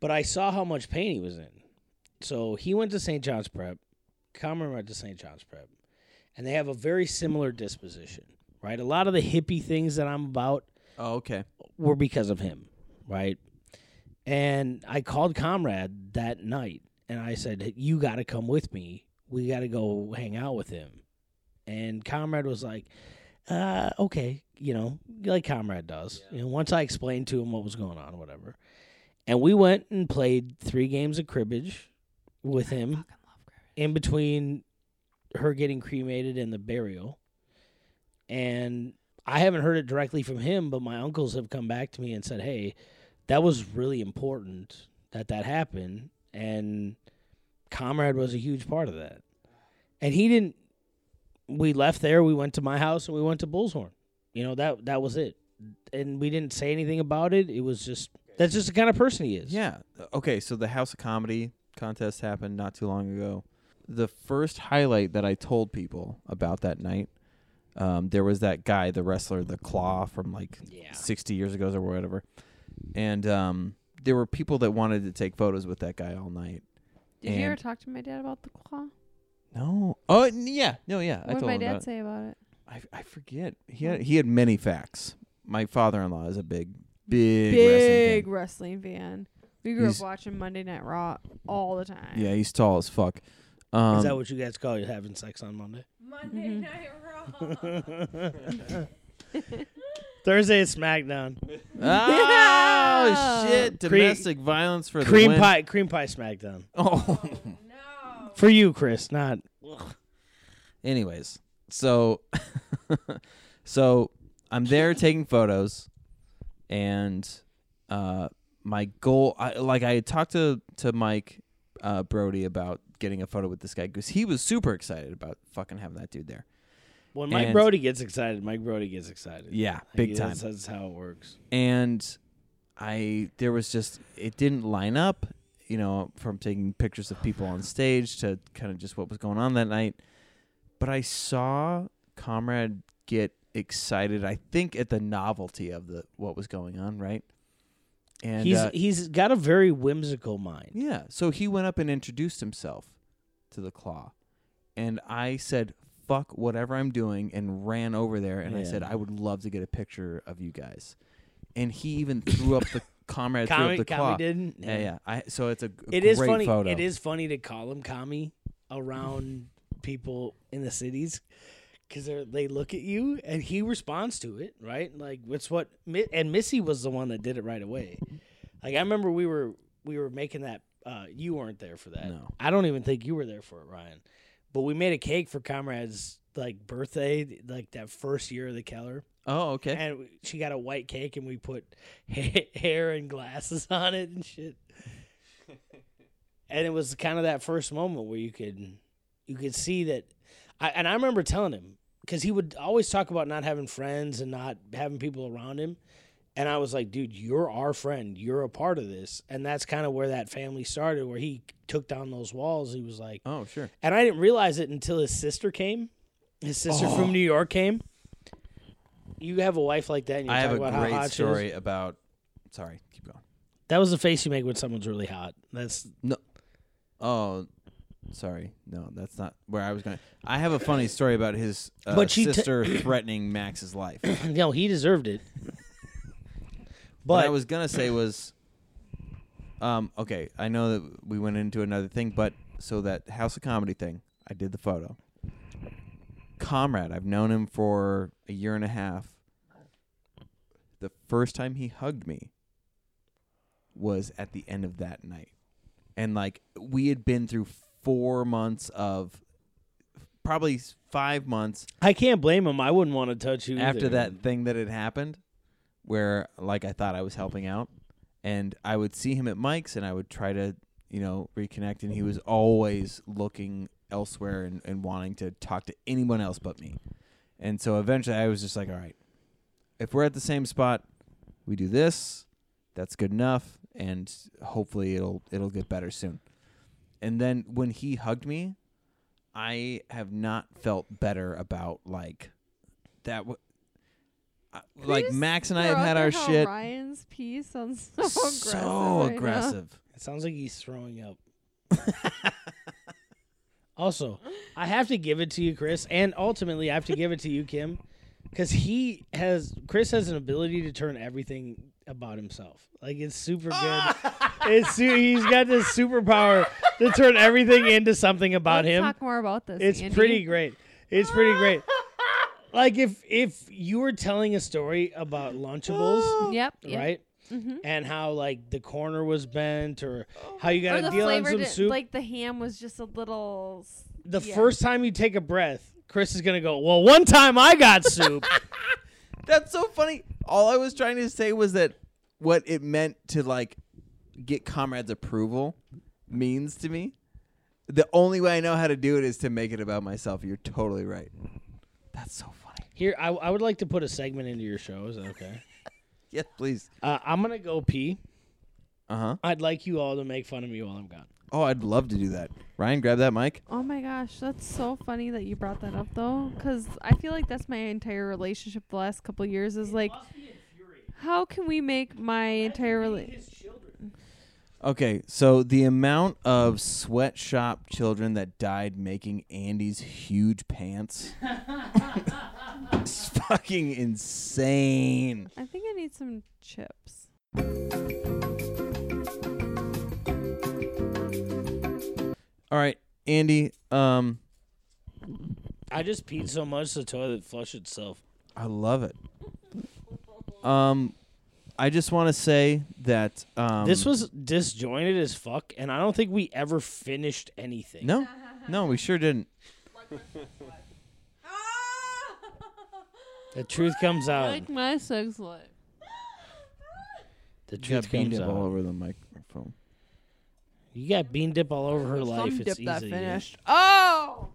But I saw how much pain he was in. So he went to St. John's Prep. Comrade went to St. John's Prep. And they have a very similar disposition, right? A lot of the hippie things that I'm about Oh, okay. were because of him, right? And I called Comrade that night and I said, You got to come with me. We got to go hang out with him. And Comrade was like, uh, Okay, you know, like Comrade does. You know, once I explained to him what was going on, whatever. And we went and played three games of cribbage with him in between her getting cremated and the burial. And I haven't heard it directly from him, but my uncles have come back to me and said, "Hey, that was really important that that happened, and Comrade was a huge part of that." And he didn't. We left there. We went to my house and we went to Bullshorn. You know that that was it, and we didn't say anything about it. It was just that's just the kind of person he is. Yeah. Okay. So the House of Comedy contest happened not too long ago. The first highlight that I told people about that night, um, there was that guy, the wrestler, the Claw from like yeah. 60 years ago or whatever. And um, there were people that wanted to take photos with that guy all night. Did you ever And- talk to my dad about the claw? No. Oh, n- yeah. No, yeah. What I did told my him dad about it. say about it? I, I forget. He had, he had many facts. My father-in-law is a big, big, Big wrestling wrestling fan. We grew He's- up watching Monday Night Raw all the time. fan. Yeah, he's tall as fuck. Um, Is that [LAUGHS] what you guys call you having sex on Monday? Monday Mhm. Night Thursday is SmackDown. Oh shit! Cre- Domestic violence for cream the win. pie, cream pie SmackDown [LAUGHS] Oh. for you, Chris. Not Anyways, so [LAUGHS] so I'm there taking photos, and uh, my goal, I, like I had talked to to Mike uh, Brody about getting a photo with this guy because he was super excited about fucking having that dude there. when Mike And- Brody gets excited. Mike Brody gets excited. Yeah, Like, big time. That's, that's how it works. and I there was just it didn't line up, you know, from taking pictures of people on stage to kind of just what was going on that night. But I saw Comrade get excited, I think at the novelty of the what was going on, right? And he's uh, he's got a very whimsical mind. yeah, so he went up and introduced himself to the claw. And I said, "Fuck whatever I'm doing," and ran over there and I Yeah. said, "I would love to get a picture of you guys." And he even threw up the [LAUGHS] comrade threw up Kami, the Kami claw. didn't. Yeah, yeah. I so it's a g- It great is funny. photo. It is funny to call him Kami around people in the cities because they look at you and he responds to it right like what's what Mi- and missy was the one that did it right away like i remember we were we were making that uh you weren't there for that No. i don't even think you were there for it ryan but we made a cake for comrade's like birthday like that first year of the keller Oh, okay. and we- she got a white cake and we put [LAUGHS] ha- hair and glasses on it and shit and it was kind of that first moment where you could you could see that I, and i remember telling him because he would always talk about not having friends and not having people around him and i was like dude you're our friend you're a part of this and that's kind of where that family started where he took down those walls he was like oh, sure. and I didn't realize it until his sister came. His sister Oh. from New York came. You have a wife like that. And you're I have talking a about how great hot she is. story about. Sorry, keep going. That was the face you make when someone's really hot. That's [CLEARS THROAT] Oh, sorry. No, that's not where I was going. to I have a funny story about his uh, But she t- sister threatening Max's life. no, he deserved it. what I But was gonna say was, um, okay, I know that we went into another thing, but so that House of Comedy thing, I did the photo. Comrade, I've known him for a year and a half. The first time he hugged me was at the end of that night, and like we had been through four months of, probably s- five months I can't blame him. I wouldn't want to touch you after either. that thing that had happened where like I thought I was helping out and I would see him at Mike's and I would try to, you know, reconnect and he was always looking elsewhere and, and wanting to talk to anyone else but me. And so eventually I was just like, all right, if we're at the same spot, we do this, that's good enough, and hopefully it'll it'll get better soon. And then when he hugged me, I have not felt better about like that. W- I- like just Max and I Throw have out had there our how [LAUGHS] shit Ryan's pee sounds [LAUGHS] so aggressive. so right now. aggressive. It sounds like he's throwing up. also, I have to give it to you, Chris, and ultimately I have to give it to you, Kim, because he has Chris has an ability to turn everything about himself. Like it's super good. it's su- he's got this superpower to turn everything into something about Let's him. talk more about this. It's Andy. pretty great. It's pretty [LAUGHS] great. Like if if you were telling a story about Lunchables, Yep. yep. right? Mm-hmm. and how like the corner was bent or how you Or got the to deal in flavor, some di- soup. like the ham was just a little. s- the yeah. first time you take a breath, Chris is gonna go, Well, one time I [LAUGHS] got soup. That's so funny. All I was trying to say was that what it meant to like get comrades approval means to me. The only way I know how to do it is to make it about myself. You're totally right. That's so funny. Here, I, I would like to put a segment into your show. Is that okay? Yes, please. Uh, I'm gonna go pee. Uh huh. I'd like you all to make fun of me while I'm gone. Oh, I'd love to do that. Ryan, grab that mic. Oh my gosh, that's so funny that you brought that up though, because I feel like that's my entire relationship the last couple years is like, how can we make my entire relationship? Okay, so the amount of sweatshop children that died making Andy's huge pants is [LAUGHS] fucking insane. I think I need some chips. All right, Andy, um, I just peed so much the toilet flushed itself. I love it. Um, I just want to say that um, this was disjointed as fuck, and I don't think we ever finished anything. no, no, we sure didn't. The truth comes out. Like my sex life. The You truth got bean comes dip out. all over the microphone. You got bean dip all over her life. Some it's dip that easy. finished. Oh.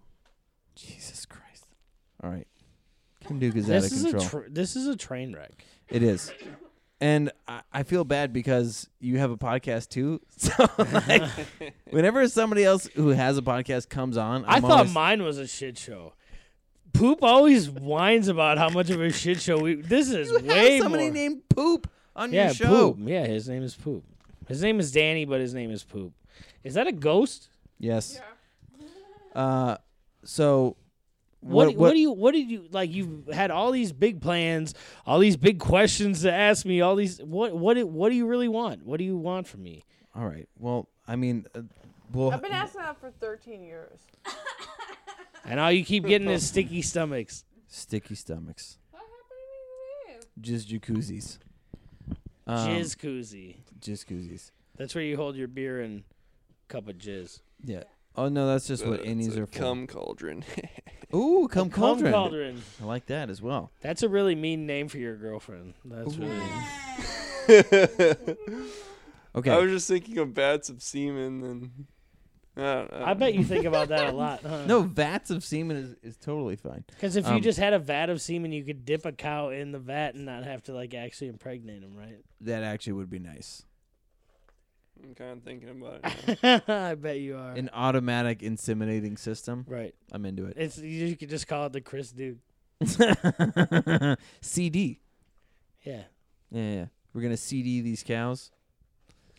Jesus Christ! All right, Kim Duke is out of This is control. a tr- this is a train wreck. it is, and I, I feel bad because you have a podcast too. [LAUGHS] So [LAUGHS] like, whenever somebody else who has a podcast comes on, i I'm thought always- mine was a shit show. Poop always whines about how much of a shit show we. This is you way have somebody more. named Poop on yeah, your show. poop. Yeah, his name is Poop. His name is Danny, but his name is Poop. Is that a ghost? Yes. Uh, so What, what, do you what did you like? You had all these big plans, all these big questions to ask me. All these what what do- what do you really want? What do you want from me? All right. Well, I mean, uh, well, I've been asking that for 13 years. [LAUGHS] And all you keep getting is sticky stomachs. Sticky stomachs. What happened to Jizz jacuzzis. Um, jizz koozie. Jizz koozies. That's where you hold your beer and cup of jizz. Yeah. Oh no, that's just what Uh, it's innies a are for. Cum cauldron. [LAUGHS] Ooh, cum cauldron. Cum cauldron. I like that as well. That's a really mean name for your girlfriend. That's Ooh. really. Okay. I was just thinking of bats of semen and. I, don't know. I bet you think about that a lot. Huh? no, vats of semen is, is totally fine. because if you um, just had a vat of semen, you could dip a cow in the vat and not have to like actually impregnate him, That actually would be nice. [LAUGHS] I'm kind of thinking about it. [LAUGHS] right? now. [LAUGHS] I bet you are. An automatic inseminating system. right. I'm [LAUGHS] into it. [LAUGHS] It's you could just call it the Chris Duke. CD. Yeah. Yeah, yeah. We're gonna CD these cows.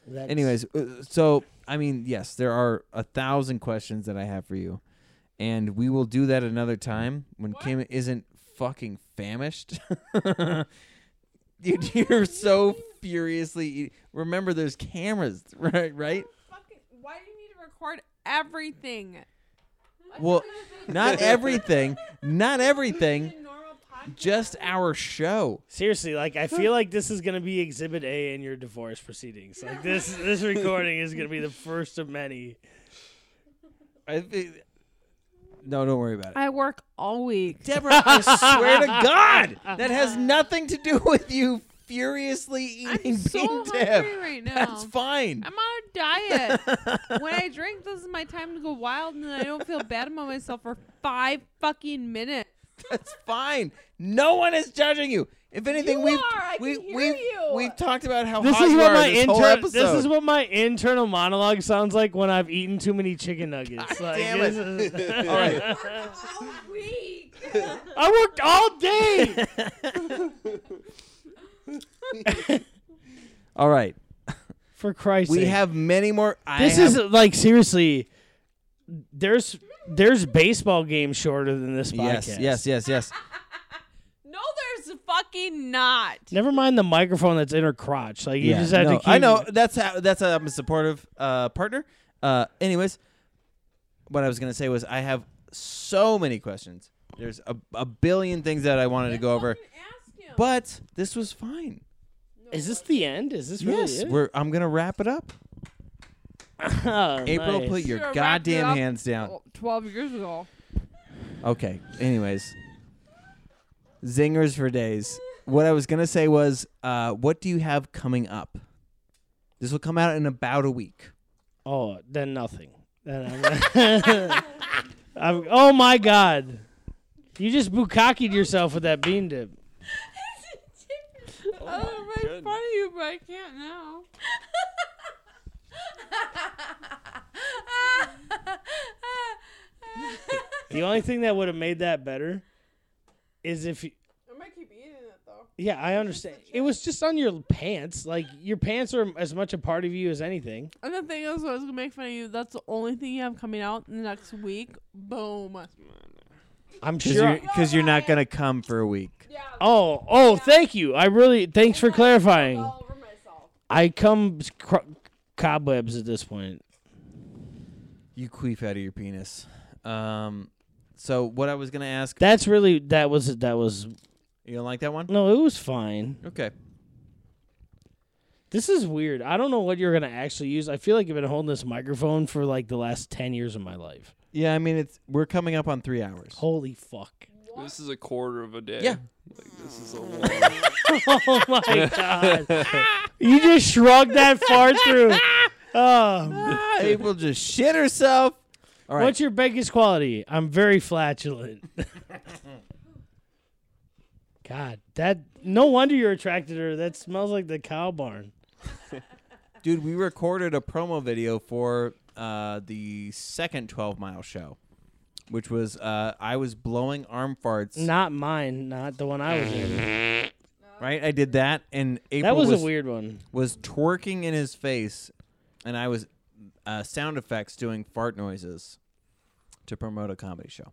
That's, Anyways, uh, so I mean, yes, there are a thousand questions that I have for you, and we will do that another time when Kim isn't fucking famished. [LAUGHS] Dude, you're so furiously. Eat- Remember, there's cameras, [LAUGHS] right? Right? Why do you need to record everything? Well, not everything, not everything, just our show. seriously, like I feel like this is gonna be Exhibit A in your divorce proceedings. Like this, this recording is gonna be the first of many. I thi- no, don't worry about it. I work all week. Deborah, I swear to God, [LAUGHS] that has nothing to do with you furiously eating I'm so bean hungry dip. right now. [LAUGHS] That's fine. I'm on a [LAUGHS] diet. [LAUGHS] when I drink, this is my time to go wild, and I don't feel bad about myself for five fucking minutes. That's fine. No one is judging you. If anything, You we've are. I we can hear we've you. we've talked about how This hot is you what are my this whole intern. episode. This is what my internal monologue sounds like when I've eaten too many chicken nuggets. like, damn this it. is- [LAUGHS] All [LAUGHS] right. I worked all [LAUGHS] day. All right. For Christ's We sake. have many more. I This have- is like seriously. There's there's baseball games shorter than this podcast. yes, yes, yes, yes. No, there's fucking not. Never mind the microphone that's in her crotch. Like you Yeah, just have no, to. Keep, I know that's how that's how I'm a supportive uh, partner. Uh, anyways, what I was gonna say was I have so many questions. There's a, a billion things that I wanted to go over, but this was fine. Is this the end? Is this really yes, it? we're I'm gonna wrap it up. [LAUGHS] Oh, April, nice. put your Sure, wrap it goddamn up. hands uh, down. Oh, Twelve years ago. Okay. Anyways, zingers for days. What I was gonna say was, uh, what do you have coming up? This will come out in about a week. Oh, then nothing. Then I'm, [LAUGHS] I'm- oh my god, you just bukakied yourself with that bean dip. Oh, I'm right in front of you, but I can't now. The only thing that would have made that better is if. You, I might keep eating it though. yeah, I understand. It was just on your pants. Like your pants are as much a part of you as anything. And the thing is, I was gonna make fun of you. That's the only thing you have coming out in the next week. Boom. I'm Because sure. you're, 'cause you're not gonna come for a week. Oh, oh, thank you. I really thanks for clarifying. over myself. I come s- cro- cobwebs at this point. You queef out of your penis. Um, so what I was gonna ask, That's really that was that was you don't like that one? no, it was fine. Okay. This is weird. I don't know what you're gonna actually use. I feel like I've been holding this microphone for like the last ten years of my life. Yeah, I mean it's we're coming up on three hours. Holy fuck! This is a quarter of a day. Yeah. Like, this [LAUGHS] is a long. [LAUGHS] Oh [LAUGHS] my god! you just shrugged that far [LAUGHS] through. Oh. Ah, April just shit herself. All right. What's your biggest quality? I'm very flatulent. [LAUGHS] God, that no wonder you're attracted to her. That smells like the cow barn. Dude, we recorded a promo video for uh, the second 12 mile show, which was uh, I was blowing arm farts. Not mine, not the one I was in. Right? I did that, and April That was, was, a weird one. was twerking in his face, and I was uh, sound effects doing fart noises to promote a comedy show.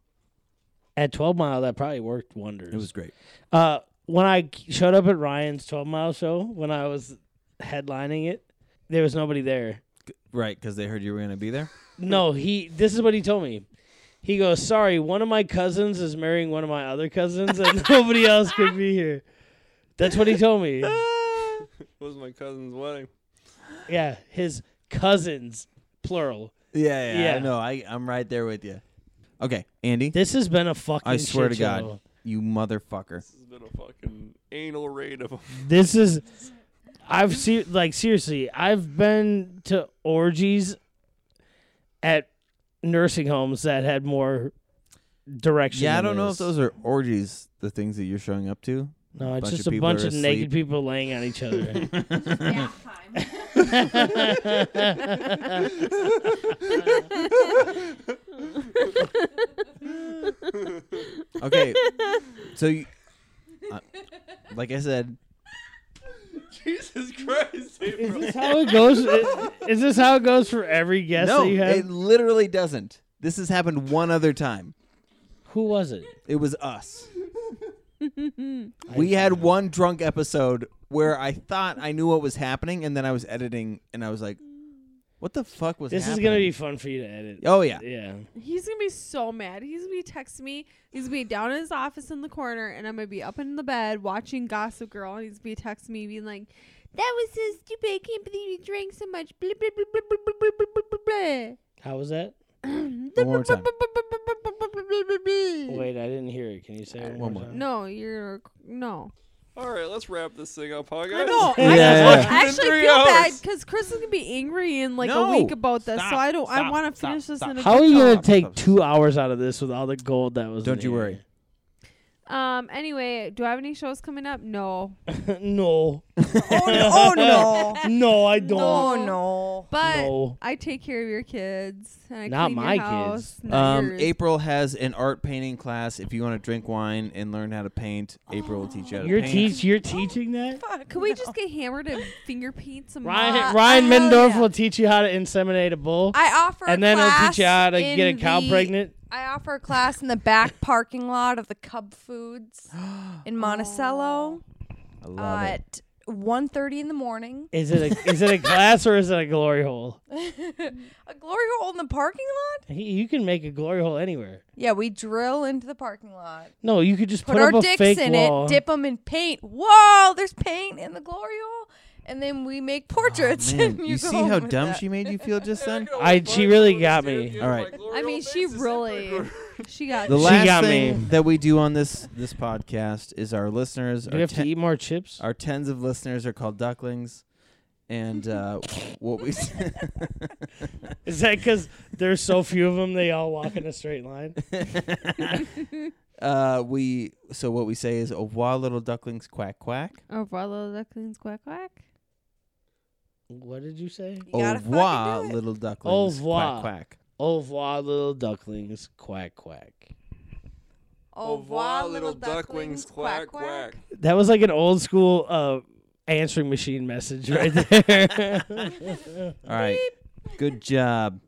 At 12 Mile, that probably worked wonders. It was great. Uh, when I showed up at Ryan's 12 Mile show, when I was headlining it, there was nobody there. Right, because they heard you were going to be there. No, he. This is what he told me. He goes, "Sorry, one of my cousins is marrying one of my other cousins, and [LAUGHS] nobody else could be here." That's what he told me. [LAUGHS] It was my cousin's wedding. Yeah, his cousins, plural. Yeah, yeah, Yeah. I know. I, I'm right there with you. Okay, Andy, This has been a fucking. I swear to shit God. show. you motherfucker. This has been a fucking anal raid of this is. I've seen like seriously. I've been to orgies at nursing homes that had more direction. Yeah, I than don't know this. if those are orgies, the things that you're showing up to. No, it's bunch just a of people are bunch of naked asleep. people laying on each [LAUGHS] other. Okay, so you, uh, like I said, Jesus Christ. is this how it goes? Is, is this how it goes for every guest no, that you have? it literally doesn't. This has happened one other time. Who was it? It was [LAUGHS] us. we had one drunk episode where I thought I knew what was happening, and then I was editing, and I was like, "What the fuck was?" This is gonna be fun for you to edit. Oh yeah. Yeah. He's gonna be so mad. He's gonna be texting me. He's gonna be down in his office in the corner, and I'm gonna be up in the bed watching Gossip Girl, and he's gonna be texting me, being like, That was so stupid. I can't believe you drank so much. Blah, blah, blah, blah, blah, blah, blah, blah, blah, blah. How was that? One [LAUGHS] more time. Wait, I didn't hear it. Can you say it one One more more. time? "No, you're no." [LAUGHS] All right, let's wrap this thing up, huh, I guys? [LAUGHS] know. Yeah, I yeah, yeah. actually Three feel bad [LAUGHS] hours. because Chris is gonna be angry in like No. a week about this, so Stop, I don't. I stop, want to stop, finish this stop. in a. How good are you gonna note. take two hours out of this with all the gold that was? in Don't you here? worry. Um. Anyway, do I have any shows coming up? No. [LAUGHS] no. [LAUGHS] oh, no. [LAUGHS] No, I don't. No. Oh, no. But No. I take care of your kids. And I Not clean your my house, kids. not Um, yours. April has an art painting class. If you want to drink wine and learn how to paint, April will teach you how to You're paint. teach. You're teaching that. Fuck. Can we just get hammered and finger paint some? Ryan mud? Ryan hell Mendorf yeah. will teach you how to inseminate a bull, I offer and a then he'll class teach you how to get a in cow the- pregnant. I offer a class in [LAUGHS] the back parking lot of the [GASPS] Cub Foods in Monticello I Oh, love it. at 1.30 in the [LAUGHS] morning. [LAUGHS] Is it a is it a glass or is it a glory hole? A glory hole in the parking lot? He, you can make a glory hole anywhere. Yeah, we drill into the parking lot. No, you could just Put, put, our up a dicks fake in wall. it, dip them in paint. Whoa, there's paint in the glory hole. And then we make [LAUGHS] portraits. Oh, Man, [LAUGHS] and you, you see go home how with dumb that. she made you feel just [LAUGHS] then? I- she really got me. All right. I mean, [LAUGHS] she really. She got. The She last got thing me. that we do on this this podcast is our listeners. Do we Our, have to ten- eat more chips? our tens of listeners are called ducklings, [LAUGHS] and uh, what we Is that because there's so few of them? They all walk in a straight line. [LAUGHS] uh, we so what we say is, "Oh, wow, little ducklings, quack quack." Oh, brother, that cleans quack quack. What did you say? You Au gotta fucking revoir, do it. little ducklings, revoir. quack quack. Au revoir, little ducklings, quack quack. Au revoir, little ducklings, quack, quack. That was like an old school uh, [LAUGHS] answering machine message right there. All right, good job.